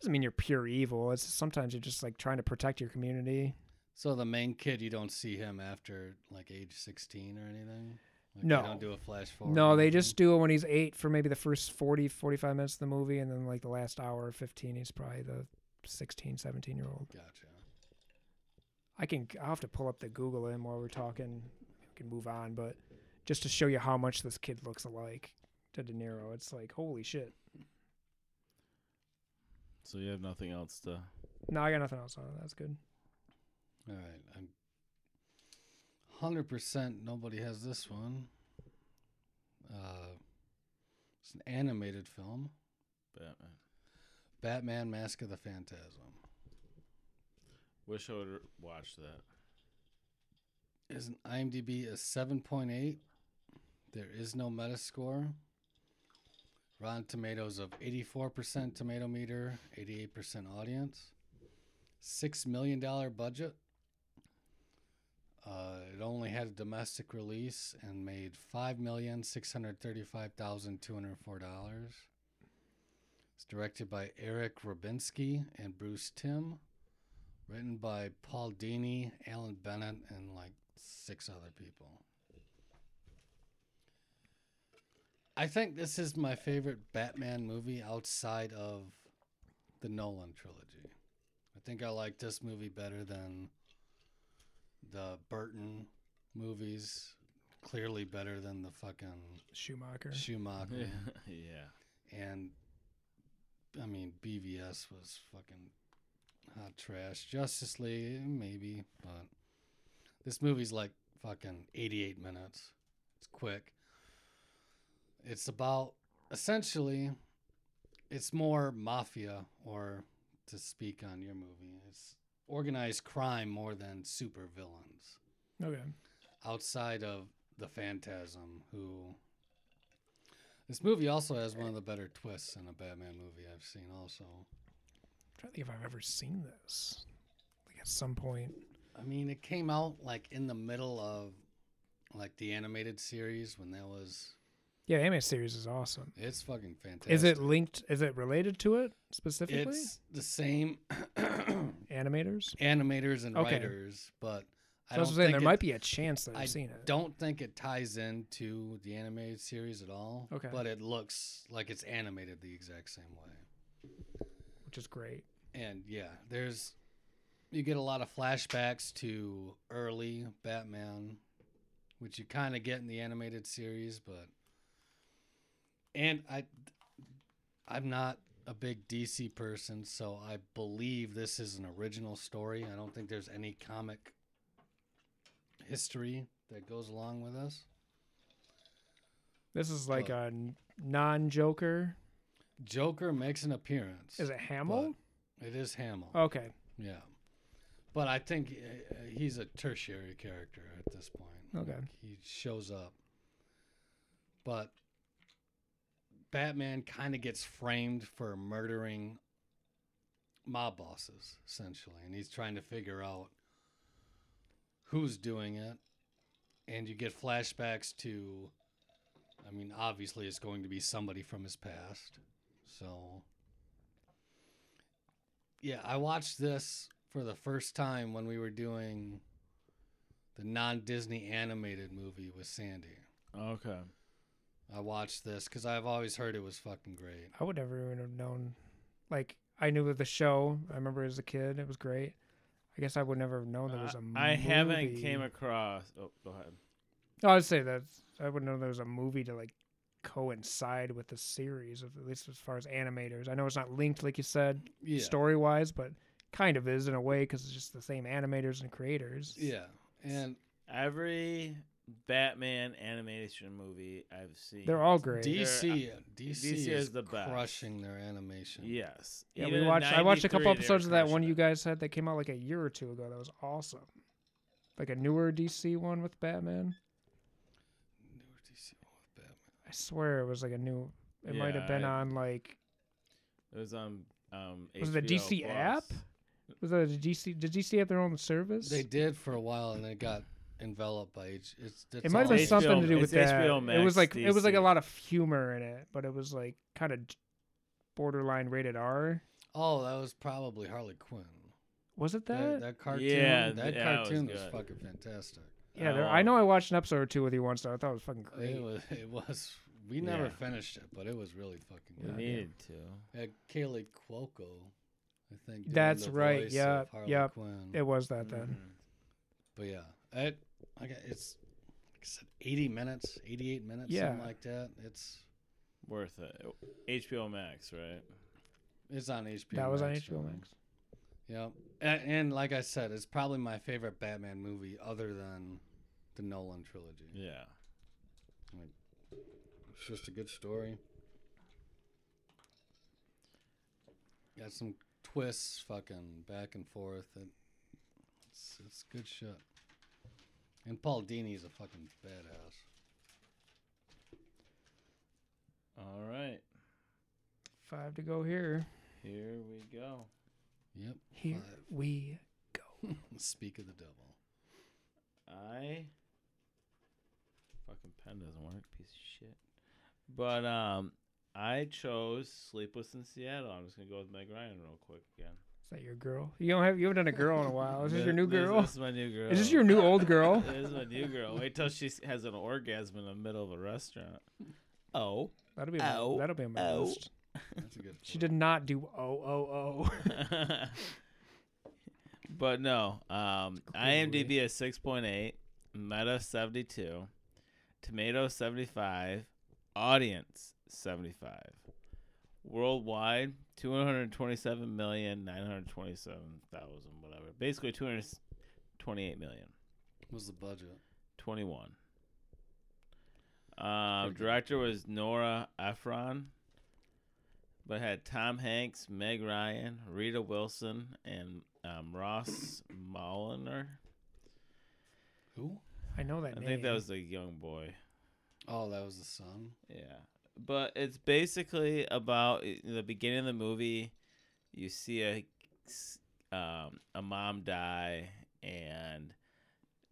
S3: Doesn't mean you're pure evil. It's sometimes you're just like trying to protect your community.
S2: So the main kid, you don't see him after like age sixteen or anything. Like,
S3: No.
S2: They don't do a flash forward.
S3: No,
S2: or
S3: they
S2: anything?
S3: just do it when he's eight for maybe the first 40, 45 minutes of the movie. And then like the last hour or 15, he's probably the 16, 17 year old.
S2: Gotcha.
S3: I can, I'll have to pull up the Google him while we're talking. We can move on. But just to show you how much this kid looks alike to De Niro, it's like, holy shit.
S1: So you have nothing else to.
S3: No, I got nothing else on it. That's good.
S2: All right, I'm. Hundred percent. Nobody has this one. Uh, it's an animated film,
S1: Batman.
S2: Batman: Mask of the Phantasm.
S1: Wish I would watch that.
S2: is an IMDb a 7.8. There is no Metascore. Rotten Tomatoes of 84% tomato meter, 88% audience. $6 million budget. Uh, it only had a domestic release and made $5,635,204. It's directed by Eric Rubinsky and Bruce Timm written by Paul Dini, Alan Bennett, and like six other people. I think this is my favorite Batman movie outside of the Nolan trilogy. I think I like this movie better than the Burton movies. Clearly better than the fucking
S3: Schumacher.
S2: Schumacher.
S1: yeah. [laughs] yeah.
S2: and I mean BVS was fucking hot trash. Justice League maybe, but this movie's like fucking 88 minutes. It's quick. It's about essentially it's more mafia or to speak on your movie. It's organized crime more than super villains
S3: Okay.
S2: outside of the Phantasm, who this movie also has one of the better twists in a Batman movie I've seen. Also,
S3: I'm trying to think if I've ever seen this. Like at some point.
S2: I mean, it came out like in the middle of like the animated series when that was.
S3: Yeah, the anime series is awesome.
S2: It's fucking fantastic.
S3: Is it linked? Is it related to it specifically?
S2: It's the same [coughs]
S3: Animators.
S2: animators and
S3: Okay.
S2: writers, but
S3: So I was saying there might be a chance that I've
S2: I
S3: seen it.
S2: don't think it ties into the animated series at all.
S3: Okay.
S2: but it looks like it's animated the exact same way.
S3: which is great.
S2: and yeah, there's you get a lot of flashbacks to early Batman, which you kind of get in the animated series, but and I I'm not a big DC person, so I believe this is an original story. I don't think there's any comic history that goes along with this.
S3: This is like
S2: But-
S3: a non-Joker.
S2: Joker makes an appearance.
S3: Is it Hamill?
S2: It is Hamill.
S3: Okay.
S2: Yeah, but I think uh, uh, he's a tertiary character at this point.
S3: Okay.
S2: Like, he shows up, but Batman kind of gets framed for murdering mob bosses essentially, and he's trying to figure out who's doing it. And you get flashbacks to, I mean, obviously it's going to be somebody from his past, so yeah, I watched this for the first time when we were doing the non Disney animated movie with Sandy.
S1: Okay.
S2: I watched this because I've always heard it was fucking great.
S3: I would never even have known. Like I knew of the show. I remember as a kid, it was great. I guess I would never have
S2: Uh,
S3: known Oh, there was a movie.
S1: I I haven't came across. Oh, go ahead.
S3: No, I'd say that I wouldn't know there was a movie to like coincide with the series, at least as far as animators. I know it's not linked, like you said,
S2: Yeah.
S3: story wise, but kind of is in a way because it's just the same animators and creators.
S2: Yeah. And
S1: Every Batman animation movie I've seen. uh,
S3: they're all great.
S2: DC, DC,
S1: DC
S2: is,
S1: is the best.
S2: crushing their animation.
S1: Yes.
S3: yeah,
S1: Even
S3: we
S1: in
S3: watched. I watched a couple
S1: 93, they were
S3: episodes of that one
S1: crushing
S3: you
S1: it.
S3: guys had that came out like a year or two ago. That was awesome. Like a newer DC one with Batman.
S2: Newer DC with Batman.
S3: I swear it was like a new. It might have
S1: Yeah,
S3: been
S1: I-
S3: on like
S1: It was on. Um,
S3: Was it the
S1: HBO
S3: DC
S1: Plus.
S3: app? was that a DC? Did DC have their own service?
S2: They did for a while and it got enveloped by H. It's, it's
S3: it might have
S2: all-
S3: been
S1: It's
S3: something
S1: HBO
S3: to do with
S1: it's
S3: that.
S1: HBO
S3: it was
S1: Max,
S3: like it was like a
S1: DC.
S3: lot of humor in it, but it was like kind of borderline rated R.
S2: Oh, that was probably Harley Quinn.
S3: Was it
S2: That,
S3: that?
S2: that cartoon,
S1: Yeah,
S2: that
S1: yeah, it was
S2: cartoon was
S1: good.
S2: fucking fantastic.
S3: yeah, there, I know I watched an episode or two with you once. though. I thought it was fucking great.
S2: It was. [laughs] It was. We never
S1: Yeah.
S2: finished it, but it was really fucking
S1: We
S2: good.
S1: needed to.
S2: Had Uh, Kaylee Cuoco, I think. doing
S3: That's
S2: the
S3: right,
S2: voice
S3: yep,
S2: of Harley
S3: yep.
S2: Quinn.
S3: It was that then.
S1: Mhm.
S2: But yeah, it, like I- it's like I said, eighty minutes, eighty-eight minutes,
S3: Yeah.
S2: something like that. It's
S1: Worth it. HBO Max, right?
S2: it's on HBO.
S3: That was on
S2: Max,
S3: HBO
S2: so-
S3: Max.
S2: Yep. And, and like I said, it's probably my favorite Batman movie other than the Nolan trilogy.
S1: Yeah.
S2: It's just a good story. Got some twists, fucking back and forth. And it's it's good shit. And Paul Dini's a fucking badass.
S1: All right.
S3: Five to go here.
S1: Here we go.
S2: Yep.
S3: Here
S2: Five.
S3: we.
S2: Speak of the devil.
S1: I fucking pen doesn't work, piece of shit. But um, I chose Sleepless in Seattle. I'm just gonna go with Meg Ryan real quick again.
S3: Is that your girl? You don't have you haven't done a girl in a while. Oh, Is this your new
S1: This-
S3: girl?
S1: This is my new girl.
S3: [laughs] Is this your new old girl?
S1: [laughs] This is my new girl. Wait till she s- has an orgasm in the middle of a restaurant. Oh.
S3: That'll be on my,
S1: Ow.
S3: that'll be on my
S1: Ow.
S3: list.
S2: That's a good.
S3: [laughs] She
S2: point.
S3: did not do oh [laughs] oh oh.
S1: [laughs] but no, um,
S3: Clearly.
S1: IMDb is six point eight, Meta seventy two, Tomato seventy five, Audience seventy five, worldwide two hundred twenty seven million nine hundred twenty seven thousand whatever, basically two hundred twenty eight million
S2: What was the budget?
S1: twenty one. Um,
S2: Pretty good.
S1: Uh, director was Nora Ephron, but had Tom Hanks, Meg Ryan, Rita Wilson, and um, Ross Molinar.
S2: Who?
S3: I know that
S1: I
S3: name.
S1: think that was the young boy.
S2: Oh, that was the son.
S1: Yeah, but it's basically about in the beginning of the movie. You see a um, a mom die, and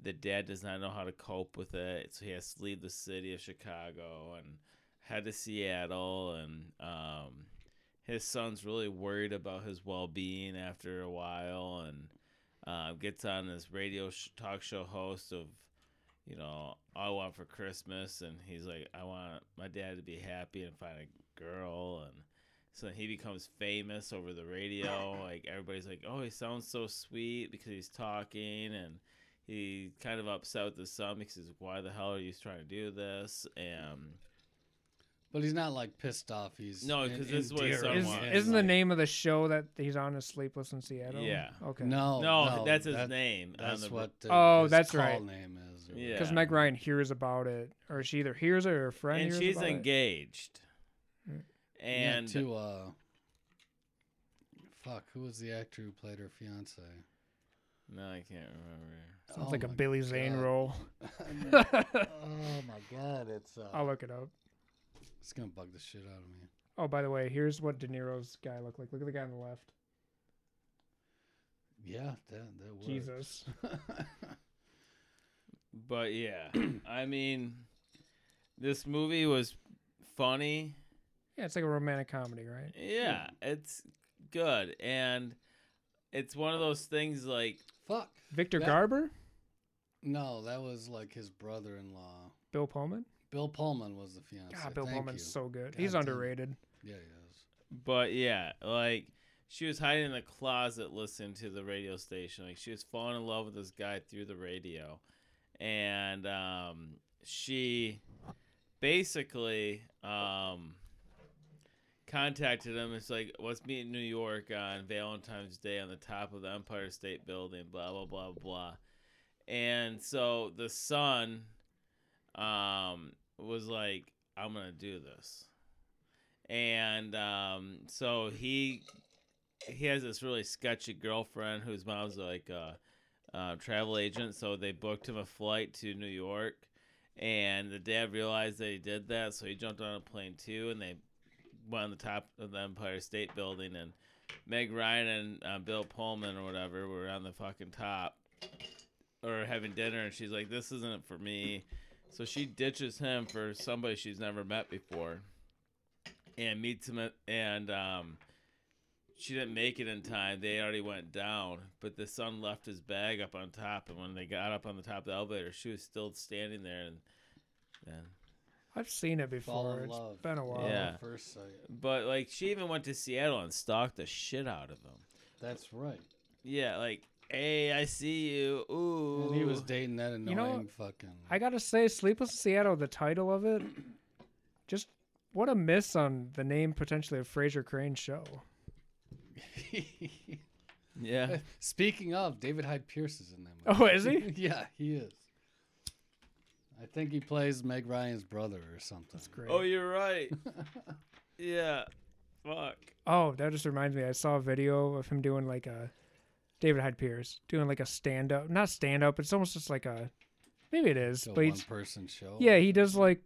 S1: the dad does not know how to cope with it, so he has to leave the city of Chicago and head to Seattle. And um, his son's really worried about his well being after a while, and uh, gets on this radio sh- talk show host of you know, all I want for Christmas. And he's like, I want my dad to be happy and find a girl. And so he becomes famous over the
S2: [coughs]
S1: radio. Like, everybody's like, oh, he sounds so sweet because he's talking. And he kind of upset with his son because he's like, why the hell are you trying to do this? And
S2: But he's not like pissed off. He's
S1: No,
S2: en-
S1: 'cause this is what his son
S2: endearing
S3: Is,
S1: Someone.
S2: and,
S3: isn't the
S2: like-
S3: name of the show that he's on is Sleepless in Seattle?
S1: Yeah.
S3: Okay.
S2: No,
S1: no,
S2: Oh, no,
S1: that's his
S2: that-
S1: name. on
S2: That's
S1: the-
S2: what. Uh,
S3: Oh,
S2: his
S3: that's
S2: call
S3: right.
S2: Name is. or
S1: Yeah.
S3: Because
S2: whatever.
S3: Meg Ryan hears about it, or she either hears it or a friend
S1: And
S3: hears
S1: she's
S3: about it.
S1: engaged.
S3: Mm.
S2: Yeah,
S1: And
S2: to uh, fuck, who was the actor who played her fiance?
S1: no, I can't remember.
S3: Sounds
S2: Oh
S3: like a
S2: my
S3: Billy Zane
S2: God.
S3: role. [laughs]
S2: oh my god, it's uh,
S3: I'll look it up.
S2: it's gonna bug the shit out of me.
S3: Oh, by the way, here's what De Niro's guy looked like. Look at the guy on the left.
S2: Yeah, that that worked.
S3: Jesus.
S1: But yeah, I mean, this movie was funny.
S3: Yeah, it's like a romantic comedy, right?
S1: Yeah, it's good, and it's one of those things like
S2: [laughs] fuck.
S3: Victor
S2: That-
S3: Garber,
S2: No, that was like his brother-in-law.
S3: Bill Pullman.
S2: Bill Pullman was the fiance.
S3: God, Bill
S2: Thank
S3: Pullman's
S2: you.
S3: so good. He's
S2: God damn.
S3: underrated.
S2: Yeah, he is.
S1: But yeah, like she was hiding in the closet listening to the radio station. Like she was falling in love with this guy through the radio. And um she basically um contacted him. It's like, let's meet in New York on Valentine's Day on the top of the Empire State Building, blah blah blah blah. And so the son um was like, I'm gonna do this and um, so he he has this really sketchy girlfriend whose mom's like a, uh travel agent. So they booked him a flight to New York, and the dad realized that he did that, so he jumped on a plane too, and they went on the top of the Empire State Building, and Meg Ryan and uh, Bill Pullman or whatever were on the fucking top, or having dinner, and she's like, "This isn't for me." So she ditches him for somebody she's never met before and meets him at, and um she didn't make it in time. They already went down, but the son left his bag up on top. And when they got up on the top of the elevator, she was still standing there. And then,
S3: I've seen it
S2: Fall
S3: before.
S2: in
S3: It's
S2: love.
S3: been a
S2: Love
S3: while.
S2: at
S1: Yeah.
S2: First sight.
S1: but like, she even went to Seattle and stalked the shit out of him.
S2: That's right.
S1: Yeah, like, hey, I see you. Ooh.
S2: And he was dating that annoying
S3: You know,
S2: fucking.
S3: I gotta say, Sleepless in Seattle, the title of it, just what a miss on the name potentially of Fraser Crane's show.
S2: [laughs]
S3: [laughs]
S1: yeah. [laughs]
S2: Speaking of, David Hyde Pierce is in that movie.
S3: Oh, is he?
S2: [laughs] yeah, he is. I think he plays Meg Ryan's brother or something.
S3: That's great.
S1: Oh, you're
S2: [laughs]
S1: right. yeah. Fuck.
S3: Oh, that just reminds me. I saw a video of him doing like a David Hyde Pierce doing like a stand up, not stand up. It's almost just like a maybe it is,
S2: It's a
S3: but
S2: one
S3: he's,
S2: person show.
S3: yeah, he does like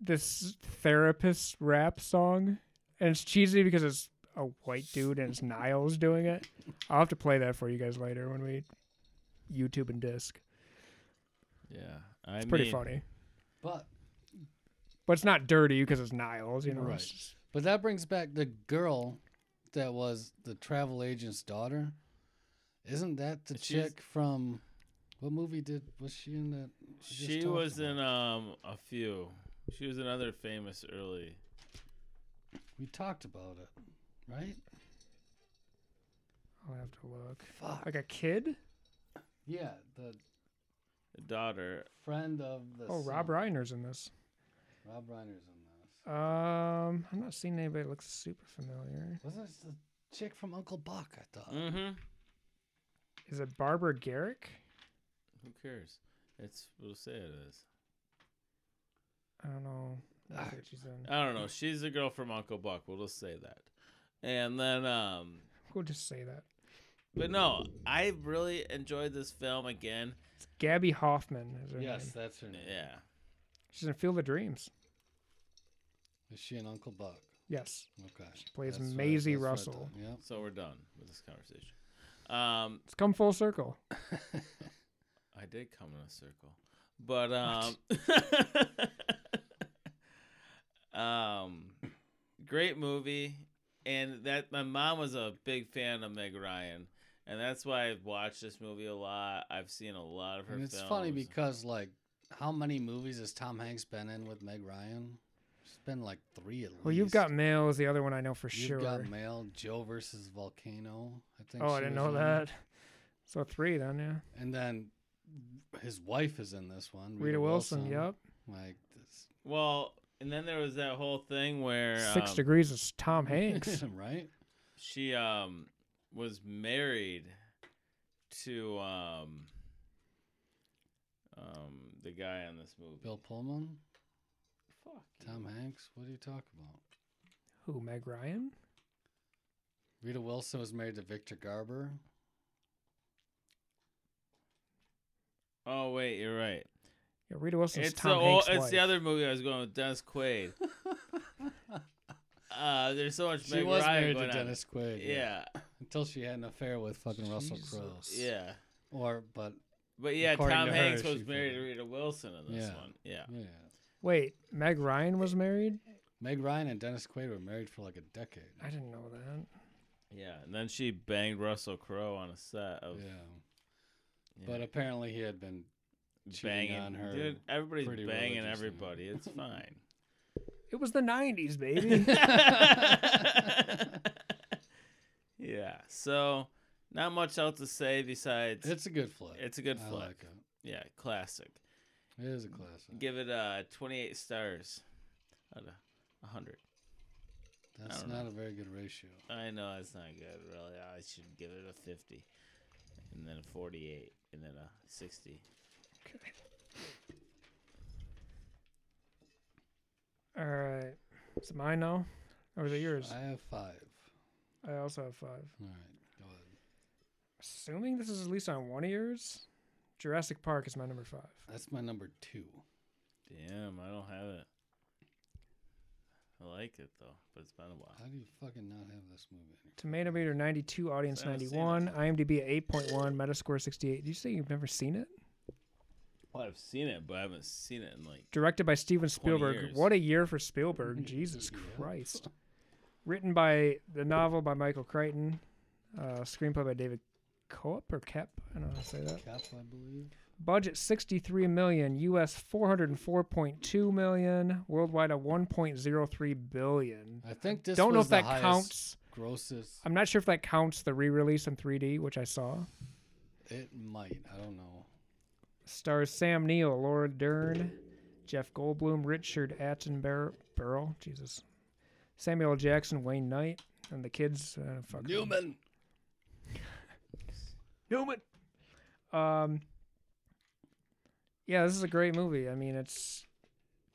S3: this therapist rap song, and it's cheesy because it's a white dude and it's Niles doing it. I'll have to play that for you guys later when we YouTube and disc.
S1: Yeah. I
S3: It's pretty
S1: mean,
S3: funny,
S2: But
S3: but it's not dirty because it's Niles, you know.
S2: Right.
S3: it's just-
S2: but that brings back the girl that was the travel agent's daughter. Isn't that the
S1: She's-
S2: chick from what movie did was she in that? I just
S1: She
S2: talked
S1: was
S2: about?
S1: in um a few. She was another famous early.
S2: We talked about it, right?
S3: I'll have to look.
S2: Fuck.
S3: Like a kid?
S2: Yeah, the
S1: Daughter.
S2: friend of the.
S3: Oh, Rob
S2: son.
S3: Reiner's in this.
S2: Rob Reiner's in this.
S3: Um, I'm not seeing anybody that looks super familiar.
S2: Wasn't it the chick from Uncle Buck? I thought.
S1: Mm-hmm.
S3: Is it Barbara Garrick?
S1: Who cares? It's we'll say it is.
S3: I don't know. Let's see what she's in.
S1: I don't know. She's the girl from Uncle Buck. We'll just say that. And then, um,
S3: We'll just say that.
S1: but no, I really enjoyed this film again.
S3: It's Gabby Hoffman. Is her
S2: Yes,
S3: name.
S2: that's her name.
S1: Yeah.
S3: She's in Field of Dreams.
S2: Is she an Uncle Buck?
S3: Yes.
S2: Okay. She
S3: plays Maisie Russell.
S2: Yep.
S1: So we're done with this conversation. Um,
S3: It's come full circle.
S1: I did come in a circle, but um, [laughs] um, great movie, and that my mom was a big fan of Meg Ryan, and that's why I've watched this movie a lot. I've seen a lot of her.
S2: And it's
S1: films.
S2: funny because like, how many movies has Tom Hanks been in with Meg Ryan? She's been like three at least.
S3: Well, you've got mail is the other one I know for
S2: You've
S3: sure.
S2: got Mail, Joe versus Volcano. I think.
S3: oh, I
S2: she
S3: didn't
S2: was
S3: know
S2: in.
S3: that. So three then, yeah.
S2: And then his wife is in this one.
S3: Rita, Wilson, yep.
S2: Like this,
S1: well, and then there was that whole thing where
S3: Six
S1: um,
S3: degrees is Tom
S2: [laughs]
S3: Hanks.
S2: right?
S1: she um was married to um um the guy on this movie.
S2: Bill Pullman,
S1: Fuck you.
S2: Tom Hanks. What are you talking about?
S3: Who, Meg Ryan?
S2: Rita Wilson was married to Victor Garber.
S1: Oh wait, you're right.
S3: Yeah, Rita Wilson's
S1: it's
S3: Tom
S1: the
S3: Hanks'
S1: it's the
S3: wife.
S1: other movie I was going with Dennis Quaid.
S2: [laughs]
S1: uh, there's so much.
S2: She
S1: Meg
S2: was
S1: Ryan
S2: married
S1: going
S2: to
S1: on.
S2: Dennis Quaid.
S1: Yeah,
S2: Until she had an affair with fucking Russell
S3: Jesus.
S2: Crowe.
S1: yeah.
S2: Or, but
S1: But yeah,
S2: According
S1: Tom
S2: to her,
S1: Hanks
S2: she
S1: was married to
S2: fucking-
S1: Rita Wilson in this
S2: Yeah.
S1: one. Yeah.
S2: yeah.
S3: Wait, Meg Ryan was married?
S2: Meg Ryan and Dennis Quaid were married for like a decade.
S3: I didn't know that.
S1: Yeah, and then she banged Russell Crowe on a set of
S2: yeah.
S1: yeah,
S2: But apparently he had been cheating
S1: banging
S2: on her
S1: Dude, everybody's
S2: pretty
S1: banging
S2: religiously.
S1: everybody.
S2: [laughs]
S1: It's fine. [laughs]
S3: It was the nineties, baby.
S1: yeah. So not much else to say besides it's,
S2: It's a good flick.
S1: a good
S2: I
S1: flick.
S2: like it.
S1: Yeah, classic.
S2: It is a classic.
S1: Give it uh 28 stars out of 100. I
S2: That's
S1: don't
S2: not a very good ratio.
S1: I know it's not good, really. I should give it a 50, and then a 48, and then a 60.
S3: Okay. All right. Is it mine now? Or is it yours?
S2: I have five.
S3: I also have five.
S2: All right. Go ahead.
S3: Assuming this is at least on one of yours, Jurassic Park is my number five.
S2: That's my number two.
S1: Damn, I don't have it. I like it though, but it's been a while.
S2: How do you fucking not have this movie in
S3: Tomato meter 92, audience
S1: I haven't seen it.
S3: 91, IMDb at 8.1, Metascore 68. Did you say you've never seen it?
S1: Well, I've seen it, but I haven't seen it in like
S3: Directed by Steven Spielberg.
S1: years.
S3: What a year for Spielberg. Jesus Christ. Written by the novel by Michael Crichton, uh, screenplay by David Coop or Kep. I don't know how to say that.
S2: Cap, I believe.
S3: Budget 63 million, US 404.2 million, worldwide a 1.03 billion.
S2: I think this
S3: Don't know
S2: was
S3: if
S2: the
S3: that
S2: highest
S3: counts.
S2: grossest.
S3: I'm not sure if that counts the re-release in 3D, which I saw.
S2: It might. I don't know.
S3: Stars Sam Neill, Laura Dern, Jeff Goldblum, Richard Attenborough, Jesus, Samuel L. Jackson, Wayne Knight, and the kids. Uh, fuck them.
S2: Newman.
S3: Newman. Um. Yeah, this is a great movie. I mean, it's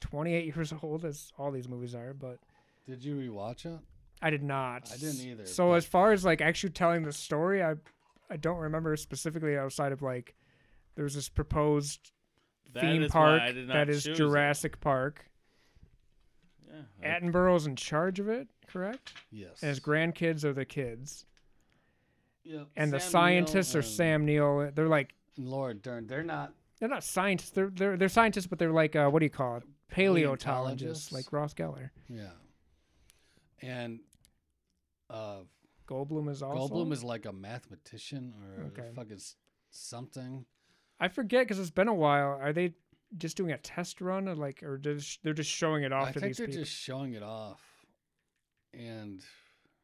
S3: 28 [laughs] years old, as all these movies are, but
S2: Did you rewatch it?
S3: I did not.
S2: I didn't either,
S3: So
S2: but-
S3: as far as like actually telling the story, I I don't remember specifically outside of like there was this proposed
S1: that
S3: theme
S1: is
S3: park
S1: why I did not
S3: that is
S1: choose it.
S3: Jurassic Park.
S1: Yeah, I-
S3: Attenborough's in charge of it, correct?
S2: Yes.
S3: And his grandkids are the kids,
S2: Yep.
S3: and the
S2: Sam Neill
S3: scientists are
S2: and-
S3: Sam Neill. They're like
S2: and Laura Dern. They're not.
S3: they're not scientists. They're they're, they're scientists, but they're like uh, what do you call it? Paleontologists,
S2: Paleontologists.
S3: like Ross Geller.
S2: Yeah. And uh,
S3: Goldblum is also.
S2: Goldblum is like a mathematician or a
S3: Okay.
S2: fucking s- something.
S3: I forget because it's been a while. Are they just doing a test run, or like, or just they're just showing it off
S2: I
S3: to
S2: think
S3: these
S2: they're
S3: people?
S2: just showing it off. And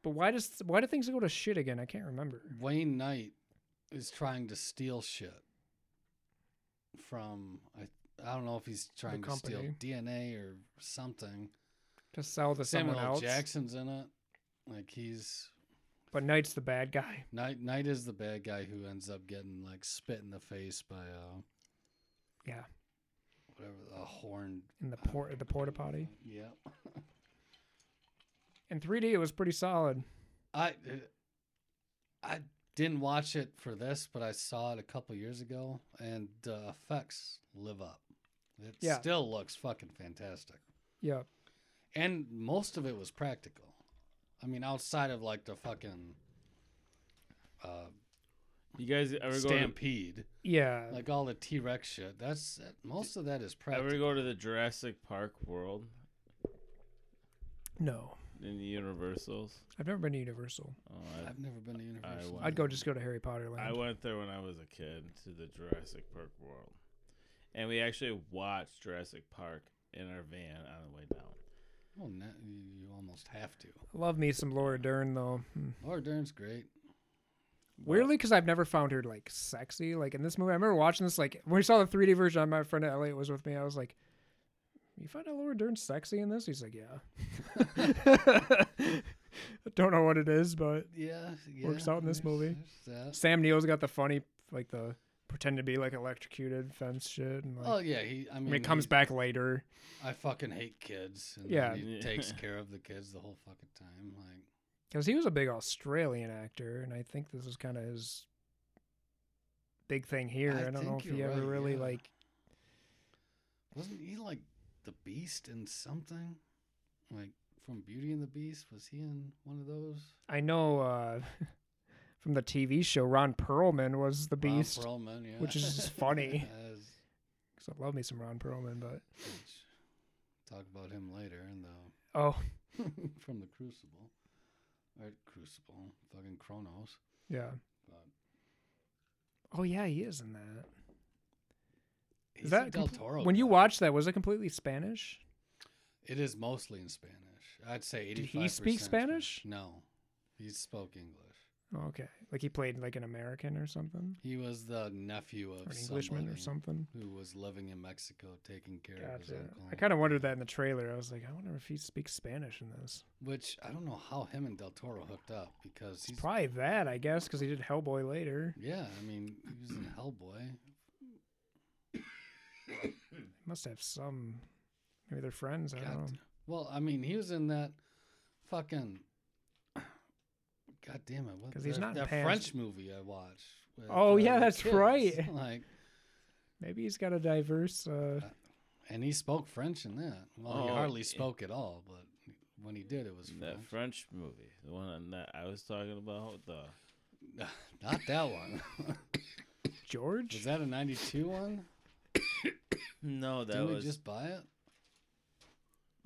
S3: But why does why do things go to shit again? I can't remember.
S2: Wayne Knight is trying to steal shit from I I don't know if he's trying to steal
S3: company.
S2: DNA or something.
S3: To sell to
S2: Samuel
S3: someone
S2: L.
S3: else,
S2: Jackson's in it. Like he's
S3: but Knight's the bad guy.
S2: Knight Knight is the bad guy who ends up getting like spit in the face by uh
S3: Yeah,
S2: whatever a horned
S3: in the port the porta potty.
S2: yeah.
S3: In 3D, it was pretty solid.
S2: I uh, I didn't watch it for this, but I saw it a couple years ago, and the effects live up. It
S3: Yeah.
S2: still looks fucking fantastic,
S3: Yeah,
S2: and most of it was practical. I mean, outside of like the fucking uh,
S1: You guys ever go to,
S2: stampede,
S3: yeah.
S2: like all the T Rex shit. That's most of that is
S1: ever
S2: practical.
S1: go to the Jurassic Park world
S3: no,
S1: in the Universals?
S3: I've never been to Universal.
S1: Oh, I,
S2: I've never been to Universal.
S1: went.
S3: I'd go just go to Harry Potter Land.
S1: I went there when I was a kid to the Jurassic Park world, and we actually watched Jurassic Park in our van on the way down.
S2: Well, now you you almost have to.
S3: Love me some Laura Dern though. Hmm.
S2: Laura Dern's great.
S3: Weirdly, because I've never found her like sexy. Like in this movie, I remember watching this. Like when we saw the 3D version, my friend Elliot was with me. I was like, "You find out Laura Dern sexy in this?" He's like, "Yeah." [laughs] I don't know what it is, but
S2: Yeah, yeah
S3: Works out in this
S2: there's-
S3: movie.
S2: there's that.
S3: Sam Neill's got the funny, like the pretend to be like electrocuted fence shit, and like
S2: Oh yeah, he. I
S3: I
S2: mean,
S3: mean, it comes
S2: he-
S3: back later.
S2: I fucking hate kids. And
S3: Yeah.
S2: yeah, he
S3: [laughs]
S1: Yeah.
S2: takes care of the kids the whole fucking time. Like,
S3: because he was a big Australian actor, and I think this is kind of his big thing here.
S2: I
S3: I, don't know
S2: think
S3: if he
S2: you're
S3: ever
S2: right,
S3: really
S2: yeah.
S3: like.
S2: wasn't he like the Beast in something? Like from Beauty and the Beast, was he in one of those?
S3: I know uh, [laughs] from the TV show, Ron Perlman was the
S2: Ron
S3: Beast.
S2: Perlman, yeah. [laughs]
S3: which is funny.
S2: Yeah, it's-
S3: 'Cause I love me some Ron Perlman, but
S2: which- talk about him later in the [laughs]
S3: oh
S2: from the Crucible, or Crucible, fucking Kronos.
S3: yeah,
S2: But
S3: oh yeah, he is in that.
S2: he's a
S3: that
S2: Del
S3: compl-
S2: Toro
S3: when you
S2: guy.
S3: watch that, was it completely Spanish?
S2: It is mostly in Spanish. I'd say 85%.
S3: Did he speak Spanish?
S2: No. He spoke English.
S3: Oh, okay, like he played like an American or something,
S2: He was the nephew of
S3: or an Englishman or
S2: somebody
S3: something.
S2: who was living in Mexico taking care of his
S3: Gotcha.
S2: uncle.
S3: I kind of wondered that in the trailer. I was like, I wonder if he speaks Spanish in this.
S2: Which I don't know how him and Del Toro hooked up because he's
S3: It's probably that, I guess, because he did Hellboy later.
S2: Yeah, I mean, he was in Hellboy.
S3: They must have some. Maybe they're friends. I don't know.
S2: God- Well, I mean, he was in that fucking God damn it. what-
S3: 'Cause he's
S2: that-
S3: not in
S2: that
S3: Pan's-
S2: French movie I watched. with, uh,
S3: Oh, yeah,
S2: the
S3: that's right.
S2: [laughs] Like
S3: Maybe he's got a diverse. Uh,
S2: And he spoke French in that. Well, he
S1: Oh,
S2: hardly
S1: yeah.
S2: spoke at all, but when he did, it was
S1: That
S2: French.
S1: French movie, the one that I was talking about, the
S2: Not that one. [laughs]
S3: [laughs]
S2: was
S3: George.
S2: that a 92 one?
S1: no, [laughs] that
S2: Didn't
S1: was
S2: we just buy it?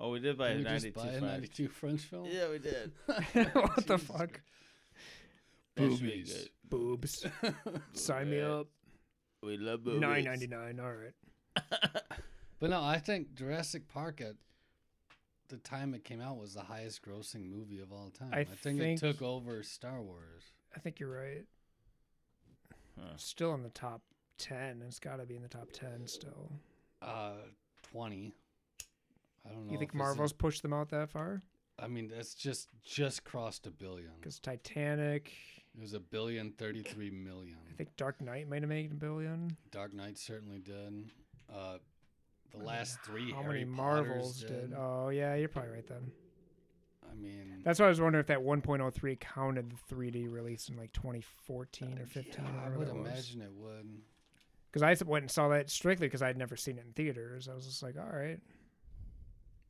S1: oh, we did buy a
S2: Didn't we
S1: ninety
S2: just
S1: two
S2: buy a
S1: French.
S2: 92 French film? [laughs]
S1: Yeah, we did.
S3: [laughs] what the
S2: Jesus
S3: fuck?
S2: Christ.
S1: That should be
S2: Boobies.
S1: good.
S3: Boobs. Sign me
S1: Yeah.
S3: up.
S1: We love movies.
S3: Nine ninety nine. All right.
S2: [laughs] But no, I think Jurassic Park at the time it came out was the highest grossing movie of all time.
S3: I
S2: think,
S3: think-
S2: it took over Star Wars.
S3: I think you're right.
S2: Oh.
S1: Huh.
S3: Still in the top ten. It's got to be in the top ten still.
S2: Uh, 20. I don't know.
S3: you
S2: if
S3: think
S2: it's in-
S3: Marvel's pushed them out that far?
S2: I mean, that's just just crossed a billion.
S3: Because Titanic.
S2: It was a billion thirty-three million.
S3: I think Dark Knight might have made a billion.
S2: Dark Knight certainly did. Uh, the
S3: mean,
S2: last three.
S3: How
S2: Harry
S3: many
S2: Potters
S3: Marvels
S2: did.
S3: did? Oh yeah, you're probably right then.
S2: I mean,
S3: That's why I was wondering if that 1.03 counted the 3D release in like 2014 or 15.
S2: yeah,
S3: or
S2: I
S3: whatever
S2: would
S3: that was.
S2: imagine it would.
S3: Because I s- went and saw that strictly because I'd never seen it in theaters. I was just like, all right,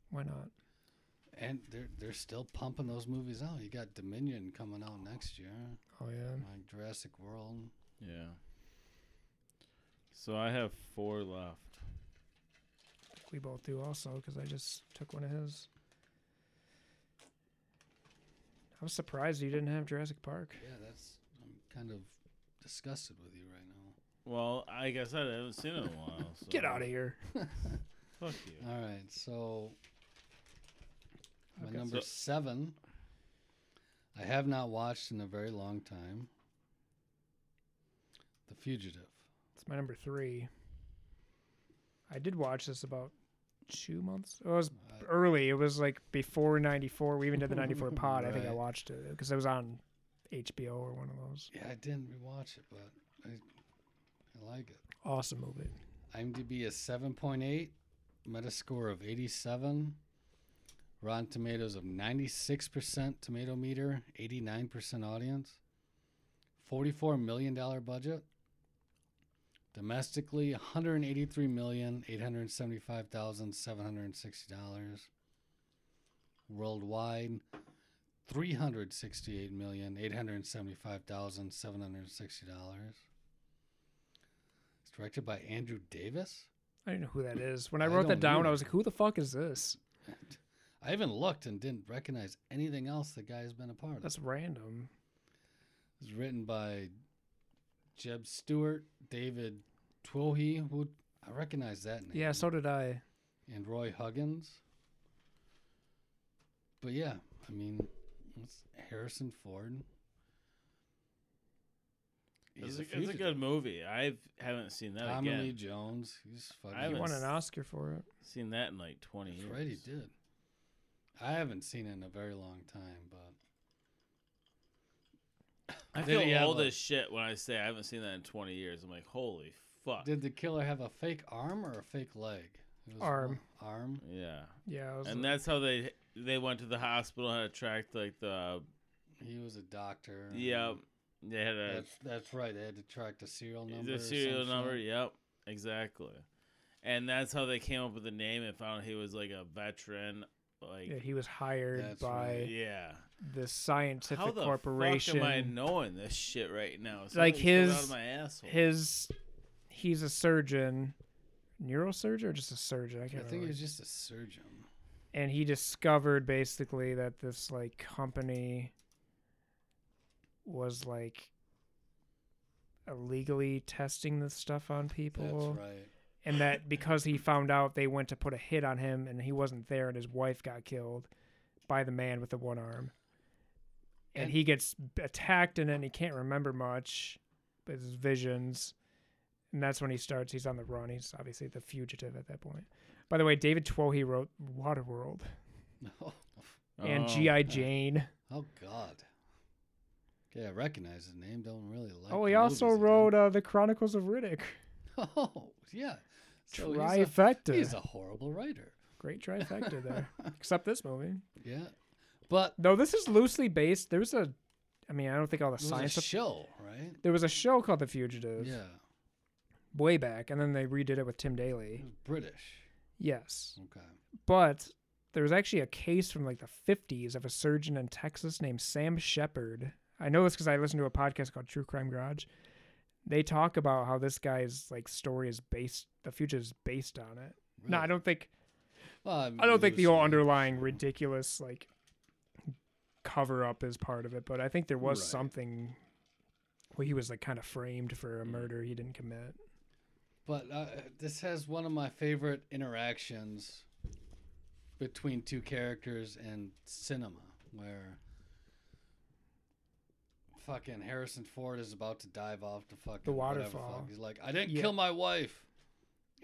S3: why not?
S2: And they're they're still pumping those movies out. You got Dominion coming out next year,
S3: Oh yeah,
S2: like Jurassic World.
S1: Yeah. So I have four left.
S3: we both do also because I just took one of his. I was surprised you didn't have Jurassic Park.
S2: Yeah, that's I'm kind of disgusted with you right now.
S1: Well, like I said, I haven't seen it in a while.
S3: [laughs]
S1: So
S3: Get out of here.
S1: Fuck you.
S2: All right, so my
S3: Okay.
S2: number
S1: So-
S2: seven, I have not watched in a very long time. The Fugitive.
S3: It's my number three. I did watch this about two months. It was
S2: I-
S3: early. It was like before '94. We even did the [laughs] '94 pod. I think I
S2: Right.
S3: watched it because it was on HBO or one of those.
S2: yeah, I didn't rewatch it, but I, I like it.
S3: Awesome movie.
S2: IMDb is 7.8, Metascore of 87, Rotten Tomatoes of 96% tomato meter, 89% audience, $44 million budget, domestically $183,875,760, worldwide $368,875,760. It's directed by Andrew Davis.
S3: I didn't know who that is. When I
S2: I
S3: wrote that
S2: don't
S3: down, I
S2: either.
S3: was like, "Who the fuck is this?"
S2: I even looked and didn't recognize anything else the guy's been a part of.
S3: That's random.
S2: It's written by Jeb Stewart, David Twohy, who I recognize that name.
S3: Yeah, so did I.
S2: and Roy Huggins. But yeah, I mean, it's Harrison Ford.
S1: It's
S2: He's
S1: a, it's a good
S2: fugitive.
S1: movie. I haven't seen that
S2: Tommy Lee
S1: again.
S2: Jones. He's fucking.
S1: I
S3: He
S1: haven't
S3: won
S1: s-
S3: an Oscar for it.
S1: Seen that in like twenty years.
S2: That's right, he did. I haven't seen it in a very long time, but
S1: I
S2: Did
S1: feel
S2: he have
S1: old
S2: a-
S1: as shit when I say I haven't seen that in twenty years. I'm like, holy fuck.
S2: Did the killer have a fake arm or a fake leg? It was
S3: Arm.
S2: one- Arm.
S1: yeah,
S3: Yeah, I was
S1: and
S3: like-
S1: that's how they they went to the hospital and tracked like the
S2: He was a doctor. and
S1: yeah they had a
S2: That's that's right. They had to track the serial number. or
S1: the serial
S2: some
S1: number.
S2: shit.
S1: Yep, exactly. And that's how they came up with the name and found he was like a veteran. Like
S3: yeah, he was hired
S2: That's
S3: by
S2: right.
S1: yeah.
S3: the scientific
S1: How the
S3: corporation.
S1: fuck am I knowing this shit right now?
S3: Like
S1: Something's coming
S3: his-
S1: out of my asshole.
S3: his he's a surgeon neurosurgeon or just a surgeon i
S2: I
S3: can't
S2: think he
S3: remember
S2: was just a surgeon.
S3: and he discovered basically that this like company was like illegally testing this stuff on people
S2: That's right. [laughs]
S3: and that because he found out they went to put a hit on him and he wasn't there and his wife got killed by the man with the one arm and,
S2: And-
S3: he gets attacked and then he can't remember much but his visions and that's when he starts he's on the run he's obviously the fugitive at that point by the way david twohy wrote waterworld
S2: Oh,
S3: and
S1: Oh.
S3: gi jane
S2: oh God. Okay, I recognize his name. Don't really like.
S3: oh
S2: the
S3: he also
S2: movies
S3: wrote uh, the chronicles of riddick
S2: did. [laughs] Oh yeah. So he's,
S3: trifecta
S2: a, he's a horrible writer.
S3: great
S2: [laughs]
S3: trifecta there except this movie
S2: Yeah, but
S3: No, this is loosely based. There was a, I mean, I don't think all the
S2: it was
S3: science.
S2: a
S3: of-
S2: show, right?
S3: there was a show called The Fugitive
S2: Yeah,
S3: way back, and then they redid it with Tim
S2: it
S3: Daly.
S2: was British.
S3: Yes,
S2: Okay.
S3: but there was actually a case from like the fifties of a surgeon in Texas named Sam Shepard. I know this because I listened to a podcast called True Crime Garage. They talk about how this guy's like story is based. The Fugitive is based on it. No, I
S2: Really?
S3: don't think.
S2: Well, mean,
S3: I don't think the whole
S2: loosely.
S3: underlying ridiculous like cover up is part of it, but I think there was
S2: Right.
S3: something where he was like kind of framed
S2: Mm.
S3: for a murder he didn't commit.
S2: But uh, this has one of my favorite interactions between two characters in cinema, where fucking Harrison Ford is about to dive off the fucking
S3: The
S2: whatever
S3: waterfall.
S2: fuck. He's like, "I didn't
S3: Yeah.
S2: kill my wife,"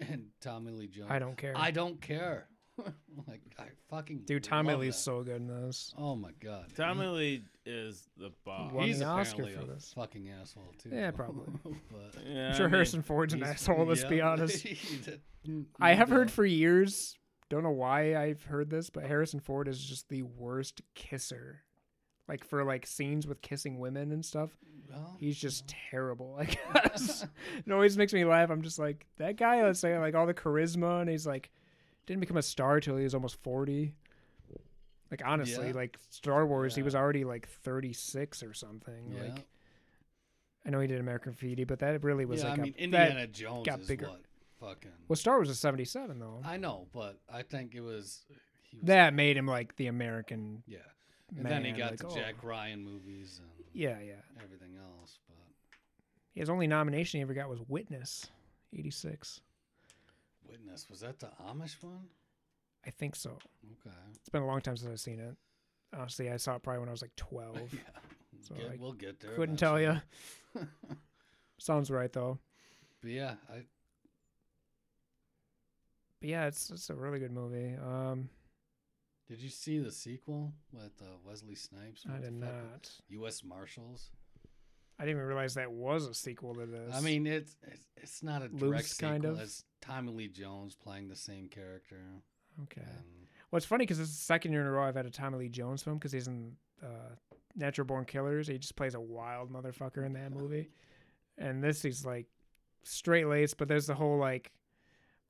S2: and Tommy Lee Jones,
S3: I don't care.
S2: I don't care." [laughs] like I fucking
S3: Dude, Tommy
S2: love
S3: Lee's
S2: that.
S3: so good in this.
S2: Oh my god,
S1: Tommy Lee is the boss.
S3: Won
S2: he's
S3: the Oscar
S2: apparently
S3: for
S2: a
S3: this.
S2: fucking asshole too.
S3: Yeah, probably.
S2: [laughs] but
S1: Yeah,
S3: I'm
S1: I
S3: sure
S1: mean,
S3: Harrison Ford's an
S2: he's-
S3: asshole, let's be
S2: yeah. [laughs]
S3: honest.
S2: He's a-
S3: I have
S2: no.
S3: heard for years, don't know why I've heard this, but Harrison Ford is just the worst kisser. Like for like scenes with kissing women and stuff,
S2: Well,
S3: he's just terrible. I guess [laughs] it always makes me laugh. I'm just like that guy. Let's say like all the charisma, and he's like didn't become a star till he was almost forty. Like honestly,
S2: Yeah.
S3: like Star Wars, he
S2: Yeah.
S3: was already like thirty six or something.
S2: yeah.
S3: Like I know he did American Graffiti, but that really was
S2: yeah,
S3: like
S2: I mean,
S3: a,
S2: Indiana
S3: that.
S2: Jones
S3: got
S2: is
S3: bigger.
S2: what fucking.
S3: Well, Star Wars is seventy seven though.
S2: I know, but I think it was he was
S3: that made him like the American.
S2: yeah, and then he
S3: man,
S2: got
S3: like,
S2: the
S3: oh.
S2: Jack Ryan movies and
S3: Yeah, yeah.
S2: everything else. But
S3: His only nomination he ever got was Witness, eighty six.
S2: Witness was that the Amish one?
S3: I think so. [laughs]
S2: Okay.
S3: It's been a long time since I've seen it. Honestly, I saw it probably when I was like
S2: [laughs]
S3: twelve.
S2: yeah.
S3: So
S2: Get-
S3: I
S2: we'll get there.
S3: Couldn't tell you.
S2: eventually.
S3: Sounds right though.
S2: [laughs] But yeah, I
S3: But yeah, it's it's a really good movie. Um,
S2: did you see the sequel with uh, Wesley Snipes?
S3: I
S2: What the
S3: did
S2: fuck?
S3: not.
S2: U.S. Marshals.
S3: I didn't even realize that was a sequel to this.
S2: I mean, it's it's, it's not a direct
S3: Loose,
S2: sequel.
S3: kind of.
S2: It's Tommy Lee Jones playing the same character.
S3: okay.
S2: And
S3: Well, it's funny because it's the second year in a row I've had a Tommy Lee Jones film because he's in uh, Natural Born Killers. He just plays a wild motherfucker in that movie, and this he's like straight laced, but there's the whole like,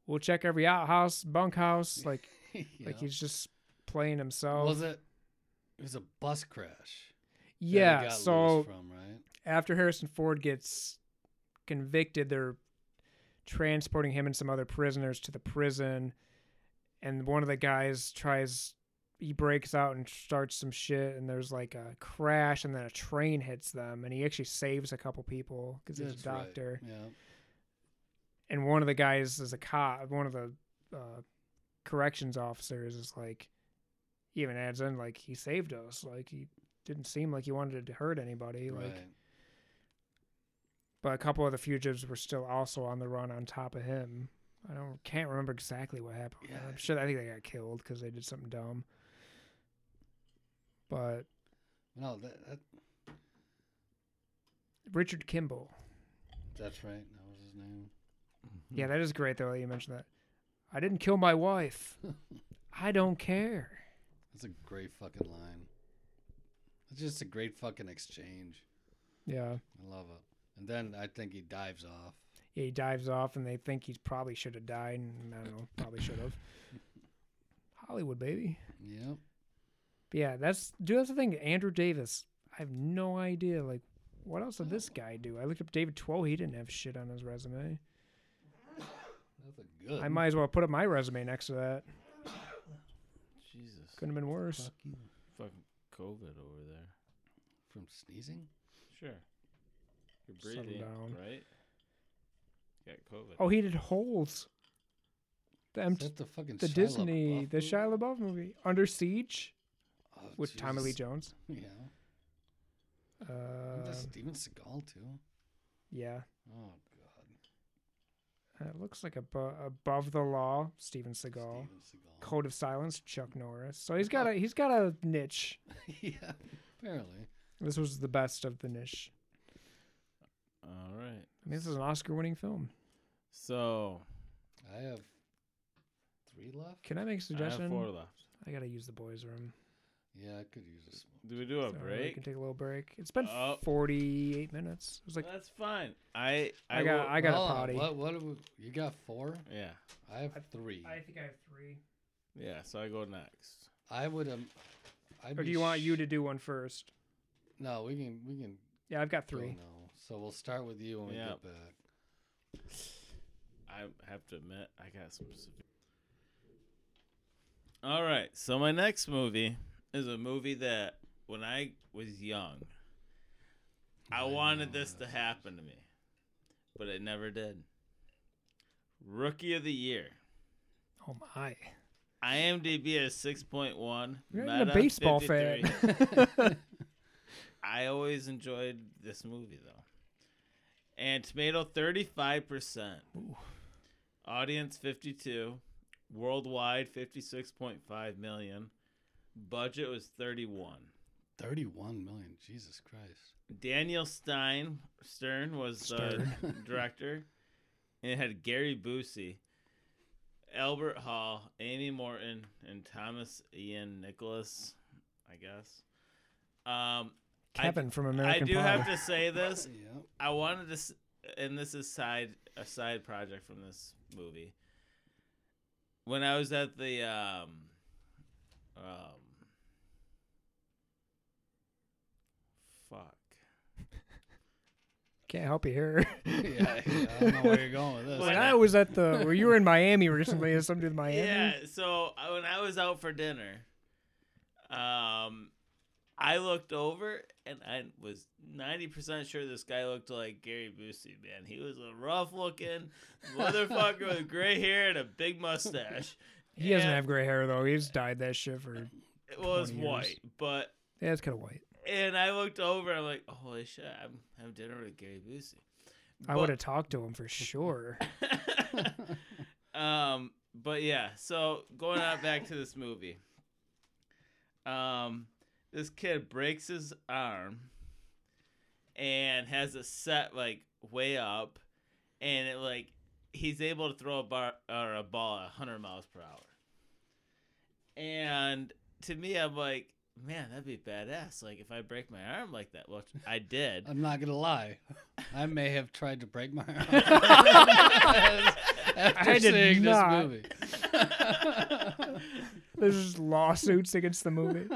S3: we'll check every outhouse, bunkhouse, [laughs] like like
S2: yeah.
S3: he's just playing himself.
S2: was it? It was a bus crash. that he
S3: yeah.
S2: got loose
S3: So
S2: from right.
S3: after Harrison Ford gets convicted, they're transporting him and some other prisoners to the prison, and one of the guys tries. He breaks out and starts some shit, and there's like a crash, and then a train hits them, and he actually saves a couple people because he's a
S2: That's right,
S3: doctor
S2: Yeah.
S3: and one of the guys is a cop one of the uh, corrections officers is like he even adds in like he saved us like he didn't seem like he wanted to hurt anybody like
S2: right.
S3: but a couple of the fugitives were still also on the run on top of him i don't can't remember exactly what happened
S2: Yeah.
S3: i'm sure i think they got killed because they did something dumb but
S2: No, that, that
S3: richard kimball
S2: that's right. That was his name.
S3: yeah that is great though that you mentioned that i didn't kill my wife i don't care
S2: That's a great fucking line. It's just a great fucking exchange.
S3: yeah
S2: I love it. And then I think he dives off.
S3: Yeah, he dives off, and they think he probably should have died. And I don't know, probably should have. Hollywood, baby.
S2: Yep.
S3: But yeah, that's dude. That's the thing. Andrew Davis. I have no idea. Like, what else did this guy do? I looked up David Twohy. He didn't have shit on his resume.
S2: That's a good.
S3: I might as well put up my resume next to that.
S1: Jesus.
S3: Couldn't have been worse.
S2: Fuck you.
S1: Fucking COVID over there.
S2: From sneezing?
S1: Sure. You're
S3: Settle
S1: breathing,
S3: down.
S1: right? Got COVID.
S3: Oh, he did holes. The,
S2: Is
S3: M-
S2: that the fucking
S3: the
S2: Shia
S3: Disney,
S2: LaBeouf
S3: the
S2: movie?
S3: Shia LaBeouf movie, Under Siege
S2: Oh,
S3: with Tommy Lee
S2: Jesus.
S3: Jones.
S2: Yeah.
S3: Uh,
S2: And that's Steven Seagal too.
S3: yeah,
S2: Oh god.
S3: it looks like above, above the law, Steven Seagal.
S2: Steven Seagal. [laughs]
S3: Code of Silence, Chuck Norris. So he's got a he's got a niche.
S2: yeah. Apparently.
S3: This was the best of the niche. Oh.
S1: All right.
S3: I mean, this is an Oscar-winning film.
S1: So
S2: I have three left.
S3: Can I make a
S1: I have
S3: suggestion?
S1: four
S3: I,
S1: left.
S3: gotta use the boys' room.
S2: Yeah, I could use a smoke.
S1: Do we do a
S3: So We
S1: break?
S3: can take a little break. It's been
S1: Oh.
S3: 48 minutes. It was like
S1: That's fine. I I,
S3: I got
S1: will-
S3: I got
S2: Hold
S3: a
S2: on,
S3: potty.
S2: Oh, What? What? do we- you got four?
S1: yeah
S2: I have
S3: I-
S2: three. I,
S3: think I have three.
S1: yeah. So I go next.
S2: would um. I'd
S3: Or do you want you to do one first?
S2: No, we can we can
S3: Yeah, I've got
S2: go
S3: three.
S2: now. So we'll start with you when we
S1: Yeah.
S2: get back.
S1: I have to admit I got some. severe- All right. So my next movie is a movie that when I was young, I wanted
S2: know
S1: this to
S2: that's-
S1: happen to me, but it never did. Rookie of the year.
S3: Oh my!
S1: IMDb is six point one.
S3: You're even a baseball fan.
S2: [laughs]
S1: I always enjoyed this movie though. And tomato thirty five percent. Audience fifty two. Worldwide fifty six point five million. Budget was thirty one.
S2: Thirty-one million. Jesus Christ.
S1: Daniel Stein Stern was the
S3: [laughs]
S1: director. And it had Gary Busey, Albert Hall, Amy Morton, and Thomas Ian Nicholas, I guess. Um, I-
S3: Kevin from
S1: I
S3: American
S1: do
S3: Pie.
S1: have to say this.
S2: [laughs] Yeah.
S1: I wanted to, s- and this is side a side project from this movie. When I was at the um, um, fuck,
S3: Can't help
S1: [laughs]
S3: you here. [laughs]
S2: yeah. I don't know where you're going with [laughs] this.
S1: Well,
S3: when
S1: I-
S3: I was
S1: [laughs]
S3: at the where you were in Miami recently, has something to do with Miami.
S1: uh, yeah. So I, when I was out for dinner, um, I looked over and I was 90% sure this guy looked like Gary Busey, man. He was a rough looking motherfucker with gray hair and a big mustache.
S3: He doesn't
S1: And-
S3: have gray hair though. He's dyed that shit for
S1: well, it's
S3: 20 years.
S1: white, but
S3: yeah, it's kind of white.
S1: and I looked over and I'm like, holy shit, I'm having dinner with Gary Busey.
S3: I
S1: But-
S3: would have talked to him for sure.
S1: [laughs] um, but yeah, so going on back to this movie. Um, this kid breaks his arm and has a set like way up, and it like he's able to throw a bar or a ball at 100 miles per hour. And to me, I'm like, man, that'd be badass. Like if I break my arm like that, which I
S2: [laughs]
S1: did. [laughs]
S2: I'm not gonna lie. I may have tried to break [laughs] my arm [laughs] after
S3: I did
S2: seeing
S3: not.
S2: this movie.
S3: There's just lawsuits against
S1: [laughs]
S3: the movie.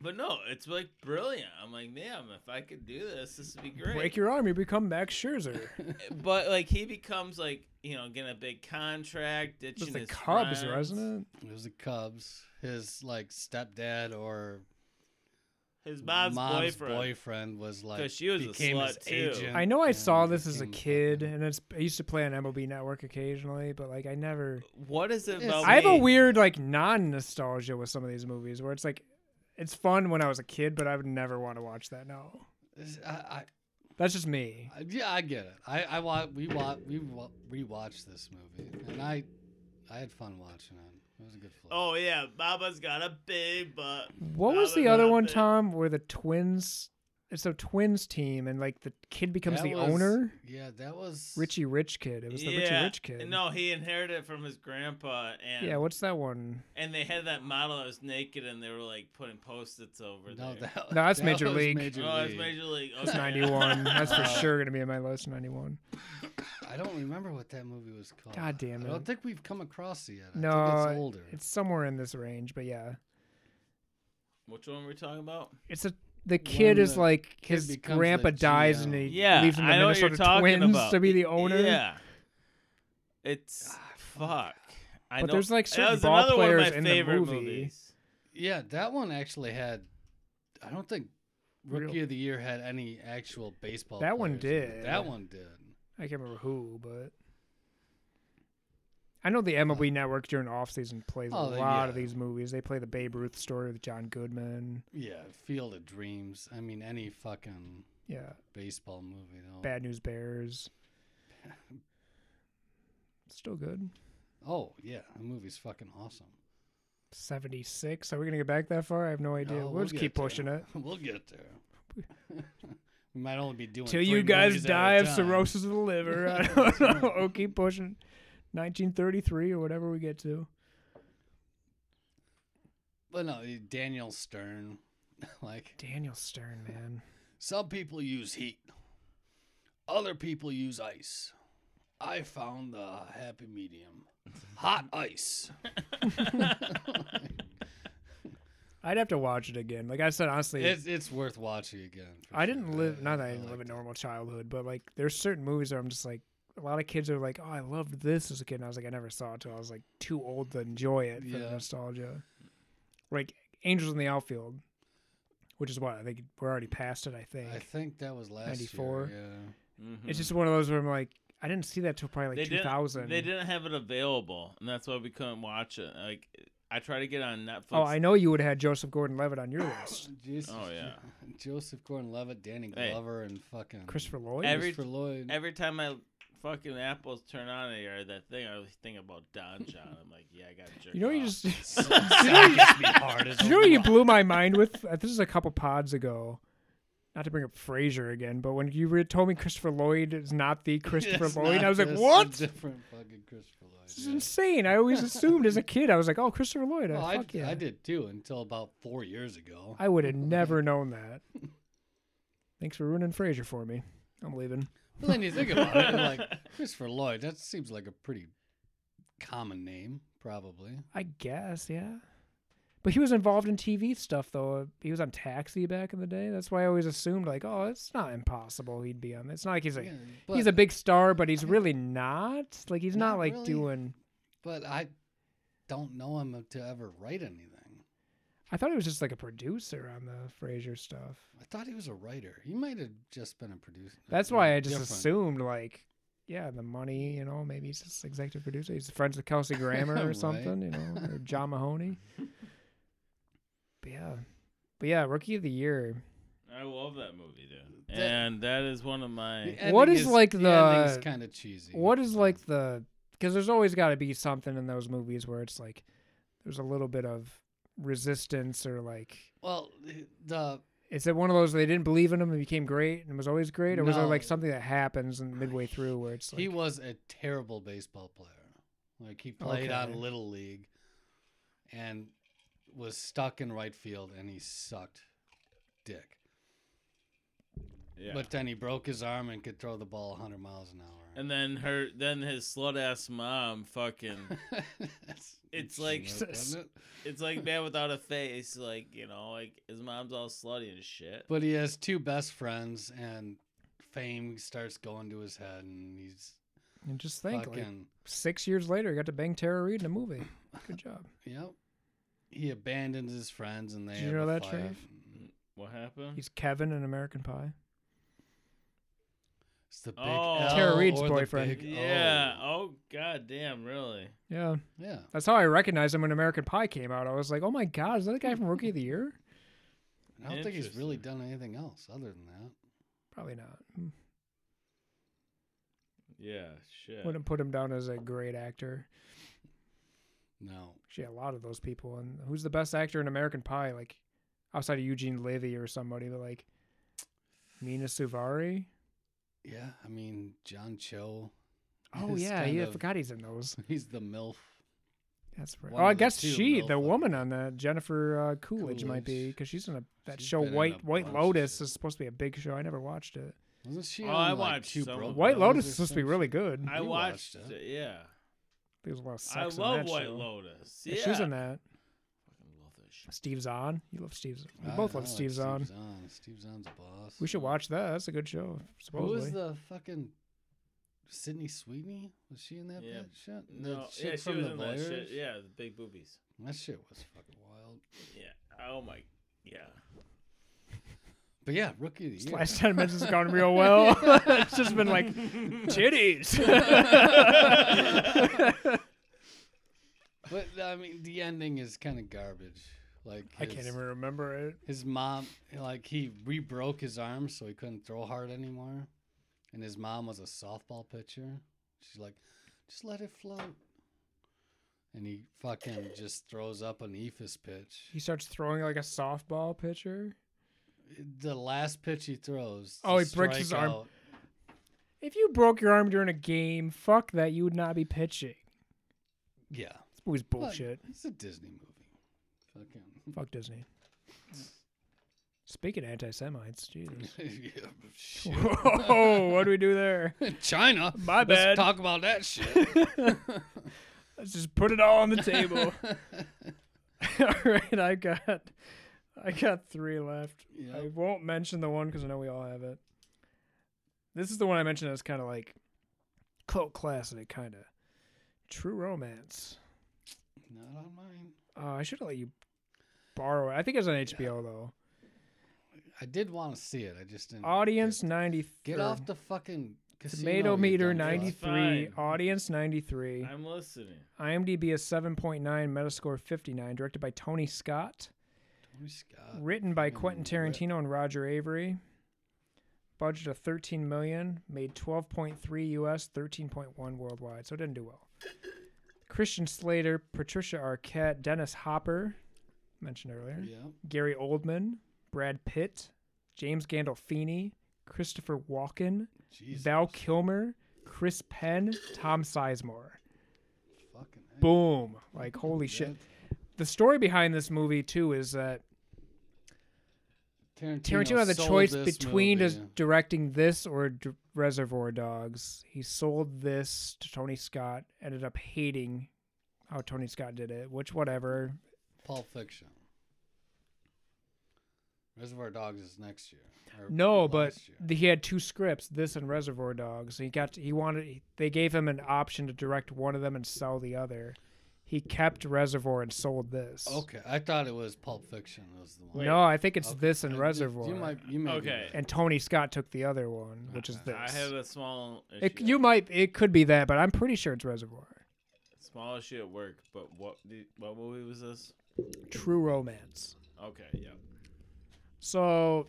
S1: But no, it's like brilliant. I'm like, man, if I could do this, this would be great.
S3: Break your arm, you become Max Scherzer.
S1: but like he becomes like you know getting a big contract,
S3: It was
S1: ditching
S3: the
S1: his
S3: Cubs,
S1: friends.
S3: wasn't it?
S2: It was the Cubs. His like stepdad or
S1: His mom's, boyfriend.
S2: boyfriend was like
S1: 'Cause she was a
S2: became his
S1: slut, too.
S2: agent
S3: I know I
S2: and
S3: saw this as a
S2: became
S3: kid,
S2: fucking-
S3: and it's I used to play on MLB Network occasionally, but like I never.
S1: What is it
S2: It's-
S1: about?
S3: I have a
S1: me?
S3: weird like non nostalgia with some of these movies where it's like, it's fun when I was a kid, but I would never want to watch that now.
S2: It's- I,
S3: That's just me.
S2: I, yeah, I get it. I, I wa- we wa- we wa- rewatched this movie, and I I had fun watching it. It was a good flick.
S1: Oh yeah, Baba's got a big butt.
S3: What was
S1: Baba
S3: the other
S1: got
S3: one,
S1: big-
S3: Tom, where the twins? It's a twins team, and like the kid becomes
S2: That
S3: the
S2: was-
S3: owner.
S2: Yeah, that was
S3: Richie Rich kid. It was the
S1: Yeah.
S3: Richie Rich kid.
S1: No, he inherited it from his grandpa, and
S3: Yeah, what's
S2: [laughs]
S3: that one?
S1: and they had that model that was naked, and they were like putting post its over
S2: No,
S1: there.
S2: that,
S3: No, that's
S2: that
S3: Major
S2: was
S3: League.
S2: Major
S1: oh, that's
S2: League.
S1: Major League.
S3: That's
S1: okay.
S3: 91.
S1: [laughs]
S3: That's for
S2: Uh,
S3: sure going to be in my list, 91.
S2: I don't remember what that movie was called.
S3: God damn
S2: I don't
S3: it.
S2: think we've come across it yet. I
S3: No,
S2: think it's older.
S3: It's somewhere in this range, but yeah.
S1: Which one were we talking about?
S3: It's a the kid is
S2: the
S3: like
S2: kid
S3: his
S2: becomes the
S3: grandpa dies
S2: GM.
S3: and he
S1: Yeah,
S3: leaves him the
S1: I know what you're
S3: Minnesota
S1: talking
S3: Twins
S1: about.
S3: to be the owner.
S1: Yeah. It's
S2: Ah,
S1: fuck. I
S3: But
S1: know,
S3: there's, like,
S1: that
S3: certain
S1: was
S3: ball
S1: another one of
S3: players
S1: my
S3: in the
S1: favorite
S3: movie.
S1: movies.
S2: yeah, that one actually had. I don't think Rookie
S3: Real-
S2: of the Year had any actual baseball.
S3: That one
S2: players in it.
S3: did.
S2: That one did.
S3: I can't remember who, but I know the MLB Network during off season plays
S2: Oh,
S3: a
S2: they-
S3: lot of
S2: yeah.
S3: these movies. They play the Babe Ruth story with John Goodman.
S2: Yeah, Field of Dreams. I mean, any fucking
S3: Yeah,
S2: Oh. baseball movie. Though.
S3: Bad News Bears. Still good.
S2: Oh yeah, the movie's fucking awesome. [laughs]
S3: 76. Are we going to get back that far? I have no idea.
S2: No,
S3: we'll,
S2: we'll
S3: just
S2: get
S3: keep
S2: there.
S3: pushing it.
S2: We'll get there. [laughs] we might only be doing
S3: Till you
S2: three
S3: guys
S2: movies at a
S3: die of
S2: time.
S3: cirrhosis of
S2: [laughs]
S3: the liver. [laughs] I don't know. I'll keep pushing. 1933 or whatever we get to.
S2: But no, Daniel Stern. [laughs] Like
S3: Daniel Stern, man.
S2: some people use heat, other people use ice. I found the happy
S3: [laughs]
S2: medium. Hot ice.
S3: I'd have to watch it again. Like I said, honestly,
S2: It's it's worth watching again. for
S3: I didn't
S2: sure.
S3: live, not that I didn't
S2: liked
S3: live a
S2: it.
S3: normal childhood, but like there's certain movies where I'm just like, a lot of kids are like, oh, I loved this as a kid. And I was like, I never saw it till I was like too old to enjoy it for
S2: Yeah.
S3: the nostalgia. Like Angels in the Outfield, which is what I think we're already past it, I think.
S2: I hmm. think that was last
S3: 94.
S2: year. Yeah.
S1: Mhm.
S3: It's just one of those where I'm like, I didn't see that till probably
S1: they
S3: like 2000.
S1: Didn't, they didn't have it available, and that's why we couldn't watch it. Like I tried to get on Netflix.
S3: Oh, I know you would have had Joseph Gordon Levitt on your list.
S2: Jesus,
S1: Oh, yeah.
S2: [laughs] Joseph Gordon-Levitt, Danny
S1: Hey.
S2: Glover, and fucking
S3: Christopher Lloyd?
S1: Every-
S2: Christopher Lloyd.
S1: Every time I fucking apples turn on it or that thing, I was thinking about Don John. I'm like, yeah, I got jerk.
S3: you know, you
S1: off.
S3: just.
S2: So- [laughs]
S3: you know
S2: so-
S3: you-
S2: gets me hard as
S3: [laughs] you
S2: a
S3: know what you
S2: rock.
S3: blew my mind with? Uh, This is a couple pods ago. Not to bring up Frasier again, but when you re- told me Christopher Lloyd is
S2: [laughs]
S3: not the [laughs] Christopher
S2: It's
S3: Lloyd,
S2: not
S3: I was like,
S2: this, it's [laughs]
S3: what? This
S2: Different fucking Christopher Lloyd.
S3: is
S2: yeah.
S3: insane. I always assumed as a kid, I was like, oh, Christopher Lloyd.
S2: Well,
S3: Oh,
S2: I,
S3: fuck
S2: d-
S3: yeah.
S2: I did too until about four years ago. [laughs]
S3: I would have never known that. Thanks for ruining Frasier for me. I'm leaving.
S2: But then you think about it, like
S3: [laughs]
S2: Christopher Lloyd, that seems like a pretty common name, probably.
S3: I guess, yeah. But he was involved in TV stuff though. He was on Taxi back in the day. That's why I always assumed like, oh, it's not impossible he'd be on. It's not like he's a
S2: Yeah,
S3: he's
S2: but-
S3: a big star, but he's really not. Like he's not,
S2: Not
S3: like
S2: really.
S3: doing.
S2: But I don't know him to ever write anything.
S3: I thought he was just like a producer on the Frasier stuff.
S2: I thought he was a writer. He might have just been a producer.
S3: That's why I just
S2: Different.
S3: assumed like, yeah, the money, you know, maybe he's just executive producer. He's friends
S2: [laughs]
S3: with Kelsey Grammer or
S2: Right.
S3: something, you know, or
S2: [laughs]
S3: John Mahoney. But yeah, but yeah, rookie of the year.
S1: I love that movie, dude.
S2: That-
S1: and that is one of
S2: The
S1: my.
S2: ending
S3: is like
S2: ending's
S3: the-
S2: kind of cheesy.
S3: What is like the because there's always got to be something in those movies where it's like there's a little bit of resistance or like
S2: well the
S3: is it one of those they didn't believe in him and became great and was always great or was there like
S2: No.
S3: something that happens and midway through where it's like
S2: he was a terrible baseball player. Like he played on
S3: Okay.
S2: little league, and was stuck in right field, and he sucked dick.
S1: Yeah.
S2: But then he broke his arm and could throw the ball 100 miles an hour.
S1: and then her, then his slut ass mom, fucking.
S2: [laughs] That's
S1: It's like-
S2: interesting, wasn't it?
S1: It's like man without a face, like you know, like his mom's all slutty and shit.
S2: But he has two best friends, and fame starts going to his head, and he's
S3: and just think like
S2: fucking.
S3: six years later he got to bang Tara Reid in
S2: [laughs]
S3: a movie. Good job.
S2: Yep. He abandons his friends, and they.
S3: Did you
S2: have
S3: know
S2: a
S3: that,
S2: fight.
S3: Trav?
S1: what happened?
S3: He's Kevin in American Pie.
S2: It's the big
S1: Oh.
S2: L
S1: Tara
S3: Reid's
S2: or the
S3: boyfriend.
S2: big O.
S1: yeah. Oh god damn, really.
S3: Yeah,
S2: Yeah.
S3: that's how I recognized him when American Pie came out. I was like, oh my god, is that the guy from Rookie of the Year?
S2: I don't think he's really done anything else other than that.
S3: Probably not.
S1: Yeah, shit.
S3: Wouldn't put him down as a great actor.
S2: No.
S3: Actually, a lot of those people. And who's the best actor in American Pie? Like outside of Eugene Levy or somebody, but like Mina Suvari.
S2: Yeah. I mean, John Cho. [laughs]
S3: Oh
S2: is
S3: yeah,
S2: kind
S3: yeah. I
S2: of-
S3: forgot he's in those.
S2: He's the MILF.
S3: That's right.
S2: One
S3: Oh, I
S2: of the
S3: guess
S2: two
S3: she,
S2: MILF
S3: the
S2: I
S3: woman on that, Jennifer uh, Coolidge, might
S2: Coolidge.
S3: be because she's in a that
S2: She's
S3: show
S2: been in a
S3: White White
S2: bunch of
S3: Lotus
S2: shit.
S3: is supposed to be a big show. I never watched it.
S2: Wasn't she?
S1: Oh,
S2: on,
S1: I
S2: like,
S1: watched
S2: Two
S1: some of
S2: Broke
S1: them.
S3: White
S2: Girls
S3: Lotus
S2: or
S3: is supposed to be
S2: some
S3: really
S2: shit?
S3: good.
S1: I
S2: You
S1: watched,
S2: watched
S1: it. Yeah.
S3: There's a lot of sex
S1: I
S3: in
S1: love
S3: that
S1: White
S3: show.
S1: Lotus. Yeah.
S3: Yeah, She's in that.
S1: Fucking love that shit.
S3: Steve Zahn. You love Steve Zahn. We
S2: I-
S3: both
S2: I
S3: love
S2: like
S3: Steve Zahn.
S2: Steve Zahn. Steve Zahn's a boss.
S3: We should watch that. That's a good show.
S2: Who
S3: Supposedly.
S2: was the fucking Sydney Sweeney? Was she in that
S1: Yeah.
S2: bit- shit? The
S1: No,
S2: shit
S1: yeah, she
S2: from
S1: was
S2: the
S1: in that shit.
S2: Voyeurs?
S1: Yeah, the big boobies.
S2: That shit was fucking wild.
S1: Yeah. Oh my. Yeah.
S2: But yeah, rookie of the year.
S3: Last ten minutes has gone real well. it's just been like titties.
S2: But I mean, the ending is kind of garbage. Like
S3: I can't
S2: his-
S3: even remember it.
S2: His mom, like he rebroke his arm, so he couldn't throw hard anymore. And his mom was a softball pitcher. She's like, just let it float. And he fucking just throws up an Ephus pitch.
S3: He starts throwing like a softball pitcher.
S2: The last pitch he throws.
S3: Oh,
S2: the
S3: he breaks his arm.
S2: strikeout,
S3: If you broke your arm during a game, fuck that. You would not be pitching.
S2: Yeah.
S3: This movie's
S2: But
S3: bullshit.
S2: It's a Disney movie. Fucking.
S3: Fuck Disney. Speaking of anti Semites,
S2: [laughs]
S3: Jesus.
S2: yeah, shit.
S3: Whoa, what do we
S2: [laughs]
S3: do there?
S2: China.
S3: My
S2: Let's
S3: bad.
S2: talk about that
S3: [laughs]
S2: shit.
S3: Let's just put it all on the table. [laughs] all right, I got, I got three left. I
S2: Yep.
S3: won't mention the one because I know we all have it. This is the one I mentioned as kind of like cult classic, kind of true romance.
S2: Not on mine.
S3: Uh, I should have let you borrow it. I think it's on HBO though.
S2: I did want to see it. I just didn't.
S3: Audience ninety
S2: Mm. Get off the fucking casino,
S3: tomato
S2: you
S3: meter
S2: dumb fuck.
S3: ninety three,
S1: Fine.
S3: audience ninety three,
S1: I'm listening.
S3: IMDb is seven point nine, Metascore fifty nine, directed by Tony Scott,
S2: Tony Scott.
S3: written by
S2: fucking
S3: Quentin
S2: rip.
S3: Tarantino and Roger Avery. Budget of thirteen million, made twelve point three US, thirteen point one worldwide, so it didn't do well. Christian Slater, Patricia Arquette, Dennis Hopper, mentioned earlier.
S2: Yeah.
S3: Gary Oldman, Brad Pitt, James Gandolfini, Christopher Walken,
S2: Jesus.
S3: Val Kilmer, Chris Penn, Tom Sizemore.
S2: Fucking A.
S3: Boom! Like holy shit. The story behind this movie too is that
S2: Tarantino,
S3: Tarantino had the
S2: sold
S3: choice
S2: this
S3: between
S2: movie.
S3: dis- directing this or d- Reservoir Dogs. He sold this to Tony Scott. Ended up hating how Tony Scott did it, which whatever.
S2: Pulp Fiction. Reservoir Dogs is next year. or
S3: No, but
S2: last year.
S3: th- he had two scripts, this and Reservoir Dogs. He got he wanted they gave him an option to direct one of them and sell the other. he kept Reservoir and sold this.
S2: Okay, I thought it was Pulp Fiction was the one.
S3: No, I think it's
S2: Okay,
S3: this
S2: I-
S3: and
S2: you-
S3: Reservoir.
S2: You might. You may be
S1: Okay.
S2: right.
S3: And Tony Scott took the
S2: [laughs]
S3: other one, which is this.
S1: I have a small issue.
S3: it, you might. It could be that, but I'm pretty sure it's Reservoir.
S1: small issue at work, but what did, what movie was this?
S3: True Romance.
S1: Okay, yeah.
S3: So,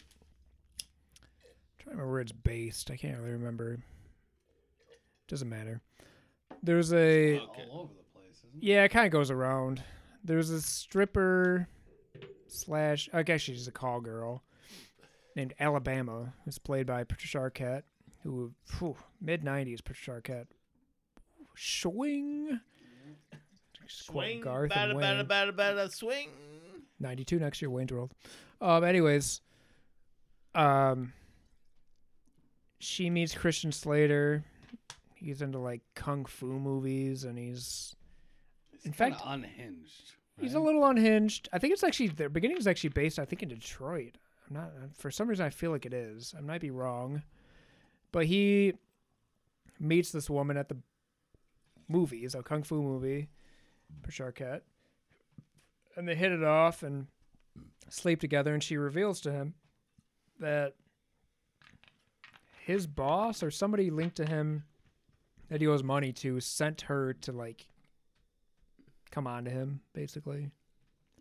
S3: trying to remember where it's based. I can't really remember. Doesn't matter. There's a
S1: Okay.
S2: all over the place. Isn't it?
S3: yeah, it kind of goes around. There's a stripper slash. I guess she's a call girl named Alabama, who's played by Patricia Arquette, who mid '90s Patricia Arquette, swing,
S1: Swing, bada, bada, bada, bada, swing.
S3: 92 next year, Wayne's World. Um, anyways, um, she meets Christian Slater. He's into like kung fu movies, and he's
S2: It's
S3: In
S2: kinda
S3: fact-
S2: unhinged.
S3: he's a
S2: right?
S3: little unhinged. I think it's actually the beginning is actually based, I think, in Detroit. I'm not uh, for some reason I feel like it is. I might be wrong, but he meets this woman at the movie. It's a kung fu movie, Patricia Arquette, and they hit it off and sleep together. And she reveals to him that his boss or somebody linked to him that he owes money to sent her to like come on to him basically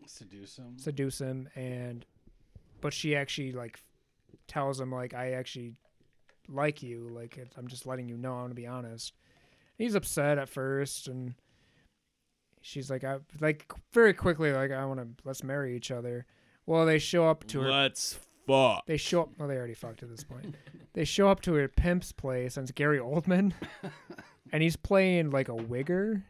S2: seduce him.
S3: seduce him and but she actually like tells him like i actually like you like it- i'm just letting you know i'm gonna be honest he's upset at first and she's like i like very quickly like i want to let's marry each other well they show up to her
S1: Let's fuck.
S3: they show up. Well, they already fucked at this point. they show up to her pimp's place, and it's Gary Oldman, and he's playing like a wigger.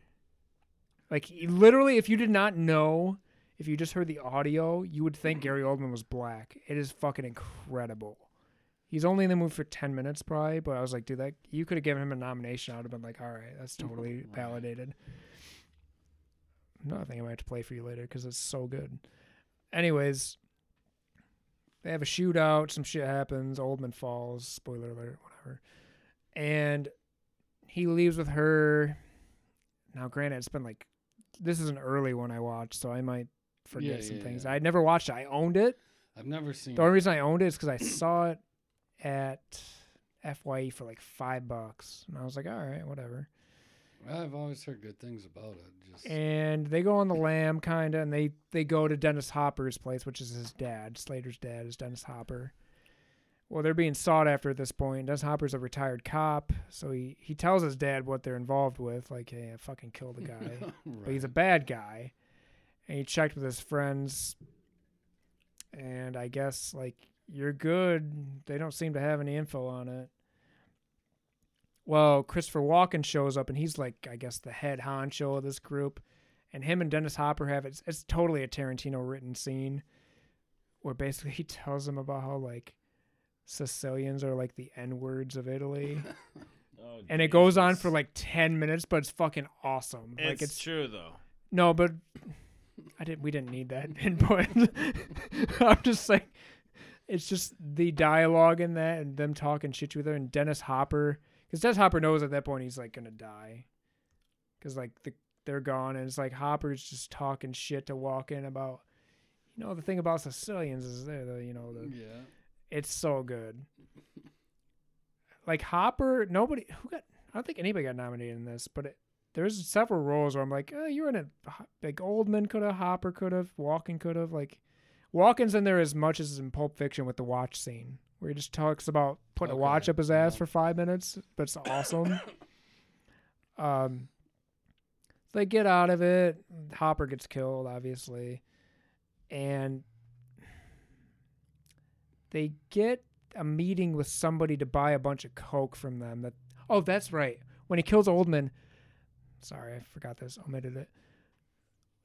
S3: Like he- literally, if you did not know, if you just heard the audio, you would think Gary Oldman was black. It is fucking incredible. He's only in the movie for ten minutes, probably. But I was like, dude, that you could have given him a nomination. I would have been like, all right, that's totally
S2: Right.
S3: validated. No, I think I might have to play for you later because it's so good. Anyways, they have a shootout. Some shit happens. Oldman falls. Spoiler alert. Whatever. And he leaves with her. Now, granted, it's been like this is an early one I watched, so I might forget
S2: Yeah,
S3: some
S2: yeah,
S3: things.
S2: yeah.
S3: I never watched it. I owned it.
S2: I've never seen.
S3: The only reason I owned it is because I saw it at Fye for like five bucks, and I was like, all right, whatever.
S2: it. I've always heard good things about it. Just
S3: and they go on the lam kind of and they they go to dennis hopper's place which is his dad slater's dad is dennis hopper well they're being sought after at this point dennis hopper's a retired cop so he he tells his dad what they're involved with like hey i fucking killed
S2: [laughs]
S3: the guy but he's
S2: [laughs]
S3: a
S2: Right.
S3: bad guy and he checked with his friends and i guess like you're good they don't seem to have any info on it well christopher walken shows up and he's like i guess the head honcho of this group and him and dennis hopper have it's, it's totally a tarantino written scene where basically [laughs] he tells him about how like sicilians are like the n words of italy
S1: Oh,
S3: and it goes on
S1: Jesus.
S3: for like 10 minutes but it's fucking awesome like
S1: It's,
S3: it's
S1: true though.
S3: no, but I didn't. We didn't need that [laughs] input. I'm just saying, it's just the dialogue in that and them talking shit to each other and Dennis Hopper, because Dennis Hopper knows at that point he's like gonna die, because like the, they're gone and it's like Hopper's just talking shit to Walken about, you know, the thing about Sicilians is they're the you [laughs] know the
S2: Yeah.
S3: it's so good. Like Hopper, nobody who got. I don't think anybody got nominated in this, but it, there's several roles where I'm like, oh, you're in it. Like Oldman could have, Hopper could have, Walken could have. Like Walken's in there as much as in Pulp Fiction with the watch scene, where he just talks about putting a
S2: Okay,
S3: watch up his ass
S2: yeah.
S3: for five minutes, but it's
S2: [coughs]
S3: awesome. um, they get out of it. Hopper gets killed, obviously, and they get a meeting with somebody to buy a bunch of coke from them. That oh, that's right. When he kills Oldman, sorry, I forgot this, omitted it.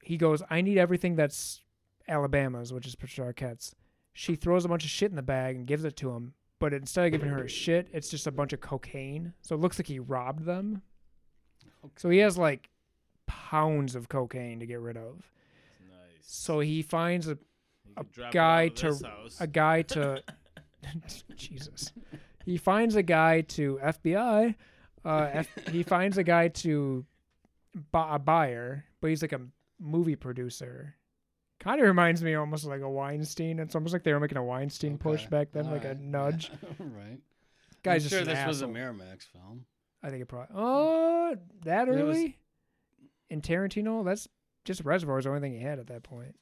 S3: He goes, "I need everything that's Alabama's, which is Patricia Arquette's." She throws a bunch of shit in the bag and gives it to him, but instead of giving her shit, it's just a bunch of cocaine. So it looks like he robbed them. So he has like pounds of cocaine to get rid of.
S1: Nice.
S3: So he finds a
S1: You could drop it
S3: guy
S1: out of this
S3: to-
S1: house.
S3: a guy to Jesus. He finds a guy to FBI. Uh, F- he finds a guy to bu- a buyer, but he's like a movie producer. Kind of reminds me almost like a Weinstein. It's almost like they were making a Weinstein push
S2: Okay.
S3: back then,
S2: All
S3: like a
S2: right. [laughs]
S3: nudge.
S2: right.
S3: Guy's
S2: I'm
S3: just
S2: sure
S3: an
S2: this was a
S3: asshole.
S2: Miramax film.
S3: I think it probably. Oh, that
S2: It was-
S3: early? In Tarantino? That's just Reservoir is the only thing he had at that point.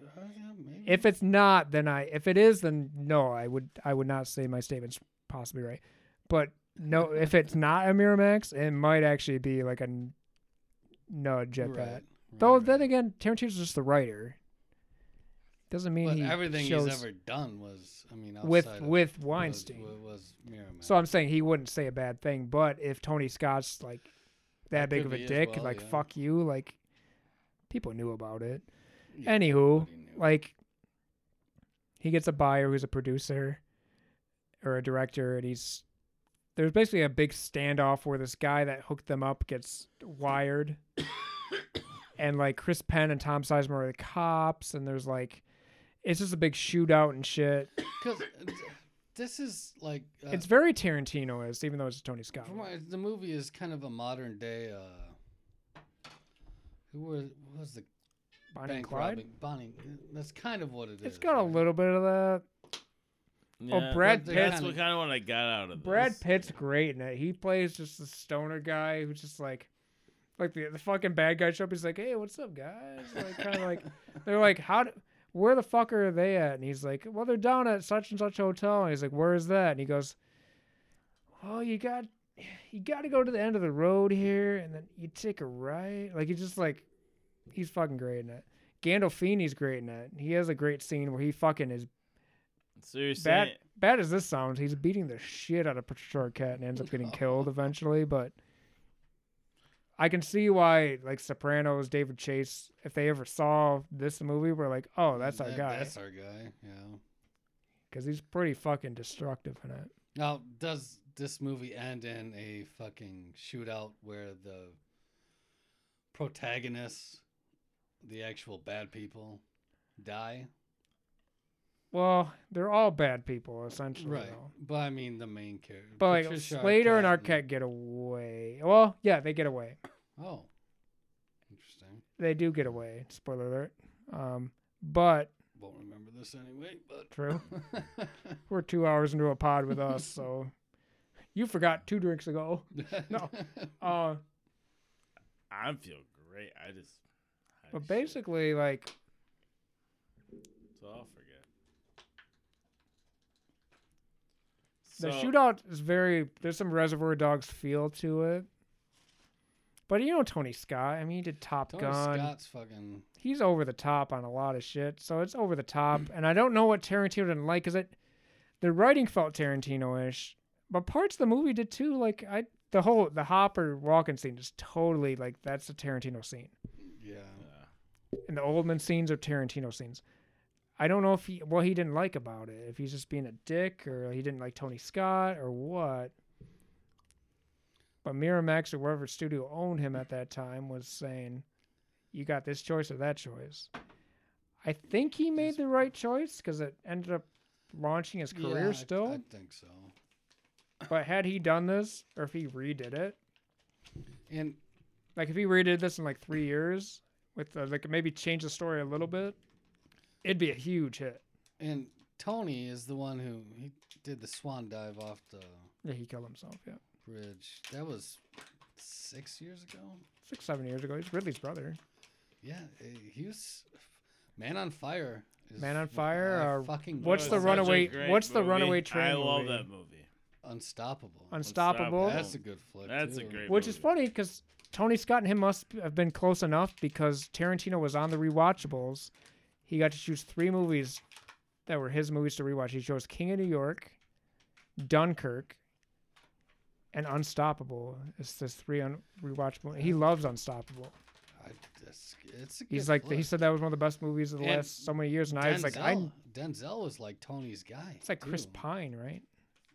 S2: Uh, yeah, maybe.
S3: If it's not, then I. If it is, then no. I would. I would not say my statement's possibly right. But no, if it's not a Miramax, it might actually be like a n- nudge at that. Though then again, Tarantino's just the writer. Doesn't mean
S2: but
S3: he
S2: everything
S3: shows
S2: he's ever done was, I mean, outside
S3: with
S2: of,
S3: with
S2: was-
S3: Weinstein.
S2: wa- was, Miramax.
S3: so I'm saying he wouldn't say a bad thing. But if Tony Scott's like that
S2: That
S3: big
S2: could
S3: of
S2: be
S3: a
S2: as
S3: dick,
S2: well,
S3: like
S2: yeah.
S3: fuck you, like people knew about it.
S2: Yeah,
S3: anywho,
S2: everybody knew.
S3: Like he gets a buyer who's a producer or a director, and he's there's basically a big standoff where this guy that hooked them up gets
S2: [coughs]
S3: wired, and like Chris Penn and Tom Sizemore are the cops, and there's like it's just a big shootout and shit.
S2: 'Cause, uh, this is like uh,
S3: It's very Tarantino esque, even though it's Tony Scott.
S2: from what- the movie is kind of a modern day. Uh, who was who was the
S3: Bonnie and
S2: bank
S3: Clyde.
S2: robbing? Bonnie. That's kind of what it
S3: It's
S2: is,
S3: got a
S2: right?
S3: little bit of that.
S1: Yeah,
S3: oh, Brad
S1: that- That's
S2: Pitt-
S1: what kind of what I got out of this.
S3: Brad Pitt's great in it. He plays just the stoner guy who's just like, like the, the fucking bad guy show up. He's like, hey, what's up, guys? Like, kind
S2: [laughs]
S3: of like, they're like, how, do, where the fuck are they at? And he's like, well, they're down at such and such hotel. And he's like, where is that? And he goes, well, you got, you got to go to the end of the road here, and then you take a right. Like, he's just like, he's fucking great in it. Gandolfini's great in it. He has a great scene where he fucking is
S1: So you're saying,
S3: bad bad as this sounds, he's beating the shit out of Patricia Arquette and ends up getting killed eventually. But I can see why, like Sopranos, David Chase, if they ever saw this movie, were like, "Oh, that's our
S2: That-
S3: guy,"
S2: That's our guy. Yeah.
S3: because he's pretty fucking destructive in it.
S2: Now, does this movie end in a fucking shootout where the protagonists, the actual bad people, die?
S3: Well, they're all bad people essentially.
S2: Right.
S3: though.
S2: But I mean, the main character.
S3: But like
S2: Patricia
S3: Slater and
S2: Arquette
S3: Arquette get away. Well, yeah, they get away.
S2: Oh. Interesting.
S3: They do get away. Spoiler alert. Um, but
S2: Won't remember this anyway, but. [laughs]
S3: true. We're two hours into a pod with us, so you forgot two drinks ago. [laughs] No. Uh,
S1: I feel great. I just. I
S3: but
S1: shit,
S3: basically, like
S1: So I'll forget.
S3: the
S1: So-
S3: shootout is very. There's some Reservoir Dogs feel to it. But you know Tony Scott. I mean, he did Top
S2: Tony
S3: Gun.
S2: Scott's fucking.
S3: He's over the top on a lot of shit, so it's over the top. and I don't know what Tarantino didn't like, cause it, the writing felt Tarantino-ish, but parts of the movie did too. Like I, the whole the Hopper walking scene is totally like that's a Tarantino scene.
S2: Yeah.
S1: Yeah.
S3: and the Oldman scenes or Tarantino scenes. I don't know if he what he didn't like about it. If he's just being a dick or he didn't like Tony Scott or what. But Miramax or whatever studio owned him at that time was saying, "You got this choice or that choice." I think he made the right choice because it ended up launching his
S2: Yeah,
S3: career
S2: I-
S3: still.
S2: I think so.
S3: But had he done this or if he redid it,
S2: And
S3: like if he redid this in like three years with uh, like maybe change the story a little bit, it'd be a huge hit.
S2: and Tony is the one who he did the swan dive off the
S3: Yeah, he killed himself. Yeah,
S2: Bridge. That was six years ago.
S3: six, seven years ago. He's Ridley's brother.
S2: Yeah, eh, he was Man on Fire. Is
S3: Man on
S2: wh-
S3: Fire,
S2: I
S3: or
S2: fucking
S3: what's
S1: That
S2: love
S3: the
S1: was
S2: that
S1: such a
S3: runaway-
S1: great
S3: what's the
S1: movie.
S3: runaway train
S1: I love
S3: movie?
S1: that movie.
S2: movie. Unstoppable.
S1: Unstoppable.
S3: Unstoppable,
S2: That's a good flick.
S1: That's a
S2: too.
S1: great-
S3: which is
S1: movie.
S3: funny because Tony Scott and him must have been close enough because Tarantino was on the rewatchables. He got to choose three movies that were his movies to rewatch. He chose King of New York, Dunkirk, and Unstoppable. It's this three un- rewatchable. He loves Unstoppable.
S2: I, that's, it's a good
S3: He's like
S2: flick.
S3: he said that was one of the best movies of the
S2: And
S3: last so many years, and I was like, I.
S2: Denzel was like Tony's guy.
S3: It's like Chris
S2: too.
S3: Pine, right?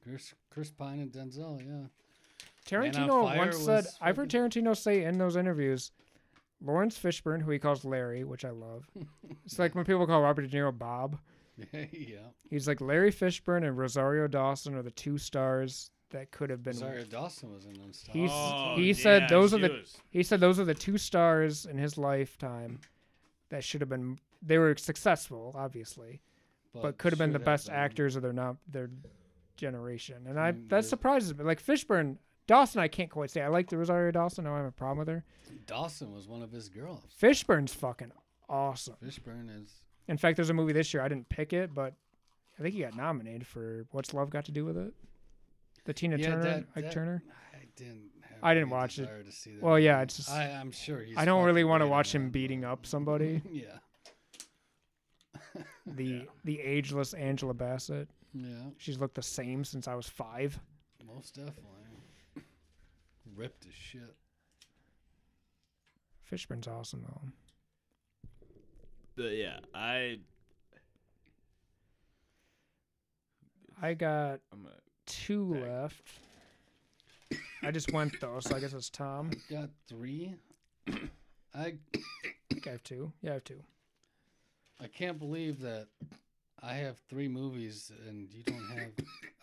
S2: Chris, Chris Pine and Denzel. Yeah. Man on
S3: Tarantino
S2: Fire
S3: once said,
S2: was
S3: I've heard
S2: fucking-
S3: Tarantino say in those interviews, Lawrence Fishburne, who he calls Larry, which
S2: [laughs]
S3: I love. It's like when people call Robert De Niro Bob.
S2: yeah.
S3: He's like Larry Fishburne and Rosario Dawson are the two stars that could have been.
S2: Rosario Dawson was in them stuff.
S3: He's-
S1: oh,
S3: he said
S1: yeah,
S3: those are
S1: she
S3: the-
S1: was-
S3: He said those are the two stars in his lifetime that should have been. They were successful, obviously, but, could have been
S2: should
S3: the best
S2: been.
S3: actors of their not their generation. And I
S2: Mm,
S3: that
S2: yeah.
S3: surprises me. Like Fishburne, Dawson, I can't quite say. I like the Rosario Dawson. No, I have a problem with her.
S2: Dawson was one of his girls.
S3: Fishburne's fucking awesome.
S2: Fishburne is.
S3: In fact, there's a movie this year I didn't pick it, but I think he got nominated for What's Love Got to Do with It? The Tina
S2: Yeah,
S3: Turner,
S2: that-
S3: Ike
S2: that-
S3: Turner.
S2: I didn't. Have
S3: I didn't
S2: any
S3: watch it.
S2: desire To see that
S3: Well, yeah,
S2: movie.
S3: it's just-
S2: I, I'm sure he's.
S3: I don't really
S2: fucking
S3: want to
S2: great in
S3: watch him
S2: that,
S3: beating
S2: but-
S3: up somebody.
S2: [laughs] Yeah.
S3: [laughs] The the ageless Angela Bassett.
S2: Yeah.
S3: She's looked the same since I was five.
S2: Most definitely. Ripped as shit.
S3: Fishburne's awesome though.
S1: But yeah, I
S3: I got
S1: I'm gonna-
S3: two
S1: Back.
S3: left. I just went though, so I guess it's Tom.
S2: Got three. [coughs] I
S3: I think I have two. Yeah, I have two.
S2: I can't believe that I have three movies and you don't have.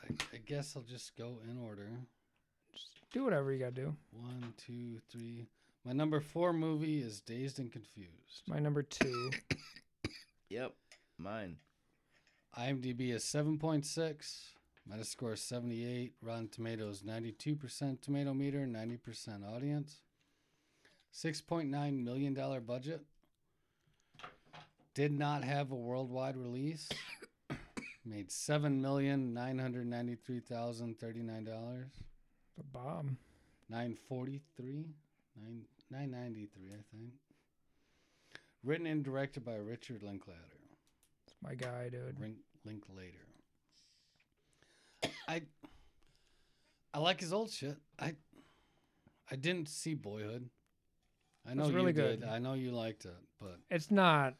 S2: I, I guess I'll just go in order.
S3: Just do whatever you gotta do.
S2: One, two, three. My number four movie is Dazed and Confused.
S3: My number two.
S1: yep, mine.
S2: IMDb is 7.6, Metascore is 78, Rotten Tomatoes 92% tomato meter, 90% audience. $6.9 million dollar budget. Did not have a worldwide release. [coughs] Made $7,993,039.
S3: The bomb.
S2: 943 nine, 993 I think. Written and directed by Richard Linklater.
S3: It's my guy, dude.
S2: Link, link later. I I like his old shit. I I didn't see Boyhood. I know
S3: That's really
S2: you
S3: good.
S2: did. I know you liked it, but
S3: It's not.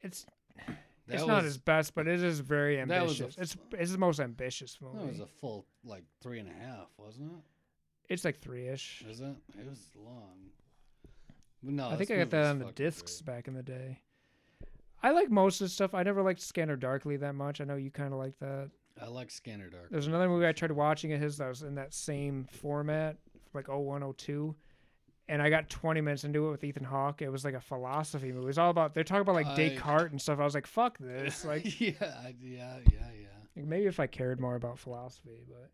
S3: It's
S2: that
S3: it's
S2: was,
S3: not his best, but it is very
S2: That was
S3: ambitious.
S2: a
S3: it's
S2: f-
S3: it's his most ambitious movie.
S2: that was a full like three and a half, wasn't it?
S3: it's like three ish.
S2: Was it? It was long. But no,
S3: I think
S2: this
S3: I got
S2: movie
S3: that
S2: was
S3: on the
S2: fucking
S3: discs back in the day. I like most of the stuff. I never liked Scanner Darkly that much. I know you kind of like that.
S2: great. I like Scanner Dark.
S3: There's another movie I tried watching of his that was in that same format, like 0102. And I got 20 minutes into it with Ethan Hawke. It was like a philosophy movie. It was all about, they're talking about like
S2: I-
S3: Descartes and stuff. I was like, fuck
S2: [laughs]
S3: this. Like,
S2: yeah, I- yeah, yeah, yeah.
S3: like, maybe if I cared more about philosophy, but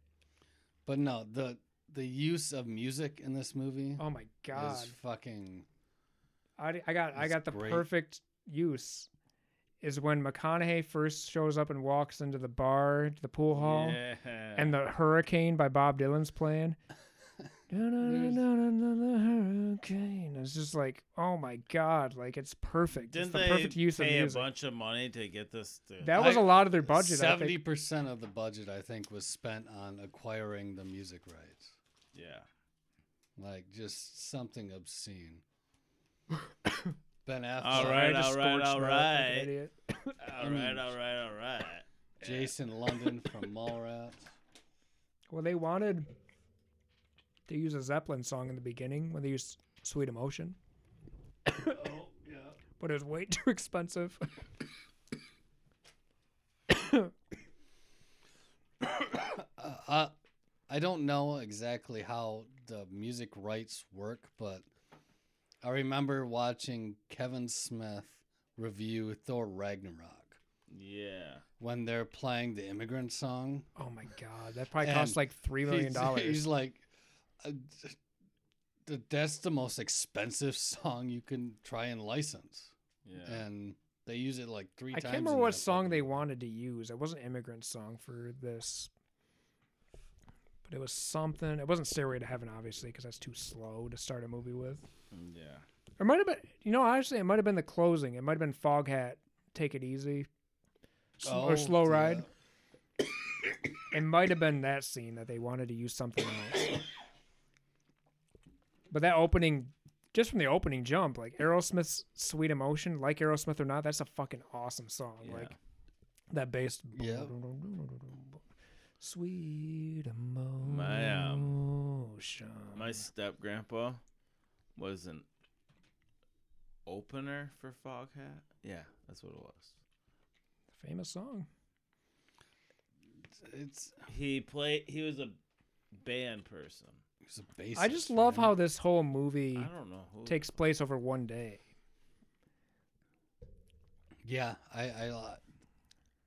S2: But no, the the use of music in this movie
S3: oh my God.
S2: is fucking
S3: I, I got I
S2: It's
S3: got the
S2: great.
S3: perfect use is when McConaughey first shows up and walks into the bar, the pool hall,
S1: Yeah.
S3: and the Hurricane by Bob Dylan's playing. No, no, no,
S2: There's-
S3: no, no, no, no, hurricane. It's just like, oh my god, like it's perfect.
S1: didn't
S3: it's the
S1: they
S3: perfect use of
S1: pay a
S3: music.
S1: bunch of money to get this? To,
S3: That was a
S2: I-
S3: lot of their budget. I
S2: Seventy
S3: think.
S2: percent of the budget, I think, was spent on acquiring the music rights.
S1: yeah.
S2: Like just something obscene.
S3: [coughs]
S2: ben Affleck,
S1: All
S3: Sorry, I
S1: right,
S3: just
S1: all right,
S3: scorched
S1: all
S3: my- like an
S1: right.
S3: idiot.
S1: All right, all right, all right.
S2: Jason London from Mallrats.
S3: Well, they wanted to use a Zeppelin song in the beginning when they used "Sweet Emotion,"
S2: [coughs] Oh yeah.
S3: but it was way [laughs] too expensive.
S2: Uh, uh, I don't know exactly how the music rights work, but I remember watching Kevin Smith review Thor Ragnarok
S1: Yeah.
S2: when they're playing the immigrant song.
S3: Oh my god, that probably
S2: And
S3: cost like three
S2: [laughs]
S3: million
S2: He's-
S3: dollars.
S2: He's like, uh, th- th- that's the most expensive [laughs] song you can try and license,
S1: Yeah.
S2: and they use it like three
S3: I
S2: times.
S3: can't
S2: in
S3: remember what
S2: that
S3: song they
S2: fucking-
S3: wanted to use. It wasn't immigrant song for this, but it was something. It wasn't Stairway to Heaven, obviously, because that's too slow to start a movie with.
S1: Yeah.
S3: It might have been, you know, honestly, it might have been the closing. It might have been Foghat, Take It Easy, sl-
S2: Oh,
S3: or Slow
S2: yeah.
S3: Ride. It might have been that scene that they wanted to use something else. But that opening, just from the opening jump, like Aerosmith's "Sweet Emotion," like Aerosmith or not, that's a fucking awesome song.
S1: Yeah.
S3: Like that bass.
S2: Yeah.
S3: Sweet emotion.
S1: My, My step grandpa was an opener for Foghat. Yeah, that's what it was.
S3: famous song.
S2: It's
S1: He played. He was a band person.
S2: it's a basis.
S3: I just love
S2: man.
S3: how this whole
S1: I
S3: movie
S1: don't know who.
S3: takes place over one day.
S2: Yeah, I I li-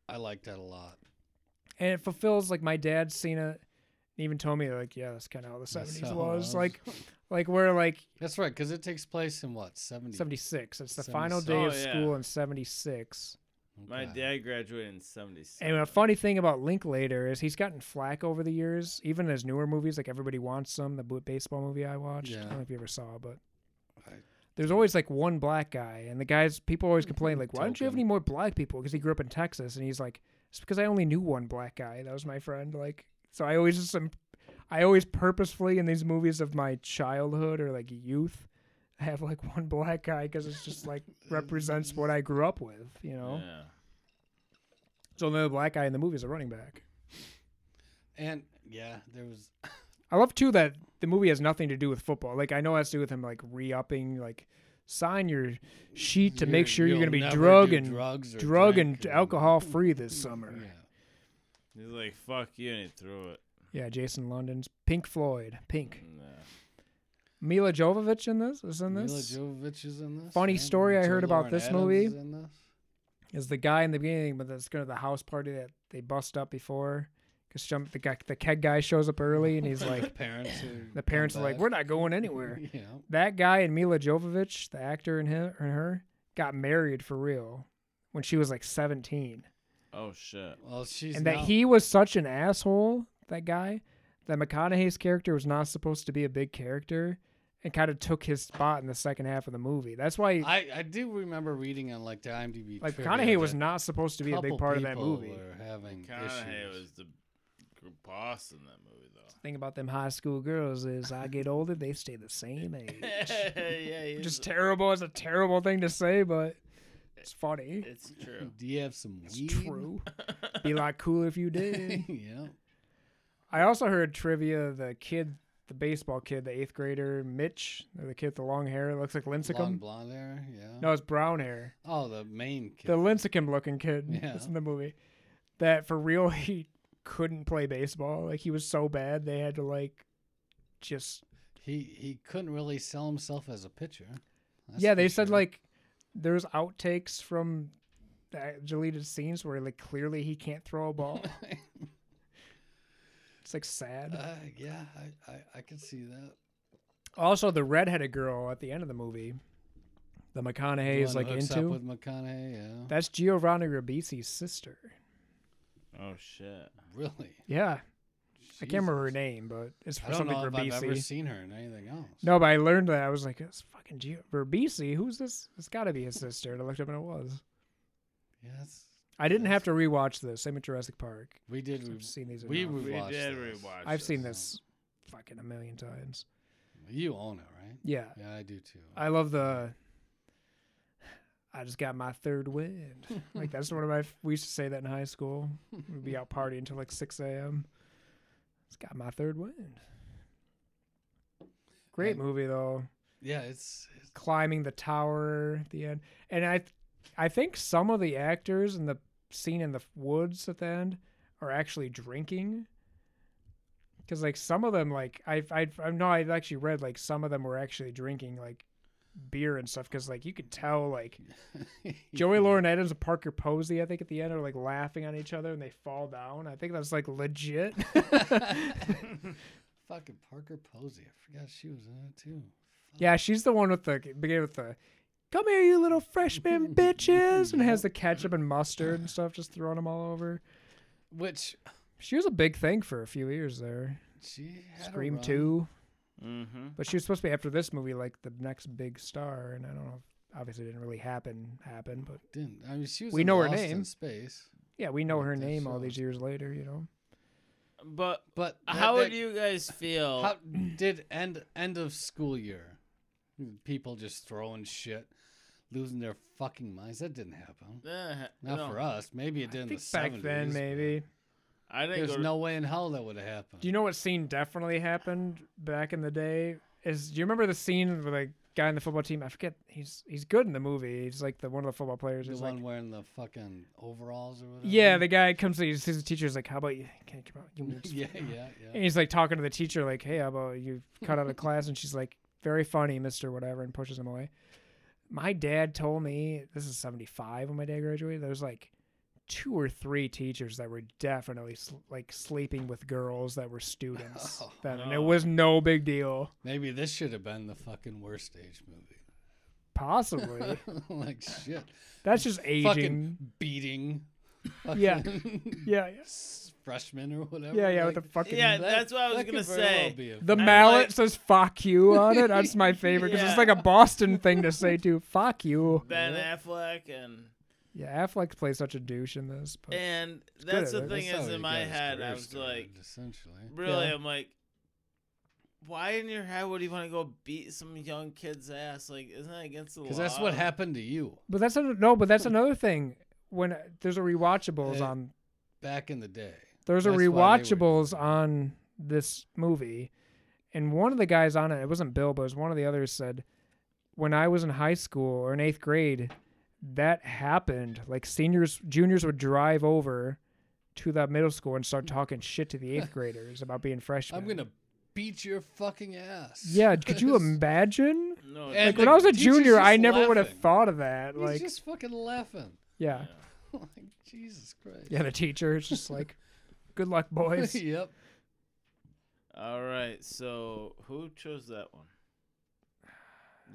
S2: I like that a lot.
S3: and it fulfills like my dad's seen it. He even told me like, yeah, that's kind of how the
S2: That's
S3: seventies
S2: how
S3: was.
S2: it was.
S3: Like, like we're like
S2: That's right, because it takes place in what seventy.
S3: seventy six. It's the final
S2: 76.
S3: day of
S1: Oh, yeah.
S3: school in seventy six.
S1: My
S2: Okay.
S1: dad graduated in '76.
S3: And a funny thing about Linklater is he's gotten flack over the years, even in his newer movies. Like everybody wants them. The bo- baseball movie I watched. I
S2: Yeah.
S3: don't know if you ever saw, but.
S2: I-
S3: There's always like one black guy, and the guys people always complain like, "Why don't you have
S2: Token.
S3: any more black people?" Because he grew up in Texas, and he's like, "It's because I only knew one black guy. That was my friend." Like, so I always just am, I always purposefully in these movies of my childhood or like youth, I have like [laughs] one black guy because it's just like represents what I grew up with, you know.
S1: Yeah.
S3: So the black guy in the movie is a running back.
S2: And yeah, there was
S3: I love too that the movie has nothing to do with football. Like I know it has to do with him like re-upping, like sign your sheet to make sure you're
S2: you'll
S3: gonna be
S2: never
S3: drug
S2: do
S3: and
S2: drugs or
S3: drug
S2: drink
S3: and
S2: or-
S3: alcohol free this summer.
S2: Yeah.
S1: He's like, "Fuck you," and he threw it.
S3: Yeah, Jason London's Pink Floyd, Pink.
S1: Nah.
S3: Mila Jovovich in this is in
S2: Mila
S3: this
S2: Jovovich is in this.
S3: Funny
S2: yeah.
S3: story I
S2: Joe
S3: heard about
S2: Lauren
S3: this
S2: Adams
S3: movie.
S2: is in this.
S3: is the guy in the beginning, but that's going to the house party that they bust up before because the guy, the keg guy shows up early and he's
S2: [laughs]
S3: like,
S2: parents. Are
S3: the parents are
S2: come
S3: like,
S2: back.
S3: we're not going anywhere.
S2: Yeah.
S3: That guy and Mila Jovovich, the actor and him and her, got married for real when she was like 17,
S1: Oh shit.
S2: Well, she's
S3: and that
S2: now-
S3: he was such an asshole, that guy, that McConaughey's character was not supposed to be a big character. And kind of took his spot in the second half of the movie. That's why
S2: I, I do remember reading on like the IMDb.
S3: Like
S2: trivia
S3: McConaughey was
S2: that
S3: not supposed to be a big
S2: couple
S3: part of that
S2: people
S3: movie.
S2: Were having
S1: McConaughey
S2: issues.
S1: was the g- boss in that movie, though.
S3: Thing about them high school girls is I get older, they stay
S2: [laughs]
S3: the same age.
S1: [laughs] yeah, he
S3: Which
S1: was-
S3: is terrible. It's a terrible thing to say, but it's funny.
S1: it's true.
S2: Do you have some
S3: It's
S2: weed?
S3: true. Be a lot cooler if you did.
S2: [laughs] yeah.
S3: I also heard trivia: the kid, the baseball kid, the eighth grader Mitch, or the kid with the long hair, looks like
S2: Blonde,
S3: Lincecum.
S2: blonde hair. Yeah.
S3: No, it's brown hair.
S2: Oh, the main kid.
S3: The Lincecum-looking kid
S2: Yeah.
S3: that's in the movie. That for real, he couldn't play baseball. Like he was so bad, they had to like just
S2: he he couldn't really sell himself as a pitcher. That's
S3: yeah,
S2: for
S3: they said
S2: sure.
S3: like there's outtakes from the deleted scenes where like clearly he can't throw
S2: [laughs]
S3: a ball. it's like sad.
S2: [laughs] Uh, yeah, I, I I could see that.
S3: also, the redheaded girl at the end of the movie, the
S2: The
S3: McConaughey is
S2: one
S3: like
S2: hooks up
S3: into.
S2: with McConaughey. Yeah.
S3: That's Giovanni Ribisi's sister.
S1: Oh shit.
S2: really.
S3: Yeah, I can't remember her
S2: Jesus.
S3: name, but it's
S2: I
S3: from
S2: don't
S3: something
S2: know if I've ever
S3: Ribisi.
S2: seen her in anything else.
S3: No, but I learned that I was like, it's fucking Gio Ribisi. Who's this? It's got to be his sister. And I looked up and it was.
S2: Yes,
S3: I didn't have to rewatch this. Same with Jurassic Park.
S2: we did.
S3: I've seen these.
S2: we
S3: enough.
S2: were-
S1: We
S2: watched
S1: did
S2: this.
S1: rewatch.
S3: I've seen
S2: Yeah.
S3: this fucking a million times.
S2: You own it, right?
S3: Yeah.
S2: Yeah, I do too.
S3: I love the I just got my third wind. like that's one of my we used to say that in high school. We'd be out partying until like six AM. It's got my third wind. Great
S2: Yeah.
S3: movie though.
S2: yeah, it's, it's
S3: Climbing the tower at the end. And I I think some of the actors in the scene in the woods at the end are actually drinking because like some of them like i i i know i've actually read like some of them were actually drinking like beer and stuff because like you could tell like
S2: [laughs]
S3: joey lauren adams and parker posey i think at the end are like laughing on each other and they fall down i think that's like legit [laughs]
S2: [laughs] Fucking Parker Posey. I forgot she was in it too.
S3: yeah she's the one with the beginning with the come here you
S2: [laughs]
S3: little freshman bitches and has the ketchup and mustard and stuff just throwing them all over
S2: Which
S3: she was a big thing for a few years there
S2: she had a
S3: scream
S2: run.
S3: 2
S1: Mm-hmm.
S3: But she was supposed to be after this movie, like the next big star, and I don't know. If, obviously, it didn't really happen. Happen, but
S2: Didn't I mean she was?
S3: We
S2: in
S3: know her
S2: Lost in
S3: name.
S2: Space,
S3: yeah, we know
S2: Like
S3: her
S2: that
S3: name all
S2: show.
S3: these years later. You know,
S1: But
S2: but that-
S1: how
S2: that-
S1: would you Oh. guys feel?
S2: How did end end of school year? People just throwing shit, losing their fucking minds. That didn't happen.
S1: Eh,
S2: Not
S1: no,
S2: for us. Maybe it did in
S3: I
S2: the
S3: think back
S2: seventies.
S3: then maybe.
S1: I didn't
S2: There's
S1: go to-
S2: no way in hell that would have happened.
S3: Do you know what scene definitely happened back in the day? Is do you remember the scene where like guy on the football team. I forget. He's he's good in the movie. He's like the one of the football players.
S2: The
S3: He's
S2: one
S3: like,
S2: wearing the fucking overalls or whatever.
S3: yeah.
S2: [laughs]
S3: The guy comes. to- He sees the teacher's like, "How about you? Can you come out? You move
S2: yeah, yeah, yeah.
S3: And he's like talking to the teacher, like, "Hey, how about you cut out of class?" And she's like, "Very funny, Mister Whatever," and pushes him away. My dad told me this is seventy five when my dad graduated. There was like two or three teachers that were definitely sl- like sleeping with girls that were students,
S2: [laughs] Oh.
S3: then, and it
S1: Oh.
S3: was no big deal.
S2: [laughs] Maybe this should have been the fucking worst stage movie. [laughs]
S3: Possibly,
S2: like shit.
S3: that's just aging.
S2: Fucking beating.
S3: Yeah.
S2: fucking [laughs]
S3: yeah, yeah,
S2: s- Freshmen or whatever.
S3: yeah, yeah.
S2: like,
S3: With the fucking
S1: Yeah,
S2: that-
S1: that's what I was
S2: that
S1: gonna
S2: could very well
S1: say.
S2: be a-
S3: The
S1: I
S3: mallet
S1: like-
S3: says "fuck you" on it.
S1: [laughs]
S3: That's my favorite because
S1: Yeah.
S3: it's like a Boston thing to say too. [laughs] "Fuck you."
S1: Ben Affleck and
S3: Yeah, Affleck plays such a douche in this. But.
S1: and that's the
S3: good, right?
S1: thing
S2: That's
S1: is
S2: how
S1: in
S2: he
S1: my
S2: got his
S1: head I
S2: career
S1: was
S2: started,
S1: like
S2: essentially.
S1: really
S3: Yeah.
S1: I'm like why in your head would you want to go beat some young kid's ass like isn't that against the law?
S2: Because that's what happened to you
S3: But that's another, no. But that's another thing. When uh, there's a rewatchables
S2: Yeah.
S3: on,
S2: back in the day.
S3: there's a
S2: That's why they were
S3: rewatchables
S2: doing it.
S3: on this movie, and one of the guys on it, it wasn't Bill, but it was one of the others said, when I was in high school or in eighth grade, that happened. Like seniors, juniors would drive over to the middle school and start talking shit to
S2: [laughs]
S3: the eighth graders about being freshmen.
S2: I'm gonna beat your fucking ass. [laughs]
S3: Yeah, could you
S2: It's-
S3: imagine?
S1: no
S2: And
S3: Like
S1: it's-
S2: the
S3: when I was a
S2: teacher's
S3: junior, I
S2: just
S3: never would have
S2: laughing.
S3: thought of that.
S2: He's
S3: Like,
S2: just fucking laughing. [laughs]
S3: yeah.
S2: like Jesus Christ.
S3: Yeah, the teacher is just like, "Good luck,
S2: [laughs]
S3: boys."
S2: yep.
S1: all right so who chose that one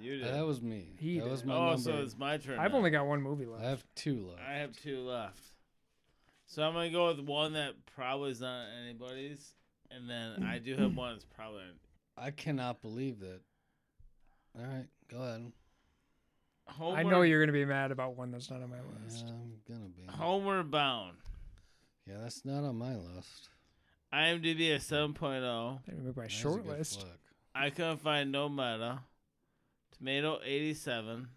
S1: you did
S2: That was me.
S3: He
S2: that was
S3: did.
S2: my
S1: oh
S2: number.
S1: so it's my turn
S3: I've
S1: now.
S3: only got one movie left.
S2: I have two left.
S1: I have two left. So I'm gonna go with one that probably is not anybody's, and then I do
S2: [clears throat]
S1: have one that's probably.
S2: I cannot believe that. All right, go ahead.
S1: Homer,
S3: I know you're gonna be mad about one that's not on my list.
S2: Yeah, I'm gonna be.
S1: Homer Bound.
S2: Yeah, that's not on my list.
S1: IMDb a 7.0.
S3: Let me make my
S2: That is a
S3: short
S2: good
S3: list.
S2: flick.
S1: oh. I couldn't find no meta. Tomato 87.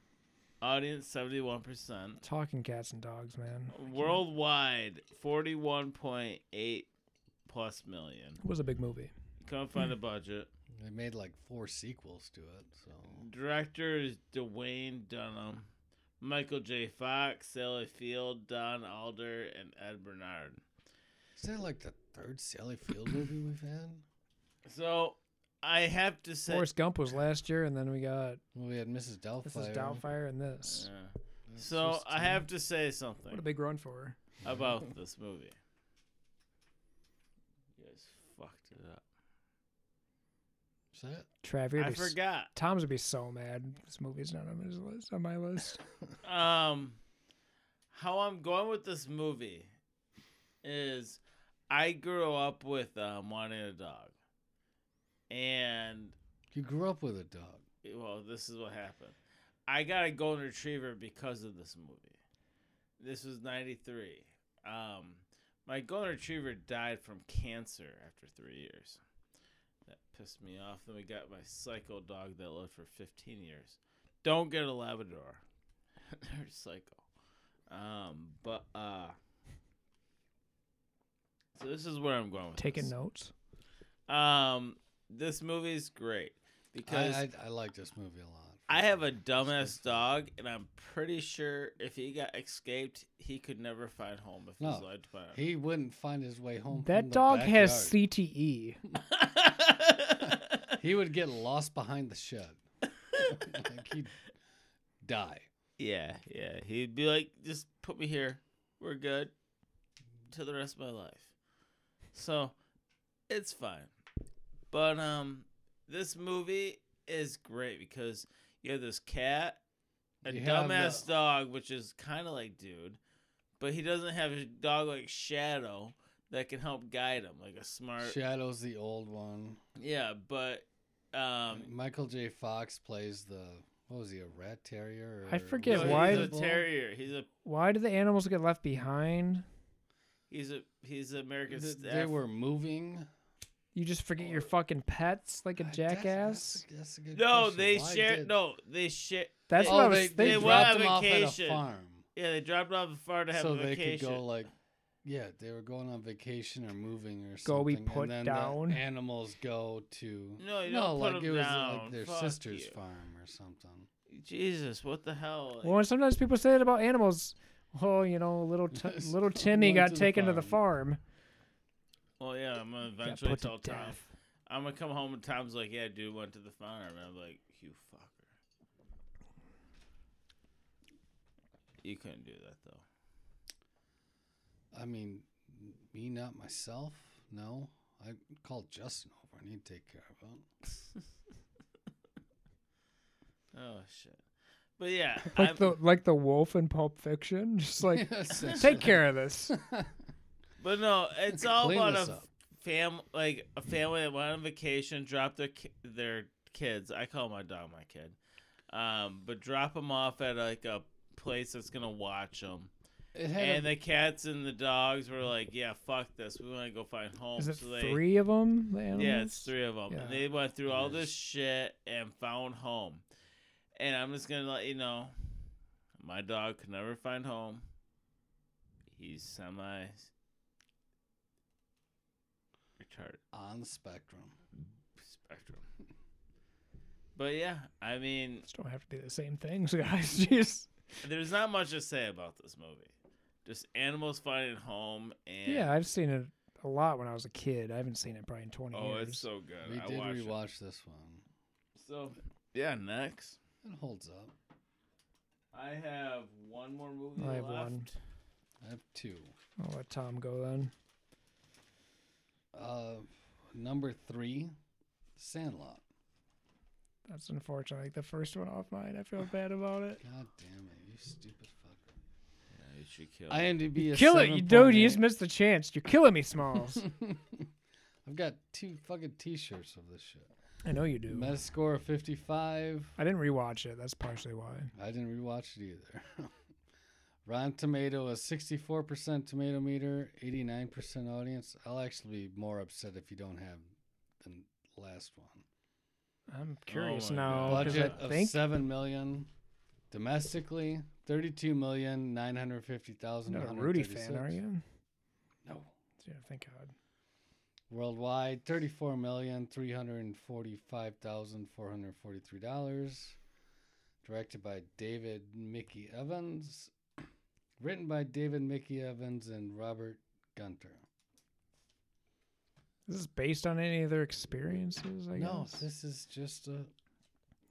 S1: Audience 71 percent.
S3: Talking cats and dogs, man.
S1: Worldwide 41.8 plus million.
S3: It was a big movie.
S1: Couldn't find a budget.
S2: They made like four sequels to it, so
S1: Director is Dwayne Dunham, Michael J. Fox, Sally Field, Don Alder, and Ed Bernard.
S2: is that like the third Sally Field movie we've had?
S1: So I have to say,
S3: Forrest Gump was last year, and then we got
S2: Well, we had Mrs. Doubtfire.
S3: this is Doubtfire and this.
S1: Yeah.
S2: That's
S1: so
S2: just
S1: I
S2: two.
S1: have to say
S3: What
S1: something
S3: a big run for her. [laughs]
S1: about this movie. You guys fucked it up.
S2: Is that-
S3: Trav, you're
S1: I
S3: just-
S1: forgot.
S3: Tom's would be so mad. This movie's not on his list. On
S2: [laughs]
S3: my list.
S1: um how I'm going with this movie is I grew up with um, wanting a dog. And
S2: You grew up with a dog.
S1: well, this is what happened. I got a golden retriever because of this movie. This was 93. Um my golden retriever died from cancer after 3 years. That pissed me off. Then we got my psycho dog that lived for 15 years. Don't get a labrador. [laughs] They're psycho. Um but uh So this is where I'm going with
S3: Taking
S1: this.
S3: notes.
S1: Um this movie is great because
S2: I, I, I like this movie a lot.
S1: I have a dumbass dog, and I'm pretty sure if he got escaped, he could never find home if he's
S2: No,
S1: led by [laughs] him.
S2: He wouldn't find his way home. from
S3: That
S2: the
S3: dog has E.
S2: backyard.
S3: CTE.
S2: He would get lost behind
S1: [laughs]
S2: the shed. like he'd die.
S1: yeah, yeah. He'd be like, just put me here. We're good. To the rest of my life. So it's fine. But um this movie is great because you have this cat, a
S2: You have
S1: dumbass
S2: the-
S1: dog, which is kinda like dude, but he doesn't have a dog like Shadow that can help guide him, like a smart
S2: Shadow's the old one.
S1: Yeah, but um
S2: Michael J. Fox plays the what was he a rat terrier?
S3: I
S2: or
S3: forget
S1: no,
S2: was he
S3: why-
S2: a
S1: he's a
S2: pit bull?
S1: terrier. He's a
S3: Why do the animals get left behind?
S1: he's a he's an American
S2: Th-
S1: staff.
S2: they were moving.
S3: You just forget your fucking pets like a
S2: I- that's-
S3: jackass.
S2: That's, a- that's a good
S1: No,
S2: question.
S1: they
S2: Why
S1: shared.
S2: did-
S1: No, they shared.
S3: That's
S1: they,
S3: what I
S2: oh,
S3: was
S2: they,
S1: thinking.
S2: they
S1: They went
S2: dropped
S1: on
S2: him off at a
S1: vacation.
S2: farm,
S1: Yeah, they dropped off the far to have
S2: so
S1: a
S2: they could
S1: vacation.
S2: go like Yeah, they were going on vacation or moving or something.
S3: Go be put
S2: and then
S3: down.
S2: The animals go to
S1: No, you
S2: no,
S1: don't put
S2: like
S1: 'em
S2: it was
S1: down.
S2: like their
S1: Fuck
S2: sister's
S1: you.
S2: farm or something.
S1: Jesus, what the hell? Like,
S3: Well, and sometimes people say that about animals. Oh, you know, little t- [laughs]
S2: Yes,
S3: little Timmy
S2: went
S3: got
S2: to the
S3: taken to the farm.
S1: well, yeah, I'm gonna
S3: Got
S1: eventually
S3: put to
S1: tell Tom.
S3: death.
S1: I'm gonna come home and Tom's like, "Yeah, dude went to the farm," and I'm like, "You fucker, you couldn't do that though."
S2: I mean, me not myself. No, I called Justin over. I need to take care of [laughs] him.
S1: Oh shit. But yeah,
S3: Like
S1: I'm-
S3: the like the wolf in Pulp Fiction. [laughs] Just
S1: [laughs]
S3: like take care of this.
S1: but no, it's all
S2: Clean
S1: about
S2: this
S1: a
S2: up.
S1: fam, like a family that went on vacation, dropped their ki- their kids. I call my dog my kid, um, but drop them off at like a place that's gonna watch them.
S2: It had a-
S1: And the cats and the dogs were like, "Yeah, fuck this. We want to go find home."
S3: Is it
S1: So they-
S3: three of them? The animals?
S1: Yeah, it's three of them.
S3: Yeah.
S1: And they went through
S2: It
S1: all
S2: is.
S1: this shit and found home. And I'm just going to let you know my dog could never find home. He's semi retarded
S2: on the spectrum.
S1: spectrum. But yeah, I mean,
S3: Just don't have to be the same things, [laughs] guys. Jeez.
S1: there's not much to say about this movie. Just animals finding home and
S3: Yeah, I've seen it a lot when I was a kid. I haven't seen it probably in twenty
S1: oh,
S3: years.
S1: it's so good.
S2: We
S1: I
S2: did
S1: watched it.
S2: rewatch this one.
S1: So yeah, next
S2: It holds up.
S1: I have one more movie
S3: I have
S1: left.
S3: one.
S2: I have two.
S3: I'll let Tom go then.
S2: Uh, number three, Sandlot.
S3: That's unfortunate. Like the first one off mine. I feel bad about it.
S2: God damn it, you stupid fucker.
S1: Yeah, you should kill. it.
S2: IMDb is
S3: Kill it, you dude. You
S2: 7.8.
S3: just missed the chance. You're killing me, Smalls. [laughs]
S2: I've got two fucking T-shirts of this shit.
S3: I know you do.
S2: Metascore of 55.
S3: I didn't rewatch it. That's partially why.
S2: I didn't rewatch it either. [laughs] Rotten Tomato is 64% tomato meter, 89% audience. I'll actually be more upset if you don't have the last one.
S3: I'm curious
S1: my
S3: now
S1: God.
S3: Oh, 'cause
S2: Oh Budget
S3: I
S2: of
S3: think
S2: 7 million. Domestically, 32,950,136.
S3: you're not a Rudy fan, are you?
S2: No.
S3: Yeah, thank God.
S2: Worldwide, thirty-four million three hundred forty-five thousand four hundred forty-three dollars. Directed by David Mickey Evans. [clears throat] Written by David Mickey Evans and Robert Gunter.
S3: Is this based on any of their experiences? I
S2: No,
S3: guess
S2: this is just a.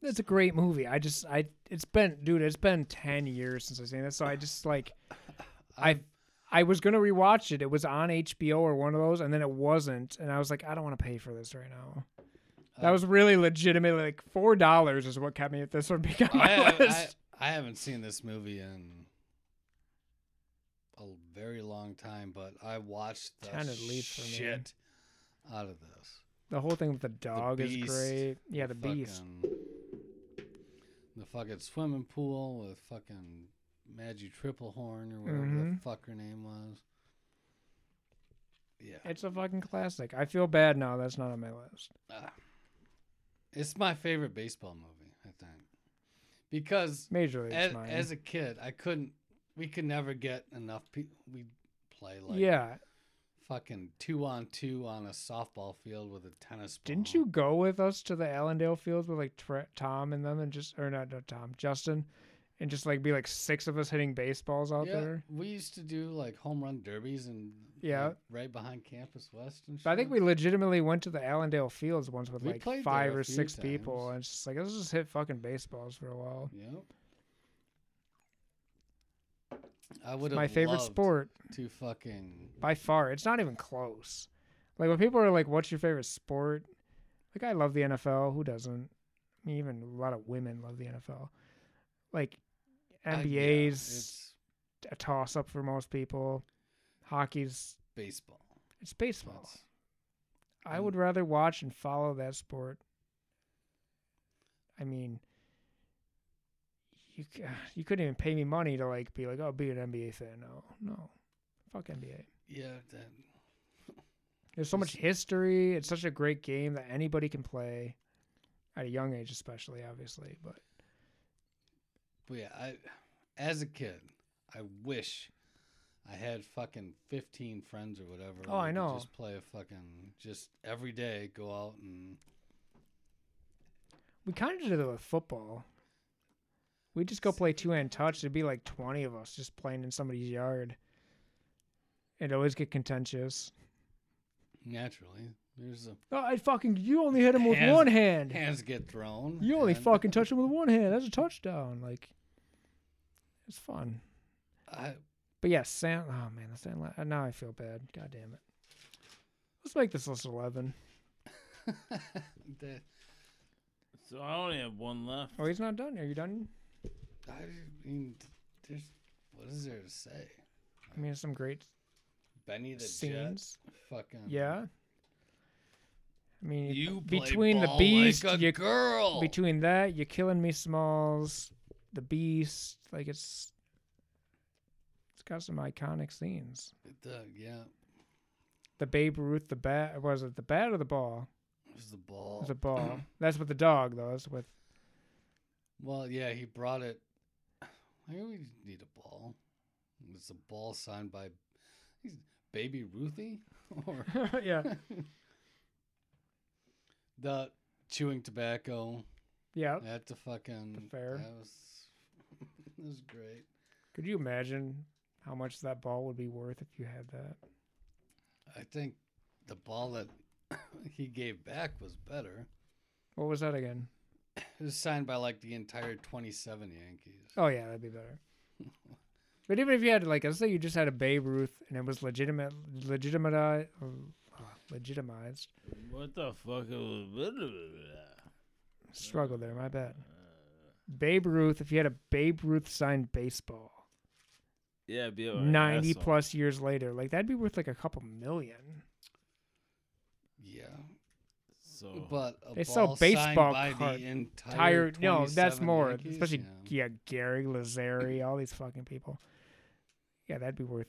S3: it's a great movie. I just, I, it's been, dude, it's been ten years since I've seen it, so I
S2: [laughs]
S3: just like, I, I was gonna rewatch it. It was on HBO or one of those, and then it wasn't, and I was like, I don't want to pay for this right now. That
S2: Uh,
S3: was really legitimately like four dollars is what kept me at this one [laughs] being on my
S2: [laughs] I, I,
S3: list.
S2: I haven't seen this movie in a very long time, but I watched the
S3: 10 at least for me.
S2: shit out of this.
S3: [laughs] the whole thing with the dog is
S2: beast.
S3: great. Yeah, the beast.
S2: fucking- The fucking swimming pool with fucking Maggie Triplehorn or whatever the
S3: Mhm.
S2: fuck her name was. Yeah.
S3: It's a fucking classic. I feel bad now. That's not on my list.
S2: Ah. It's my favorite baseball movie, I think. Because
S3: Majorly, it's
S2: as,
S3: mine.
S2: as a kid, I couldn't, we could never get enough people. We play like
S3: yeah.
S2: fucking two on two on a softball field with a tennis ball.
S3: Didn't you go with us to the Allendale Fields with like Tre- Tom and them and just or not, not Tom, Justin, and just like be like six of us hitting baseballs out
S2: yeah,
S3: there?
S2: We used to do like home run derbies and
S3: Yeah.
S2: like, right behind Campus West and shit.
S3: But I think we legitimately went to the Allendale Fields once with
S2: We played
S3: like
S2: there
S3: five
S2: a
S3: or
S2: few
S3: six people,
S2: times.
S3: and it's just like let's just hit fucking baseballs for a while.
S2: Yep. I would have
S3: My favorite
S2: loved
S3: sport
S2: to fucking
S3: by far. It's not even close. Like when people are like, "What's your favorite sport?" Like I love the NFL. Who doesn't? I mean, even a lot of women love the NFL. Like
S2: I- Uh, yeah,
S3: NBA's
S2: it's
S3: a toss up for most people. Hockey's
S2: baseball.
S3: it's baseball.
S2: That's-
S3: I would rather watch and follow that sport. I mean, you c- [sighs] you couldn't even pay me money to like be like, oh, be an NBA fan. No, no, fuck NBA.
S2: yeah, that,
S3: There's so much
S2: Just-
S3: history. It's such a great game that anybody can play at a young age, especially obviously. But
S2: but yeah, I as a kid, I wish I had fucking 15 friends or whatever.
S3: Oh, I
S2: and we
S3: know.
S2: Just play a fucking, just every day go out and
S3: We kind of did it with football. We just go play two hand touch. There'd be like twenty of us just playing in somebody's yard. It'd always get contentious.
S2: naturally, there's a,
S3: Oh, I fucking you only hit him with
S2: Hands-
S3: one hand.
S2: hands get thrown.
S3: You only
S2: and
S3: fucking touched him with one hand. That's a touchdown. Like, it's fun.
S2: I,
S3: But yes, Sam. Oh man, that's Sandlot. Now I feel bad. God damn it. Let's make this list eleven.
S2: the,
S1: So I only have one left.
S3: Oh, he's not done. Are you done?
S2: I mean, there's, what is there to say?
S3: I mean, some great
S2: Benny the Jet,
S3: scenes.
S2: fucking
S3: Yeah. I mean,
S2: You play
S3: between the
S2: ball
S3: beast,
S2: like a
S3: you
S2: girl.
S3: between that, you're killing me, Smalls. The beast, like it's, it's got some iconic scenes.
S2: the, yeah,
S3: The Babe Ruth, the bat was it the bat or the ball?
S2: it was the ball.
S3: The
S2: Oh.
S3: ball. [clears throat] That's with the dog though. That's with [laughs]
S2: Well, yeah, he brought it. I we need a ball. It's a ball signed by he's Baby Ruthie [laughs] or
S3: yeah,
S2: the chewing tobacco
S3: yeah.
S2: at the fucking
S3: fair.
S2: That was [laughs] that was great.
S3: Could you imagine how much that ball would be worth if you had that?
S2: I think the ball that [coughs] he gave back was better.
S3: What was that again?
S2: It was signed by like the entire 27 Yankees.
S3: Oh yeah, that'd
S2: [laughs]
S3: be better. But even if you had like, let's say you just had a Babe Ruth and it was legitimate, legitimate, uh, legitimized.
S1: What the fuck?
S3: Struggle there, my bad. Babe Ruth. If you had a Babe Ruth signed baseball,
S1: Yeah,
S2: Oh,
S1: be over
S3: ninety
S1: asshole.
S3: plus years later, like that'd be worth like a couple million.
S2: Yeah,
S1: So
S2: but a
S3: They sell
S2: ball
S3: baseball
S2: signed by
S3: card-
S2: the entire
S3: Tired? No, that's
S2: 27
S3: more.
S2: Yankees?
S3: Especially
S2: Yeah.
S3: yeah, Gary Lazari, all these fucking people. Yeah, that'd be worth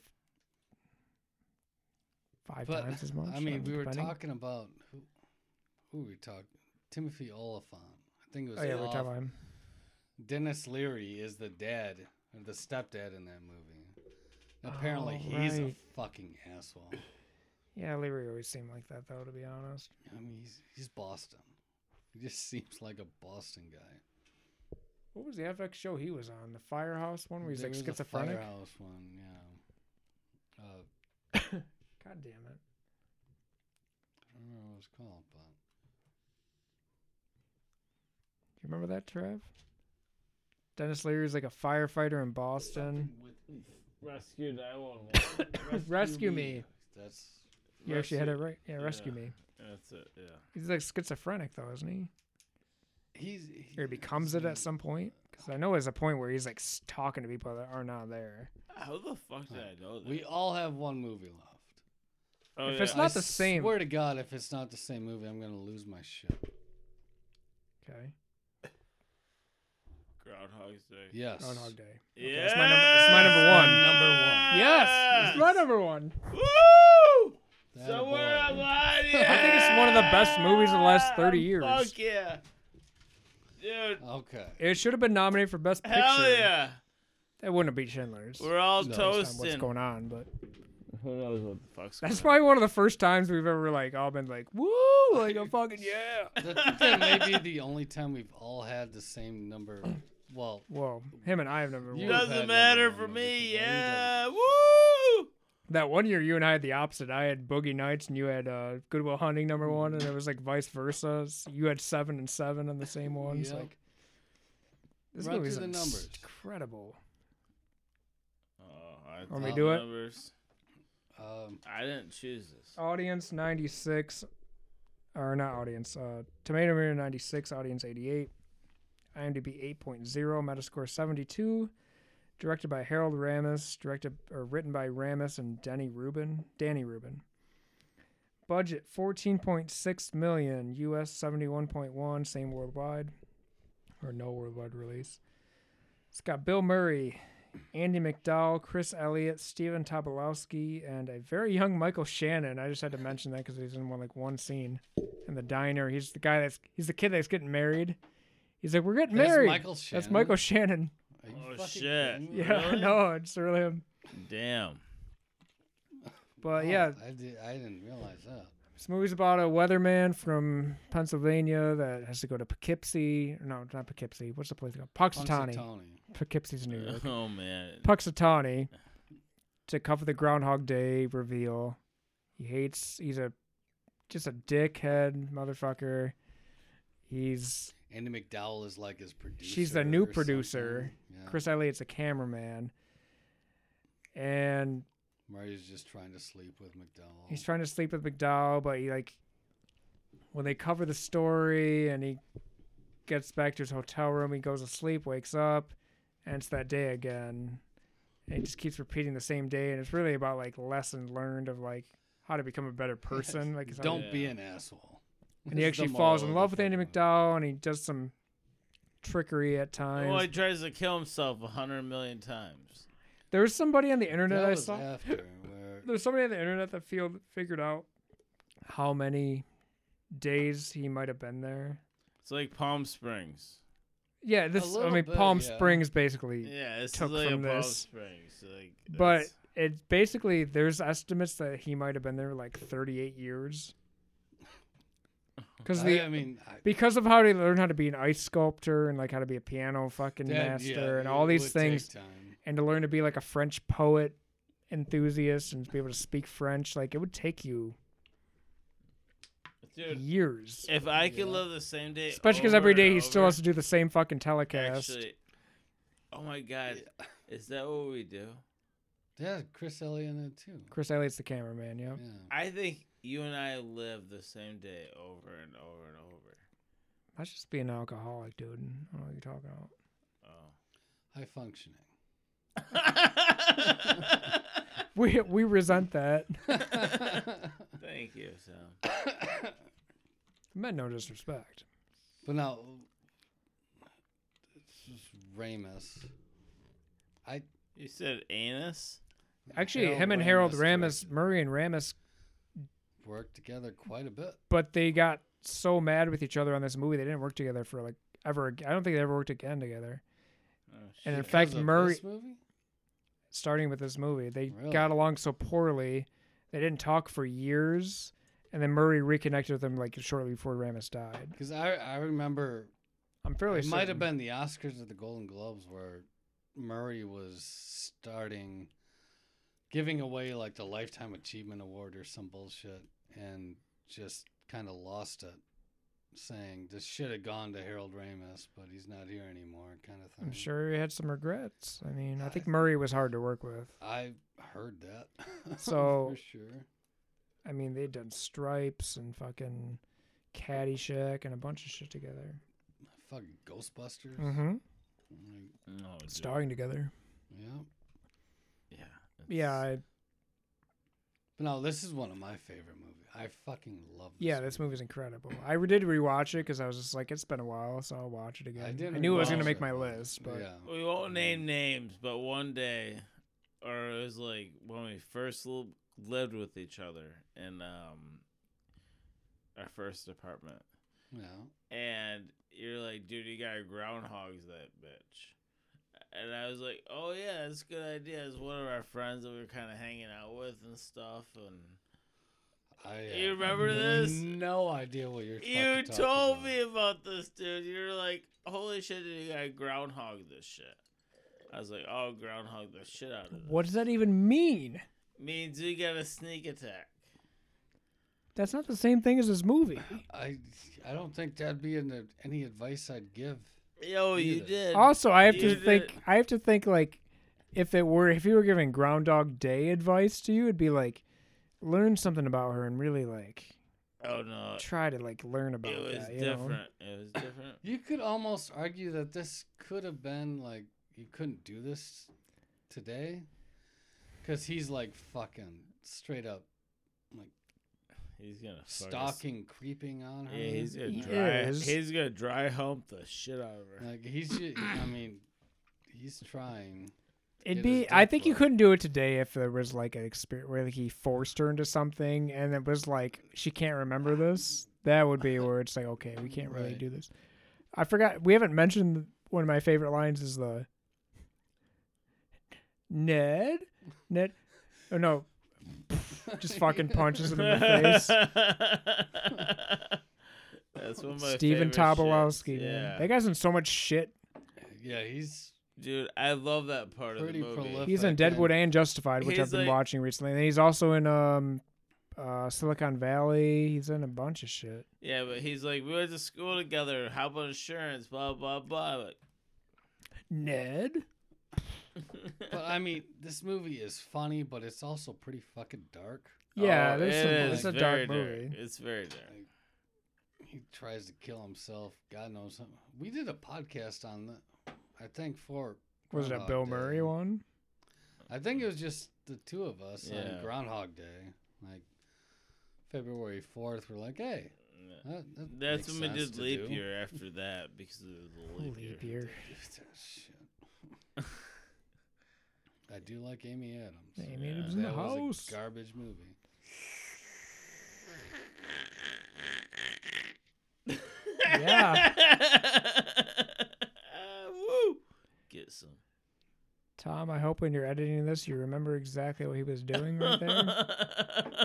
S3: five
S2: But,
S3: times as much.
S2: I mean, we were
S3: depending.
S2: talking about who, who were we talking? Timothy Oliphant. I think it was.
S3: Oh yeah, we're talking
S2: Olif-
S3: about him.
S2: Dennis Leary is the dad or the stepdad in that movie. Apparently,
S3: Oh,
S2: he's a
S3: right.
S2: fucking asshole.
S3: Yeah, Leary always seemed like that, though. To be honest,
S2: I mean, he's he's Boston. He just [laughs] seems like a Boston guy.
S3: what was the FX show he was on? The Firehouse one, where he's
S2: There
S3: like
S2: was a
S3: schizophrenic.
S2: Firehouse one, yeah. Uh, I
S3: God damn it!
S2: don't remember what it was called, but
S3: You remember that, Trev? Dennis Leary's like a firefighter in Boston.
S1: rescued. I
S3: [coughs]
S1: won't
S3: Rescue me.
S2: that's
S3: You actually had it right. Yeah, rescue
S1: Yeah.
S3: me.
S1: That's it. Yeah.
S3: He's like schizophrenic, though, isn't he?
S2: he's he,
S3: Or he becomes it at some point. Because I know there's a point where he's like s- talking to people that are not there.
S1: How Ah, the fuck did I know that?
S2: We all have one movie left.
S1: oh,
S3: if
S1: yeah.
S3: it's not- the same.
S2: Swear to God, if it's not the same movie, I'm gonna lose my shit.
S3: Okay.
S1: Groundhog's Day.
S2: Yes.
S3: Groundhog Day.
S1: Yeah.
S3: that's my number- that's my number one. Yes, it's my number one.
S1: Woo!
S2: That
S1: Somewhere
S2: boy.
S1: I'm lying.
S3: I think it's one of the best movies of the last 30 years.
S1: Fuck yeah, dude.
S2: Okay.
S3: It should have been nominated for Best Picture.
S1: Hell yeah.
S3: That wouldn't have beat Schindler's.
S1: We're all
S2: No, it's not
S3: Based on what's
S1: toasting.
S3: going on, but
S1: Who knows what the fuck's
S3: that's
S1: going
S3: probably one of the first times we've ever like all been like, woo, like a fucking yeah.
S2: I think that may be the only time we've all had the same number. Well,
S3: Whoa, him and I have never.
S2: You
S1: on.
S3: won.
S2: have had
S1: Doesn't matter
S2: number
S1: for
S2: one, but
S1: me.
S2: you didn't.
S1: Yeah. Woo!
S3: That one year, you and I had the opposite. I had Boogie Nights, and you had uh, Goodwill Hunting number one, and it was like vice versa. So you had seven and seven on the same ones.
S2: Yep.
S3: Like this
S2: Run
S3: movie's
S2: through the numbers.
S3: incredible.
S1: Oh, I
S3: Want
S2: to
S3: me
S1: thought
S3: do it?
S1: numbers.
S2: um,
S1: I didn't choose this.
S3: Oh. Audience ninety six, or not audience. Uh, tomato meter ninety six, audience eighty eight. IMDb 8.0, Metascore 72, directed by Harold Ramis, directed or written by Ramis and Denny Rubin, Danny Rubin. Budget 14.6 million, US 71.1, same worldwide or no worldwide release. It's got Bill Murray, Andy McDowell, Chris Elliott, Steven Tobolowsky, and a very young Michael Shannon. I just had to mention that because he's in one like one scene in the diner. He's the guy that's he's the kid that's getting married. He's like, we're getting
S2: That's
S3: married.
S2: Michael
S3: That's Michael
S2: Shannon?
S3: Shannon. [laughs]
S2: are you
S1: Oh,
S2: fucking
S1: shit.
S2: kidding me?
S3: Yeah,
S1: Really?
S3: no, it's really him.
S1: Damn.
S3: But
S2: Oh,
S3: yeah,
S2: I, did, I didn't realize that.
S3: This movie's about a weatherman from Pennsylvania that has to go to Poughkeepsie. No, not Poughkeepsie. What's the place called? Puxatawny.
S2: Punxsutawney.
S3: Poughkeepsie's New York.
S1: [laughs] Oh man.
S3: Puxatawny to cover the Groundhog Day reveal. He hates. He's a just a dickhead motherfucker. He's
S2: Andy McDowell is like his producer.
S3: She's the new
S2: or something.
S3: producer.
S2: Yeah.
S3: Chris Elliott's a cameraman, and
S2: Marty's just trying to sleep with McDowell.
S3: he's trying to sleep with McDowell, but he like when they cover the story and he gets back to his hotel room, he goes to sleep, wakes up, and it's that day again. And he just keeps repeating the same day, and it's really about like lesson learned of like how to become a better person. Like it's how-
S2: Don't be
S1: Yeah.
S2: an asshole.
S3: and he
S2: Is the
S3: actually falls
S2: moral
S3: in
S2: of
S3: love
S2: the
S3: with Andy
S2: film.
S3: McDowell, and he does some trickery at
S1: Well, Oh, he
S3: times.
S1: tries to kill himself a hundred million times.
S3: There was somebody on the internet
S2: That
S3: I
S2: was
S3: saw.
S2: after
S3: [laughs]
S2: where
S3: there's somebody on the internet that field figured out how many days he might have been there.
S1: It's like Palm Springs.
S3: Yeah, this I
S2: little
S3: mean
S2: bit,
S3: Palm
S2: yeah.
S3: Springs basically.
S1: Yeah, it's
S3: Took
S1: like a
S3: from
S1: Palm
S3: this.
S1: Springs. Like,
S3: But
S1: it's-
S3: it's basically there's estimates that he might have been there like
S2: [laughs]
S3: 38 years. Because
S2: I,
S3: the
S2: I mean, I,
S3: because of how he learned how to be an ice sculptor and like how to be a piano fucking
S2: that- yeah,
S3: master and
S2: it
S3: all
S2: would
S3: these
S2: take
S3: things,
S2: time.
S3: and to learn to be like a French poet enthusiast and to be able to speak French, like it would take you
S1: dude,
S3: years.
S1: if I could
S2: Yeah.
S1: live the same day,
S3: Especially because every
S1: over
S3: day
S1: and
S3: he still
S1: over-
S3: has to do the same fucking telecast.
S1: Actually, oh my god,
S2: Yeah.
S1: is that what we do?
S2: Yeah, Chris Elliott in it too.
S3: Chris Elliott's the cameraman, yeah.
S2: Yeah.
S1: I think you and I live the same day over and over and over.
S3: That's just being an alcoholic, dude. I don't know what you're talking about.
S1: Oh.
S2: High functioning.
S3: [laughs]
S2: [laughs]
S1: Oh.
S3: We we resent that.
S2: but
S1: Thank you, Sam.
S3: Meant no disrespect.
S2: now, this is Ramus. I
S1: You said anus.
S3: Actually, him and Harold Ramis,
S2: directed-
S3: Murray and Ramis,
S2: worked together quite a bit.
S3: but they got so mad with each other on this movie they didn't work together for like ever. ag- I don't think they ever worked again together.
S1: Oh,
S3: And in
S1: shit.
S3: fact,
S2: Because of
S3: Murray-
S2: this movie?
S3: Starting with this movie, they
S2: Really?
S3: got along so poorly they didn't talk for years, and then Murray reconnected with them like shortly before Ramis died.
S2: 'Cause I I remember
S3: I'm fairly
S2: it might
S3: certain.
S2: have been the Oscars or the Golden Globes where Murray was starting giving away like the Lifetime Achievement Award or some bullshit and just kind of lost it, saying this should have gone to Harold Ramis, but he's not here anymore, kind of thing.
S3: I'm sure he had some regrets. I mean, I
S2: I-
S3: think Murray was hard to work with.
S2: I heard that. [laughs]
S3: So-
S2: for sure.
S3: I mean, they'd done Stripes and fucking Caddyshack and a bunch of shit together.
S2: Fucking Ghostbusters.
S3: Mm-hmm.
S2: Like,
S1: Oh, dude.
S3: Starring together.
S2: yeah.
S1: Yeah.
S3: Yeah,
S1: it's-
S3: I,
S2: But no, this is one of my favorite movies. I fucking love this.
S3: yeah, this movie's incredible. I re- did rewatch it because I was just like, it's been a while, so I'll watch it again. I,
S2: did
S3: knew it was
S1: rewatch
S3: gonna make
S2: it.
S3: my list, but
S2: yeah.
S1: We won't name names, but one day, or it was like when we first l- lived with each other in um our first apartment,
S2: Yeah.
S1: and you're like, "Dude, you got groundhogs that bitch," and I was like, "Oh yeah, that's a good idea." It's one of our friends that we were kind of hanging out with and stuff, and
S2: I,
S1: You
S2: uh,
S1: remember
S2: have
S1: this?
S2: No idea what you're.
S1: You
S2: fucking talking
S1: told
S2: about.
S1: me about this, dude. You were like, holy shit, you gotta groundhog this shit. I was like, oh, groundhog the shit out of this.
S3: what does that even mean?
S1: Means you got a sneak attack.
S3: That's not the same thing as this movie.
S2: I I don't think that'd be an, any advice I'd give.
S1: Yo, you
S2: Neither.
S1: did.
S3: also, I have
S1: You
S3: to
S1: did-
S3: think. I have to think like, if it were, if you were giving Groundhog Day advice to you, it'd be like, learn something about her and really like
S1: oh, no.
S3: try to like learn about
S1: It was
S3: that. You know?
S1: different. It was different.
S2: You could almost argue that this could have been like you couldn't do this today, because he's like fucking straight up
S1: He's gonna fuck us.
S2: stalking, creeping on her.
S1: Yeah, he's gonna
S3: He
S1: dry.
S3: is.
S1: He's gonna dry hump the shit out of her.
S2: like he's. Just, I mean, he's trying.
S3: It'd
S2: It
S3: be.
S2: is
S3: I think you
S2: different.
S3: couldn't do it today if there was like an experience where he forced her into something, and it was like she can't remember this. That would be where it's like, okay, we can't really
S2: Right.
S3: do this. I forgot. We haven't mentioned one of my favorite lines is the Ned, Ned. Oh no, Just fucking punches him
S1: [laughs]
S3: in the face.
S1: That's one of my
S3: Steven
S1: favorite
S3: Tobolowski,
S1: shits.
S3: man.
S1: Yeah.
S3: That guy's in so much shit.
S2: Yeah, he's
S1: Dude, I love that part of the
S2: Pretty
S1: movie.
S2: prolific.
S3: He's in
S2: Perfect,
S3: Deadwood and Justified, which
S1: He's
S3: I've been
S1: like-
S3: watching recently. And he's also in um uh Silicon Valley. He's in a bunch of shit.
S1: Yeah, but he's like, we went to school together. How about insurance? Blah blah blah.
S3: Ned?
S2: But I mean, this movie is funny, but it's also pretty fucking dark.
S3: Yeah,
S1: Oh,
S3: there's
S1: it
S3: some
S1: is
S3: it's a
S1: very
S3: dark movie.
S1: It's very dark.
S2: He tries to kill himself. God knows. how- We did a podcast on that. I think for
S3: Was it a
S2: Groundhog
S3: Bill
S2: Day.
S3: Murray one?
S2: I think it was just the two of us
S1: Yeah.
S2: on Groundhog Day, like February fourth. We're like, hey, that- that
S1: That's
S2: makes
S1: when we
S2: sense
S1: did
S2: to
S1: leap
S2: do.
S1: year after that because of the leap,
S3: Leap
S1: year.
S3: year.
S2: [laughs] Shit. I do like Amy Adams.
S3: Amy
S1: Yeah.
S3: Adams in the
S2: That was a
S3: house.
S2: garbage movie.
S3: yeah.
S1: [laughs] Ah, Woo! Get some.
S3: Tom, I hope when you're editing this, you remember exactly what he was doing
S1: [laughs]
S2: [laughs]
S3: right there.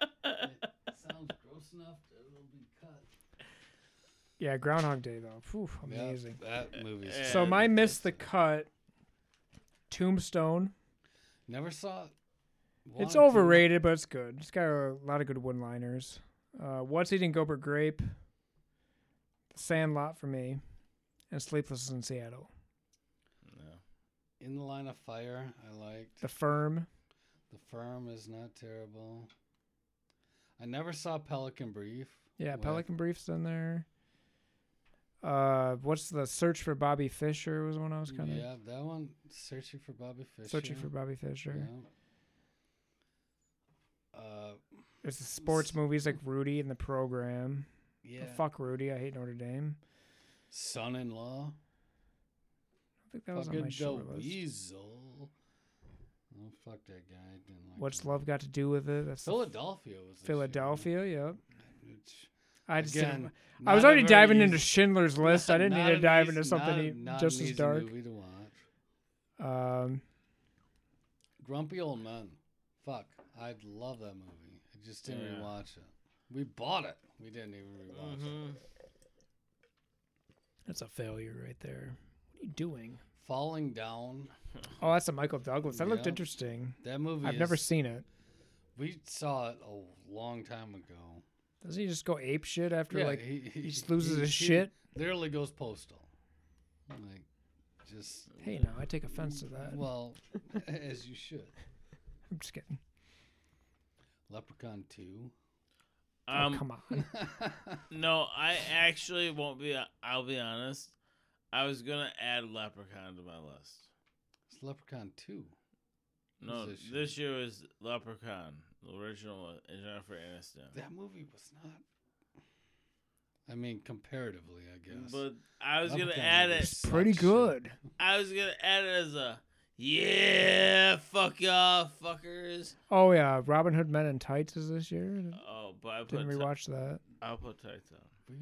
S2: Sounds gross enough that it'll be cut.
S3: yeah, Groundhog Day though. Phew, amazing.
S2: that movie's
S1: Yeah.
S3: So
S2: so
S3: my miss the cut. Tombstone.
S2: never saw it. Wanted
S3: It's
S2: to.
S3: overrated, but it's good. It's got a lot of good one-liners. Uh, What's Eating Gilbert Grape, The Sandlot for me, and Sleepless in Seattle.
S1: No.
S2: In the Line of Fire, I liked.
S3: The Firm.
S2: The Firm is not terrible. I never saw Pelican Brief.
S3: Yeah,
S2: with-
S3: Pelican Brief's in there. Uh, what's the Search for Bobby Fisher was one I was kind of
S2: Yeah, that one. Searching for Bobby Fischer.
S3: searching for Bobby Fisher.
S2: Yeah. Uh,
S3: There's the sports movies like Rudy and the Program. But
S2: yeah.
S3: fuck Rudy, I hate Notre Dame.
S2: Son-in-law.
S3: I think that was on
S2: Fucking
S3: my
S2: the
S3: show list.
S2: Weasel. Oh fuck that guy. I didn't like
S3: What's
S2: him.
S3: Love Got to Do with It? That's the
S2: Philadelphia was this year, right?
S3: Philadelphia. Yep.
S2: Which-
S3: I just didn't-
S2: Again,
S3: I was
S2: not a
S3: already
S2: very
S3: diving into
S2: easy-
S3: Schindler's List. I didn't
S2: [laughs] not
S3: need to
S2: an
S3: dive
S2: easy-
S3: into something
S2: not a-
S3: e-
S2: not an
S3: just as
S2: easy
S3: dark.
S2: Movie to watch.
S3: Um,
S2: Grumpy Old Men. Fuck, I love that movie. I just didn't
S1: Yeah.
S2: rewatch it. We bought it. We didn't even
S3: Mm-hmm.
S2: rewatch
S1: Mhm.
S2: it.
S3: that's a failure right there. What are you doing?
S2: Falling Down.
S3: Oh, that's a Michael Douglas. That looked
S2: Yeah.
S3: interesting.
S2: That movie.
S3: I've never
S2: is-
S3: seen it.
S2: We saw it a long time ago.
S3: Doesn't he just go ape shit after like
S2: he,
S3: he just loses his shit?
S2: Literally goes postal. Like, just
S3: Hey, now I take offense to that.
S2: well, as you should.
S3: I'm just kidding.
S2: Leprechaun Two. [laughs]
S1: Um,
S3: oh, come on.
S1: No, I actually won't be. I'll be honest. I was gonna add Leprechaun to my list.
S2: It's Leprechaun Two.
S1: No,
S2: This is
S1: this year was Leprechaun, the original one, and Jennifer Aniston.
S2: That movie was not. I mean, comparatively, I guess.
S1: But I was gonna
S2: Leprechaun
S1: add
S2: movie
S1: it.
S2: sucks
S3: Pretty
S2: shit.
S3: good.
S1: I was gonna add it as a yeah, fuck y'all, fuckers.
S3: Oh yeah, Robin Hood Men in Tights is this
S2: Uh,
S3: year.
S1: Oh, but I put
S3: Didn't
S1: i
S3: rewatch that.
S1: I'll put Tights on.
S2: We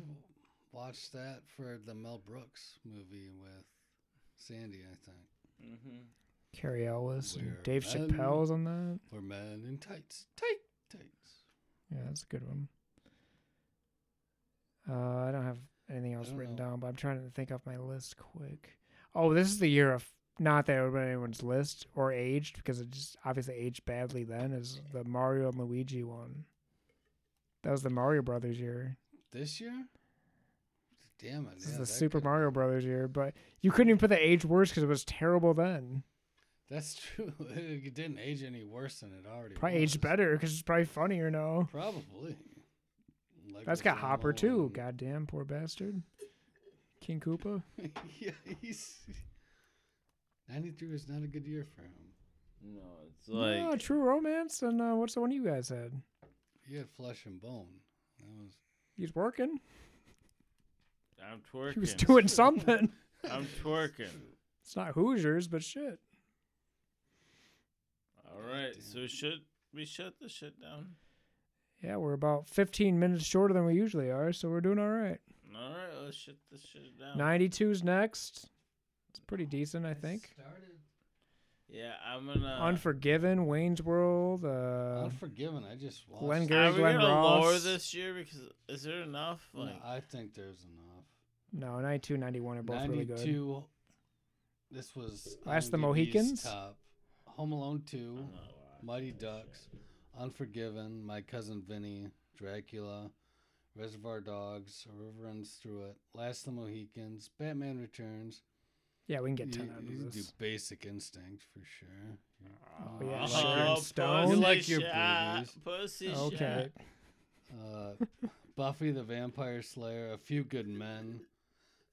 S2: watched that for the Mel Brooks movie with Sandy, I think.
S1: Mm-hmm.
S3: Carrie Ellis and
S2: We're
S3: Dave
S2: men.
S3: Chappelle's on that.
S2: For men in tights, tight tights.
S3: Yeah, that's a good one. Uh, I don't have anything else
S2: don't
S3: written
S2: know.
S3: down, but I'm trying to think off my list quick. Oh, this is the year of not that it would be on anyone's list or aged because it just obviously aged badly. Then is the Mario and Luigi one. That was the Mario Brothers year.
S2: This year? Damn it!
S3: This is
S2: yeah,
S3: the
S2: that
S3: Super
S2: could-
S3: Mario Brothers year, but you couldn't even put the age worse because it was terrible then.
S2: That's true. [laughs] it didn't age any worse than it already.
S3: Probably aged
S2: was.
S3: better because it's probably funnier now.
S2: Probably. Like
S3: That's
S2: the
S3: got
S2: John
S3: Hopper too.
S2: Mullaney.
S3: Goddamn poor bastard. King Koopa.
S2: [laughs] yeah, he's [laughs] ninety-three was not a good year for him.
S1: No, it's like
S3: no, True Romance and uh, what's the one you guys had?
S2: He had flesh and bone. That was
S3: He's working.
S1: I'm twerking.
S3: He
S1: [laughs]
S3: was doing something.
S2: [laughs]
S1: I'm twerking.
S3: It's not Hoosiers, but shit.
S1: All right, so should we shut the shit down?
S3: Yeah, we're about 15 minutes shorter than we usually are, so we're doing all right.
S1: All right, let's shut Oh. the shit down.
S3: 92's next. It's pretty decent, I think.
S2: started
S1: Yeah, I'm gonna.
S3: Unforgiven, Wayne's World. Uh,
S2: Unforgiven. I just watched.
S3: Glenn
S2: it.
S3: Gary
S1: Are we
S3: Glenn
S1: gonna lower
S3: Ross.
S1: this year? Because is there enough?
S2: No,
S1: Like,
S2: I think there's enough.
S3: no, 92, 91 are both really good.
S2: 92. This was
S3: Last of the
S2: IMDb's
S3: Mohicans?
S2: Top. Home Alone 2,
S1: I'm not watching
S2: Mighty
S1: that
S2: Ducks,
S1: shit.
S2: Unforgiven, My Cousin Vinny, Dracula, Reservoir Dogs, A River Runs Through It, Last of the Mohicans, Batman Returns.
S3: Yeah, we can get 10
S2: You-
S3: out
S2: you
S3: of
S2: do
S3: this.
S2: Basic Instinct for sure.
S3: Oh, yeah,
S2: Uh,
S3: like Sharon
S1: Oh,
S3: Stone?
S1: pussy
S2: You like your
S1: shot,
S2: boobies.
S1: Pussy
S3: Okay.
S2: Uh, [laughs] Buffy the Vampire Slayer, A Few Good Men.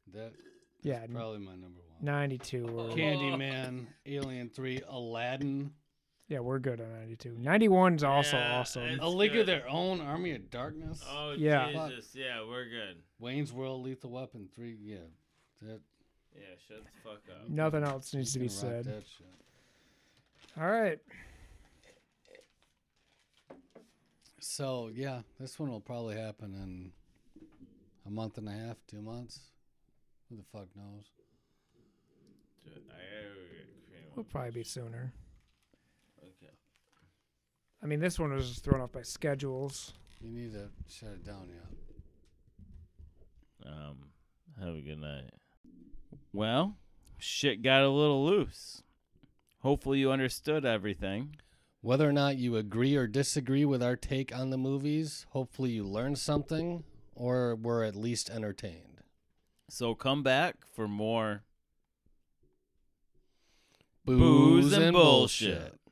S2: That, that's
S3: Yeah, n-
S2: probably my number one.
S3: 92. We're,
S1: Okay.
S2: Candyman, Alien 3, Aladdin,
S3: yeah, we're good on 92. 91's also
S1: Yeah,
S3: awesome.
S1: and-
S2: A League
S1: good.
S2: of Their Own, Army of Darkness,
S1: Shot. Oh
S3: Yeah.
S1: Jesus! Yeah, we're good.
S2: Wayne's World, Lethal Weapon 3. Yeah, that,
S1: Yeah, shut the fuck up.
S3: Nothing else needs to
S2: you
S3: be
S2: can rock
S3: said.
S2: that shit.
S3: All right.
S2: So, yeah, this one will probably happen in a month and a half, two months. Who the fuck knows?
S1: Dude, I gotta get
S3: We'll
S1: cream.
S3: probably be sooner.
S1: Okay.
S3: I mean, this one was just thrown off by schedules.
S2: You need to shut it down, yeah.
S1: Um, have a good night. Well, shit got a little loose. Hopefully, you understood everything.
S2: Whether or not you agree or disagree with our take on the movies, hopefully you learned something or were at least entertained.
S1: So come back for more
S2: Booze,
S1: and bullshit.